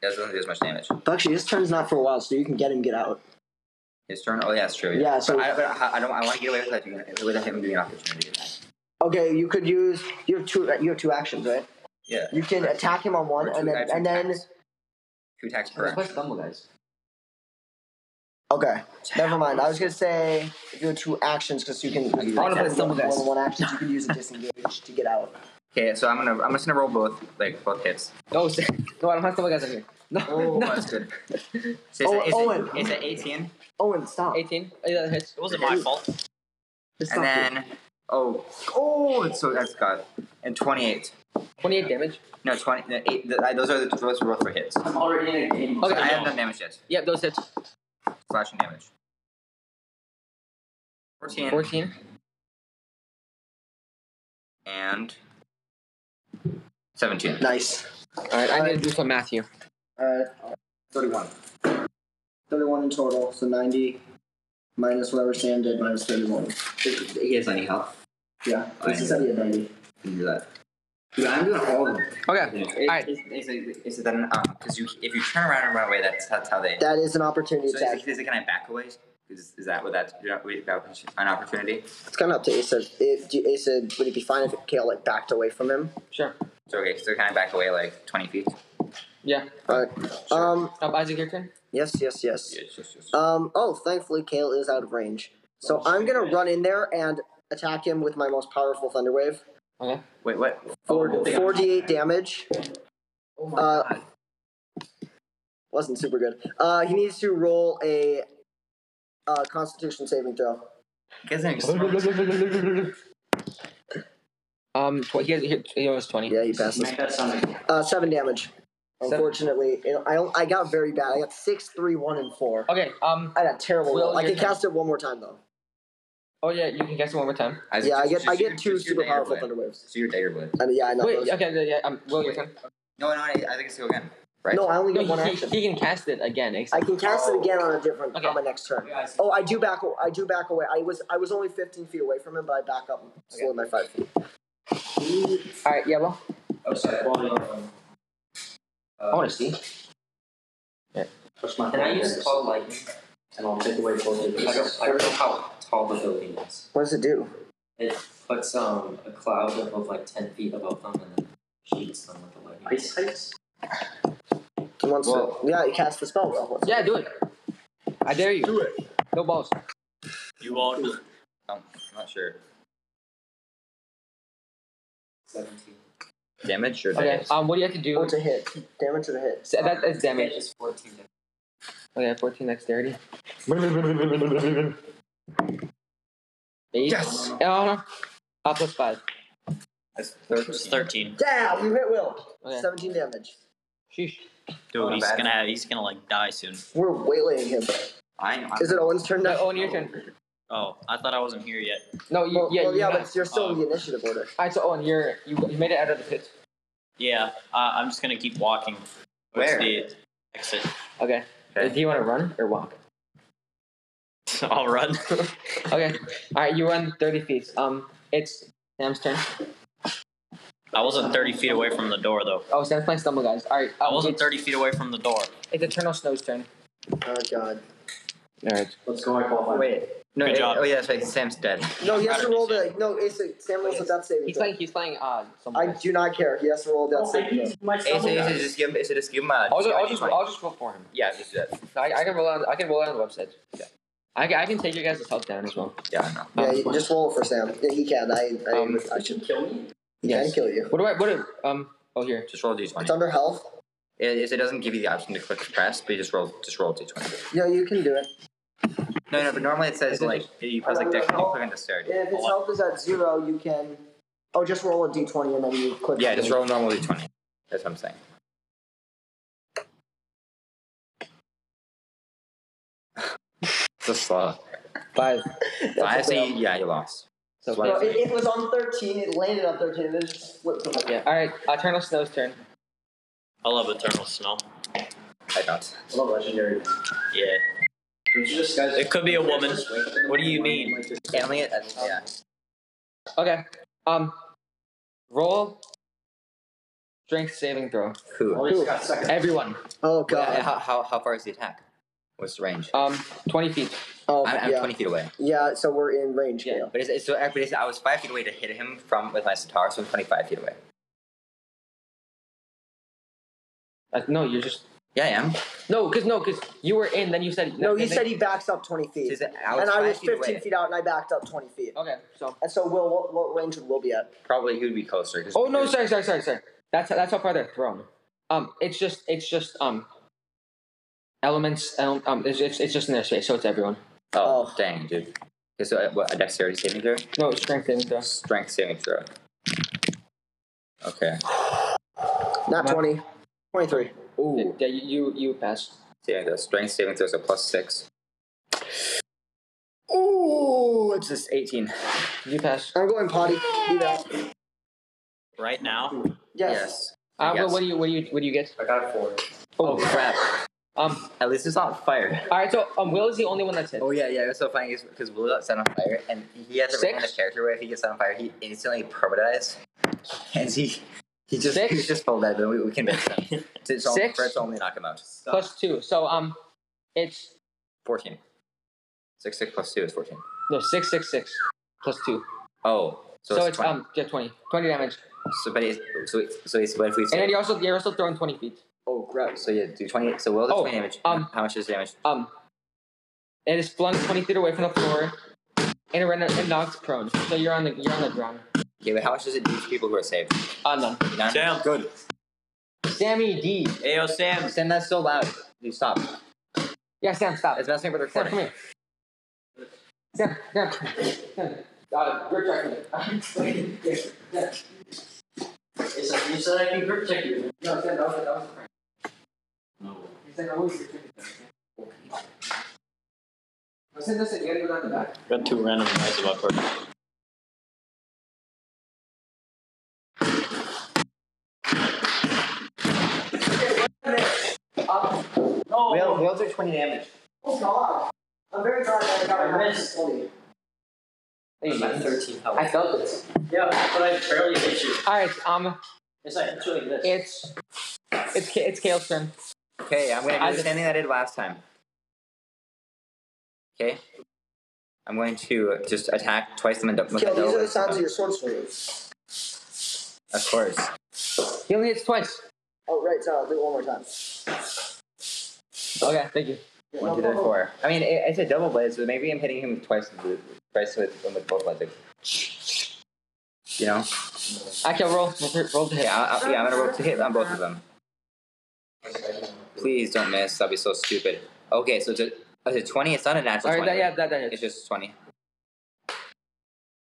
That doesn't do as much damage.
Actually, his turn's not for a while, so you can get him, get out.
His turn. Oh yeah, that's true.
Yeah, so-
But I, but I, I don't. I want to get away with that. doing it Without him being an opportunity. attack.
Okay, you could use. You have two. You have two actions, right?
Yeah.
You can attack him on one,
Or two
and then
attacks,
and
two
then.
attacks. Two attacks per. action.
stumble, guys.
Okay, never mind. I was gonna say if you have two actions, because you can.
I wanna
attack
play some
with
of this.
More than one action, you can use a disengage to get out.
Okay, so I'm gonna. I'm just gonna roll both like both hits.
No, s- Oh, no, I don't have to look at here.
Oh, that's good. So it's,
Oh,
a, it's,
Owen.
A, it's a 18,
Owen, stop.
Eighteen. Oh, yeah, that hits.
It wasn't my fault.
It's
and
not good.
then oh oh, it's so that's got and 28.
Twenty-eight damage.
No, 20. No, eight, th- I- those are the those are both for hits.
I'm already in a game.
I
Okay.
haven't done damage yet.
Yep, those hits.
slashing damage. 14,
Fourteen.
and 17.
nice.
All right, I need to do some math here.
All right,
31.
thirty-one in total, so ninety minus whatever Sam did minus thirty-one.
He has any health.
Yeah,
I
it's a study of ninety.
You can do that. Dude, I'm doing all of them.
Okay.
It,
Alright.
Is, is, is it then, um, because you, if you turn around and run away, that's, that's how they.
That is an opportunity
so
attack.
is, it- is it, can I back away? Is, is that what that's you're not- wait, that was an opportunity?
It's kind of up to Asa. If do- Asa, would it be fine if Kale like backed away from him?
Sure.
So, okay, so can I back away like 20 feet?
Yeah.
All right. Um.
Up, Isaac, your turn.
Yes. Yes. Yes.
Yes, yes, yes.
Um. Oh, thankfully Kale is out of range, so
Oh,
I'm gonna run in there and attack him with my most powerful thunder wave.
Wait, what?
Four four d eight damage. Uh, wasn't super good. Uh, he needs to roll a uh, Constitution saving throw.
Guess I'm smart.
Um, tw- he, has, he, he was twenty.
Yeah, he passes.
Make that sound like
Uh, seven damage.
Seven.
Unfortunately, it- I I got very bad. I got six, three, one, and four.
Okay. Um.
I got terrible.
Will,
roll. I
your
can
turn.
cast it one more time though.
Oh yeah, you can guess it one more time.
Isaac,
Yeah, I
just-
get
just
I
your-
get two
just your
super
dagger
powerful
blade.
thunder waves.
So your dagger blade.
I mean, yeah, I know.
Wait.
those.
Okay. Yeah. yeah um, Will, your turn.
No, no, I, I think it's go again. Right.
No, I only
No,
get one
he,
action.
he can cast it again. Ex-
I can cast it again on a different
Okay.
on my next turn. Oh, I do back. I do back away. I was I was only 15 feet away from him, but I back up slowly my five feet.
All right. Yeah. Well.
Oh,
Uh,
sorry.
I want to see.
Can I use tall lightning? And I'll take away both of these. I don't, I don't know how tall the building is.
What does it do?
It puts um a cloud above like ten feet above them and then shoots them with the lightning. Ice ice.
He wants to. Yeah, you cast the spell. Well, what's-
Yeah. Do it. I dare you. Do it. No balls.
You won't.
I'm not sure.
Seventeen.
Damage or
Okay.
damage?
Um. What do you have to do?
Oh, it's a hit. Damage to the hit.
So that, that's damage.
It is fourteen.
Okay. Fourteen dexterity. Eight.
Yes!
Oh no. Uh, plus five.
That's
It's 13.
13.
Yeah, you hit Will.
Okay.
17 damage.
Sheesh.
Dude,
Not
he's
bad.
gonna have, he's gonna like die soon.
We're waylaying him.
I know.
Is it Owen's turn now?
No, Owen, your turn.
Oh, I thought I wasn't here yet.
No. You,
Well,
yeah.
well,
you um,
yeah,
got-
but you're still in the initiative order.
All right. So Owen, you're you, you made it out of the pit.
Yeah, uh, I'm just gonna keep walking. What's
Where?
the exit?
Okay.
Okay.
Do you want to run or walk?
I'll run.
Okay. All right. You run thirty feet. Um. It's Sam's turn.
I wasn't 30 feet away from the door though.
Oh, Sam's playing stumble guys. All right.
I
um,
wasn't
it's-
30 feet away from the door.
It's Eternal Snow's turn.
Oh, God.
All right.
Let's go. I qualify.
Oh, Wait. No,
Good
it-
job.
Oh, yeah, that's right. Sam's dead.
No, he has to roll the. No, it's a, Sam rolls a death saving
He's
throw.
playing. He's playing. Uh, some.
I do not care. He has Oh, to roll a death saving throw.
Hey, so you should just give him. you should just give him a.
I'll just,
give him
I'll
a
just,
D20.
I'll just roll for him.
Yeah, just do that.
I, I can roll on. I can roll on the website. Yeah. I, can- I can take your guys' health down as well.
Yeah, I know.
Yeah,
Um,
you just roll for Sam. Yeah, he can. I, I,
Um,
I should
Kill me.
he
yes.
can kill you.
What do I? What do? Um. Oh, here.
Just roll a
It's
d20.
under health.
It, is- it doesn't give you the option to click press, but you just roll just roll d20.
Yeah, you can do it.
No, no, but normally it says like you press like dex, you click on dexterity.
If its health is at zero, you can. Oh, just roll a d20 and then you click.
Yeah, just roll normal d20. That's what I'm saying. so slow.
Five.
So I say, yeah, you lost.
So
Swipe.
No, it, it was on 13. It landed on 13, and then it just flipped. over.
Yeah. All right. Eternal Snow's turn.
I love Eternal Snow.
I don't.
I love legendary.
Yeah.
Don't you just guys?
It could be a woman.
Just wake up in the
What do you
morning,
mean?
like, just-
Yeah, let me get-
uh,
yeah.
Okay. Um. Roll. Strength saving throw.
Who?
Always got second.
Everyone.
Oh
Yeah,
god.
how, how, how far is the attack? What's the range?
Um. Twenty feet.
Oh
I'm, I'm
yeah.
20 feet away.
Yeah. So we're in range,
Yeah.
Gale.
But it's, it's, so but it's, I was 5 feet away to hit him from with my sitar, so I'm 25 feet away.
Uh, no, you're just
Yeah, I am.
no, cause no, cause you were in. Then you said
No, he
then-
said he backs up 20 feet,
Is it- I was
and I
five
was
feet
15
away.
feet out, and I backed up 20 feet.
Okay. So.
And so, Will, what, what range would Will be at?
Probably he would be closer. 'cause-
Oh no! Sorry, sorry, sorry, sorry. That's that's how far they're thrown. Um. It's just it's just um. Elements. ele- Um. It's it's, it's just in their space, so it's everyone.
Oh,
Oh.
dang, dude. Okay, so uh, what, a dexterity saving throw?
No it's strength uh, saving throw.
Strength saving throw. Okay.
Not
Not-
20. 23.
Ooh.
Yeah, you you, you pass.
Saving throw. Strength saving throw is a plus 6. Ooh, it's just 18.
You pass. Uh,
I'm going potty. Do that.
Right now,
Yes.
Uh,
Yes.
what, what do you what do you what do you get?
I got four.
Oh, crap.
Um.
At least it's not fire.
All right. So um, Will is the only one that's hit.
Oh yeah, yeah. It's so funny because Will got set on fire, and he has a
Six?
random character where if he gets set on fire, he instantly permanentized, and he he just
Six?
he just fell dead. But we, we convinced him. So it's only,
Six?
first only knock him out.
Plus two. So um, it's
Fourteen. Six six plus two is fourteen.
no six six six plus two.
Oh, so, it's, twenty.
um yeah twenty. Twenty damage.
so but it's so it's, so it's what if we
And
say,
then you're also you're also throwing twenty feet.
oh crap. So yeah, do twenty. So Will does
Oh,
twenty damage.
um,
how much is damage?
Um, it is flung twenty feet away from the floor, and it, ran, it knocks prone. So you're on the you're on the ground.
Okay, but how much does it do to people who are saved?
Uh, none.
None?
Sam.
good.
Sammy D.
Ayo Sam.
Sam, that's so loud. Dude, stop.
Yeah, Sam, stop.
It's messing up with the
Sam, come
recording.
here. Sam, Sam, Sam. Uh, grip check me.
It's like you said I can grip check you.
No, Sam, that was that was.
No.
He's like, I always grip check you. Listen, listen, you gotta go down the back.
Got two random guys about her.
Will, Will do twenty damage.
Oh god. I'm very glad that I got my wrist.
There you
I'm at
go.
thirteen health.
I felt it.
Yeah, but I barely hit you.
All right. Um,
It's like it's like this.
it's it's Ka- it's Kale's turn.
Okay, I'm gonna do
I
the
just-
same thing I did last time. Okay? I'm going to just attack twice the Mendo- with my
Kill, these
double-
are the sounds of your sword swings.
Of course.
He only hits twice.
Oh, right, so I'll do it one more time.
Okay, thank you.
One, two, three, four. I mean, it, it's a double blade, so maybe I'm hitting him twice with, twice with, with both blades. like, You know?
Okay, roll roll to hit.
Yeah, I, I, yeah, I'm gonna roll to hit on both of them. Please don't miss. That'd be so stupid. Okay, so it's a, oh, it's a 20. It's not a natural
All right, that,
20.
yeah, that, that
It's
hits.
just 20.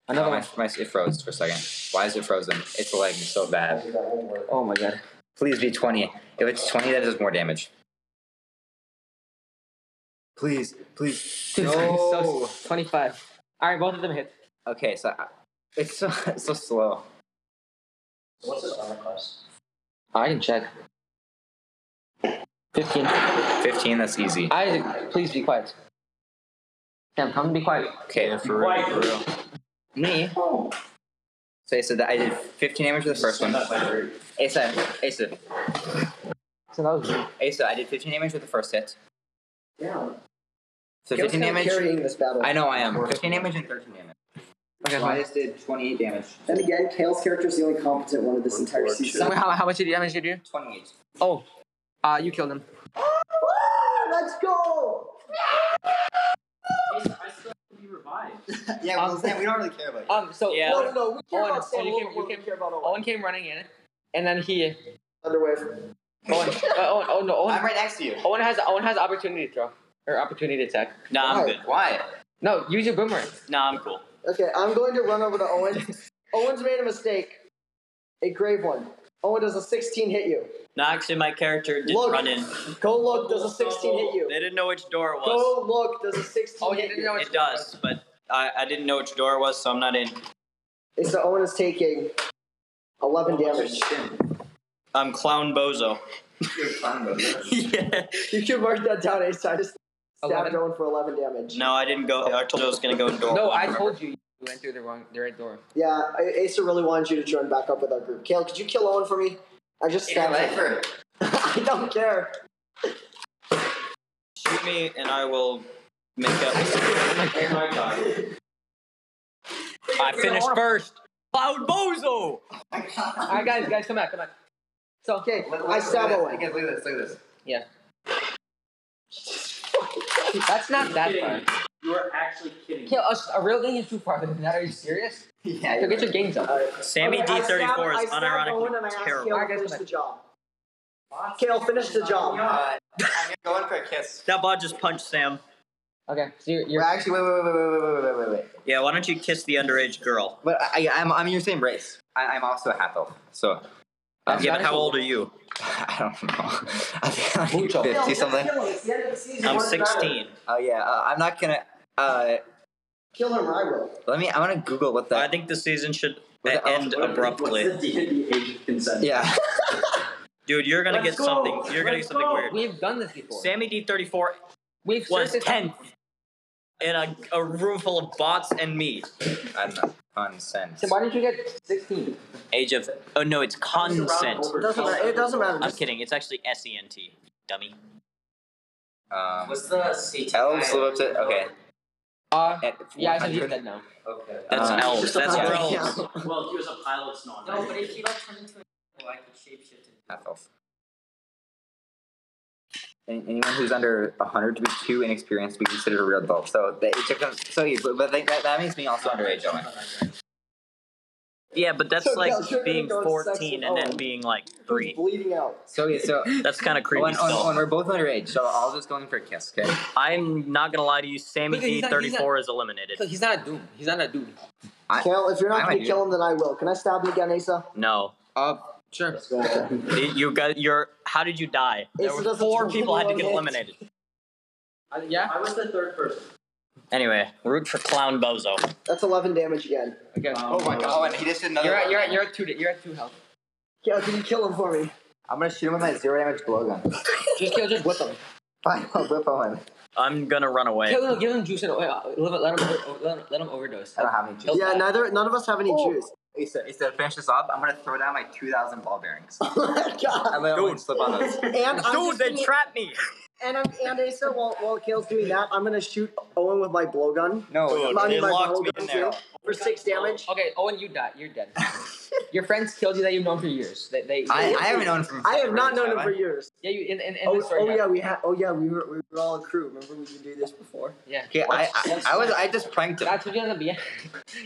Another
Oh, my,
one.
my, it froze for a second. Why is it frozen? It's lagging so bad.
Oh my god.
Please be 20. If it's 20, that does more damage. Please, please. No.
So, 25. All right, both of them hit.
okay, so I- it's so, it's so slow.
What's his armor class?
I can check. 15.
15, that's easy.
Isaac, please be quiet. Sam, come be quiet.
Okay,
For real, for real.
me. So I said that I did 15 damage with the first one. Asa, Asa,
So that was me.
Asa, I did 15 damage with the first hit.
Yeah.
So 15
Gale's kinda
damage.
carrying this battle.
I know I am. 15 damage and 13 damage.
Okay,
So I
fine.
just did 28 damage.
Then again, Kale's character is the only competent one of this entire season.
Sam, how, how much damage did you do?
28.
Oh, uh, you killed him.
Ah, let's go!
I still have to be revived.
yeah, well, Sam, we don't really care about you.
Um, so
Yeah.
No, no, no, we care
Owen,
about Sam.
Owen, you
Owen,
came- you
Owen, we
came-
care about Owen.
Owen came running in, and then he
Thunderwave.
Owen, uh, Owen, oh no, Owen,
I'm right next to you.
Owen has Owen has opportunity to throw or opportunity attack.
Nah, I'm good.
Why?
No, use your boomerang.
Nah, I'm cool.
Okay, I'm going to run over to Owen. Owen's made a mistake, a grave one. Owen does a 16 hit you.
No, actually, my character didn't
Look.
run in.
Go look, does a 16 hit you.
They didn't know which door it was.
Go look, does a 16
Oh, you
hit
didn't
you.
know it's
It does, but I, I didn't know which door it was, so I'm not in.
It's so Owen is taking 11
Oh,
damage.
I'm Clown Bozo. yeah.
You can mark that down as I just stabbed
11?
Owen for 11 damage.
No, I didn't go. I told you I was going to go in door
No,
one.
I told you you went through the wrong the right door.
Yeah, A- Asa really wanted you to join back up with our group. Kale, could you kill Owen for me? I just stabbed him. I don't care.
Shoot me, and I will make up. I finished first. Clown Bozo!
All right, guys, guys, come back, come back. So
Okay, I stab Owen.
Look at this. Look at this.
that's not that far.
You are actually kidding.
Kill us. A real game is too far than that. Are you serious?
Yeah.
So
you're
get your
right.
games up.
Sammy
Okay, I stabbed-
D34
I
is
stabbed Owen and
unironically
I asked
terrible.
Kale
I
to
guess
finish
I'm-
the job. Kale, finish the job.
Uh, I'm going for a kiss.
That bot just punched Sam.
Okay, so you're,
Well,
you're
actually, wait, wait, wait, wait, wait, wait, wait, wait, wait.
Yeah, why don't you kiss the underage girl?
But I, I- I'm, I'm your same race. I, I'm also a half elf, so um,
Yeah, but how old are you?
I don't know. I think I'm like
Kill him,
fifty something.
kill him. It's the end of the season.
I'm
What's the matter?
16.
Oh yeah, uh, I'm not gonna. Uh,
Kill him or I will.
let me. I want to Google what
I
that.
think the season should
Was it-
end abruptly.
What's the D&D age of consent?
Yeah.
Dude, you're gonna
Let's
get
go.
something. You're gonna get
Let's
something
go.
weird.
we've done this before.
Sammy D34
We've
was
seriously-
10th in a, a room full of bots and me.
I don't know. Consent.
So why didn't you get 16?
Age of. Oh no, it's consent.
It doesn't matter. It doesn't matter.
I'm
Just
kidding. It's actually S E N T. Dummy.
Um,
What's the CT?
elves live up to okay.
Uh,
At
yeah, I said you
100.
said no.
Okay.
That's
Uh,
elves. That's
about-
for
yeah.
elves.
Well, he was a pilot, it's not.
No, but if he like turned into a well, I could shapeshift into
half elf. An- Anyone who's under 100 to be too inexperienced to be considered a real adult. So they, it took them. So you, but, but they, that, that makes me also underage. Owen.
Yeah, but that's
So,
like
Kel, you're gonna
being
go with sex
14
with
and then
Owen.
being like
who's
three.
bleeding out.
So yeah, so
That's kind of creepy.
Owen, Owen,
still.
Owen, we're both underage. So I'll just go in for a kiss. Okay.
I'm not gonna lie to you. Sammy
Look, he's not- he's
D34 is eliminated.
So he's not a doom. He's not a doom.
I-
Kale, if you're
I
not
might
going
do
to kill him, then I will. Can I stab him again, Asa?
No,
Uh, sure.
You- you got your. How did you die? There
Asa
were
doesn't
four
roll
people had to get
one hit.
eliminated.
Uh, yeah.
I was the third person.
Anyway, root for Clown Bozo.
That's 11 damage again.
Okay.
Um,
Oh my god. Owen, he just did another.
You're at
one.
you're at you're at two you're at two health.
Kale, can you kill him for me?
I'm gonna shoot him with my zero damage blowgun.
Just kill, just whip him.
Fine, I'll whip Owen.
I'm gonna run away.
Kill him, give him juice and oil. Uh, Let him let him, over- let him, let him overdose.
I don't have any juice.
He'll
Yeah,
die.
neither none of us have any juice.
Asa, Asa, finish this off. I'm gonna throw down my 2,000 ball bearings.
Oh my god.
I let Owen
Dude.
slip on those.
And I'm
Dude,
just
they
gonna-
trapped me.
and I'm and Asa while while Kale's doing that, I'm gonna shoot Owen with my blowgun.
No,
Dude,
no,
I
they
mean, my
locked me
blowgun
in there. Oh,
too, for six damage.
Okay, Owen, you die. You're dead. Your friends killed you that you've known for years. They, they,
I, I haven't known
oh,
from.
I have not known him
have
for
I?
years.
yeah, you in in, in
Oh,
the story.
oh yeah,
yeah.
we had. Oh yeah, we were we were all a crew. Remember we could do this before.
Okay, I, I, I was I just pranked him.
That's what you end up being.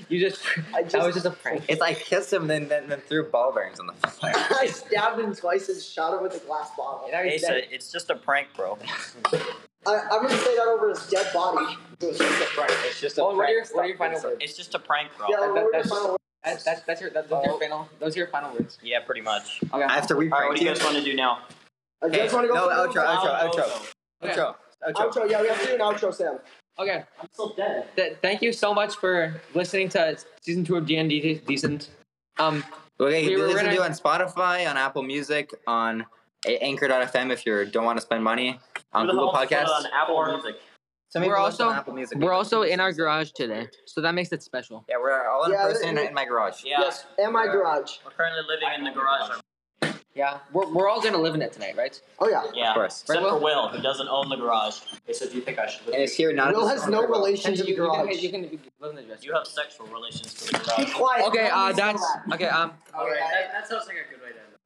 You just,
I
that
just-
was just a prank.
It's I kissed him, then then, then threw ball bearings on the fire.
I stabbed him twice and shot him with a glass bottle.
Now you're dead.
Asa, it's just a prank, bro.
I, I'm gonna say that over his dead body.
It's just
Owen, what are your, what are your final
Stop.
words?
It's just a prank, bro.
Yeah,
Yeah,
what were your
that's-
final
That, that, that's your that, those are your final those are your final words.
pretty much.
Okay.
I have to
All right, what
re-prank
do you
you.
guys want to do now?
I
Okay,
just want to
no
go. through
outro,
the-
outro,
Clown
outro,
Okay.
outro, outro.
outro. Yeah, we have to do an outro, Sam.
Okay.
I'm still dead.
Th- thank you so much for listening to season two of D and D decent. Um,
Okay, you
We
can
were
listen
gonna-
to it on Spotify, on Apple Music, on A- Anchor.fm if you don't want to spend money, on
Who the
Google
hell's put it
Podcasts.
On Apple Music.
Some people
We're
listen
also-
on Apple Music.
we're also in our garage today, so that makes it special.
Yeah, we're all in
Yeah,
person
we-
in my garage.
Yeah,
Yes. And my garage.
we're currently living in the garage.
Yeah, we're, we're all gonna live in it tonight, right?
Oh yeah.
Of
Yeah,
course.
except
Right,
for Will, who doesn't own the garage.
They said, do you think I should
And it's here not.
Will has no relation
you,
to the
you can,
garage.
you can you can live in the dress.
You have sexual relations to the
Be
garage.
quiet.
Okay.
How do
Uh,
you spell
that's
that?
okay. Um.
Alright, that, that sounds like a good way to end it.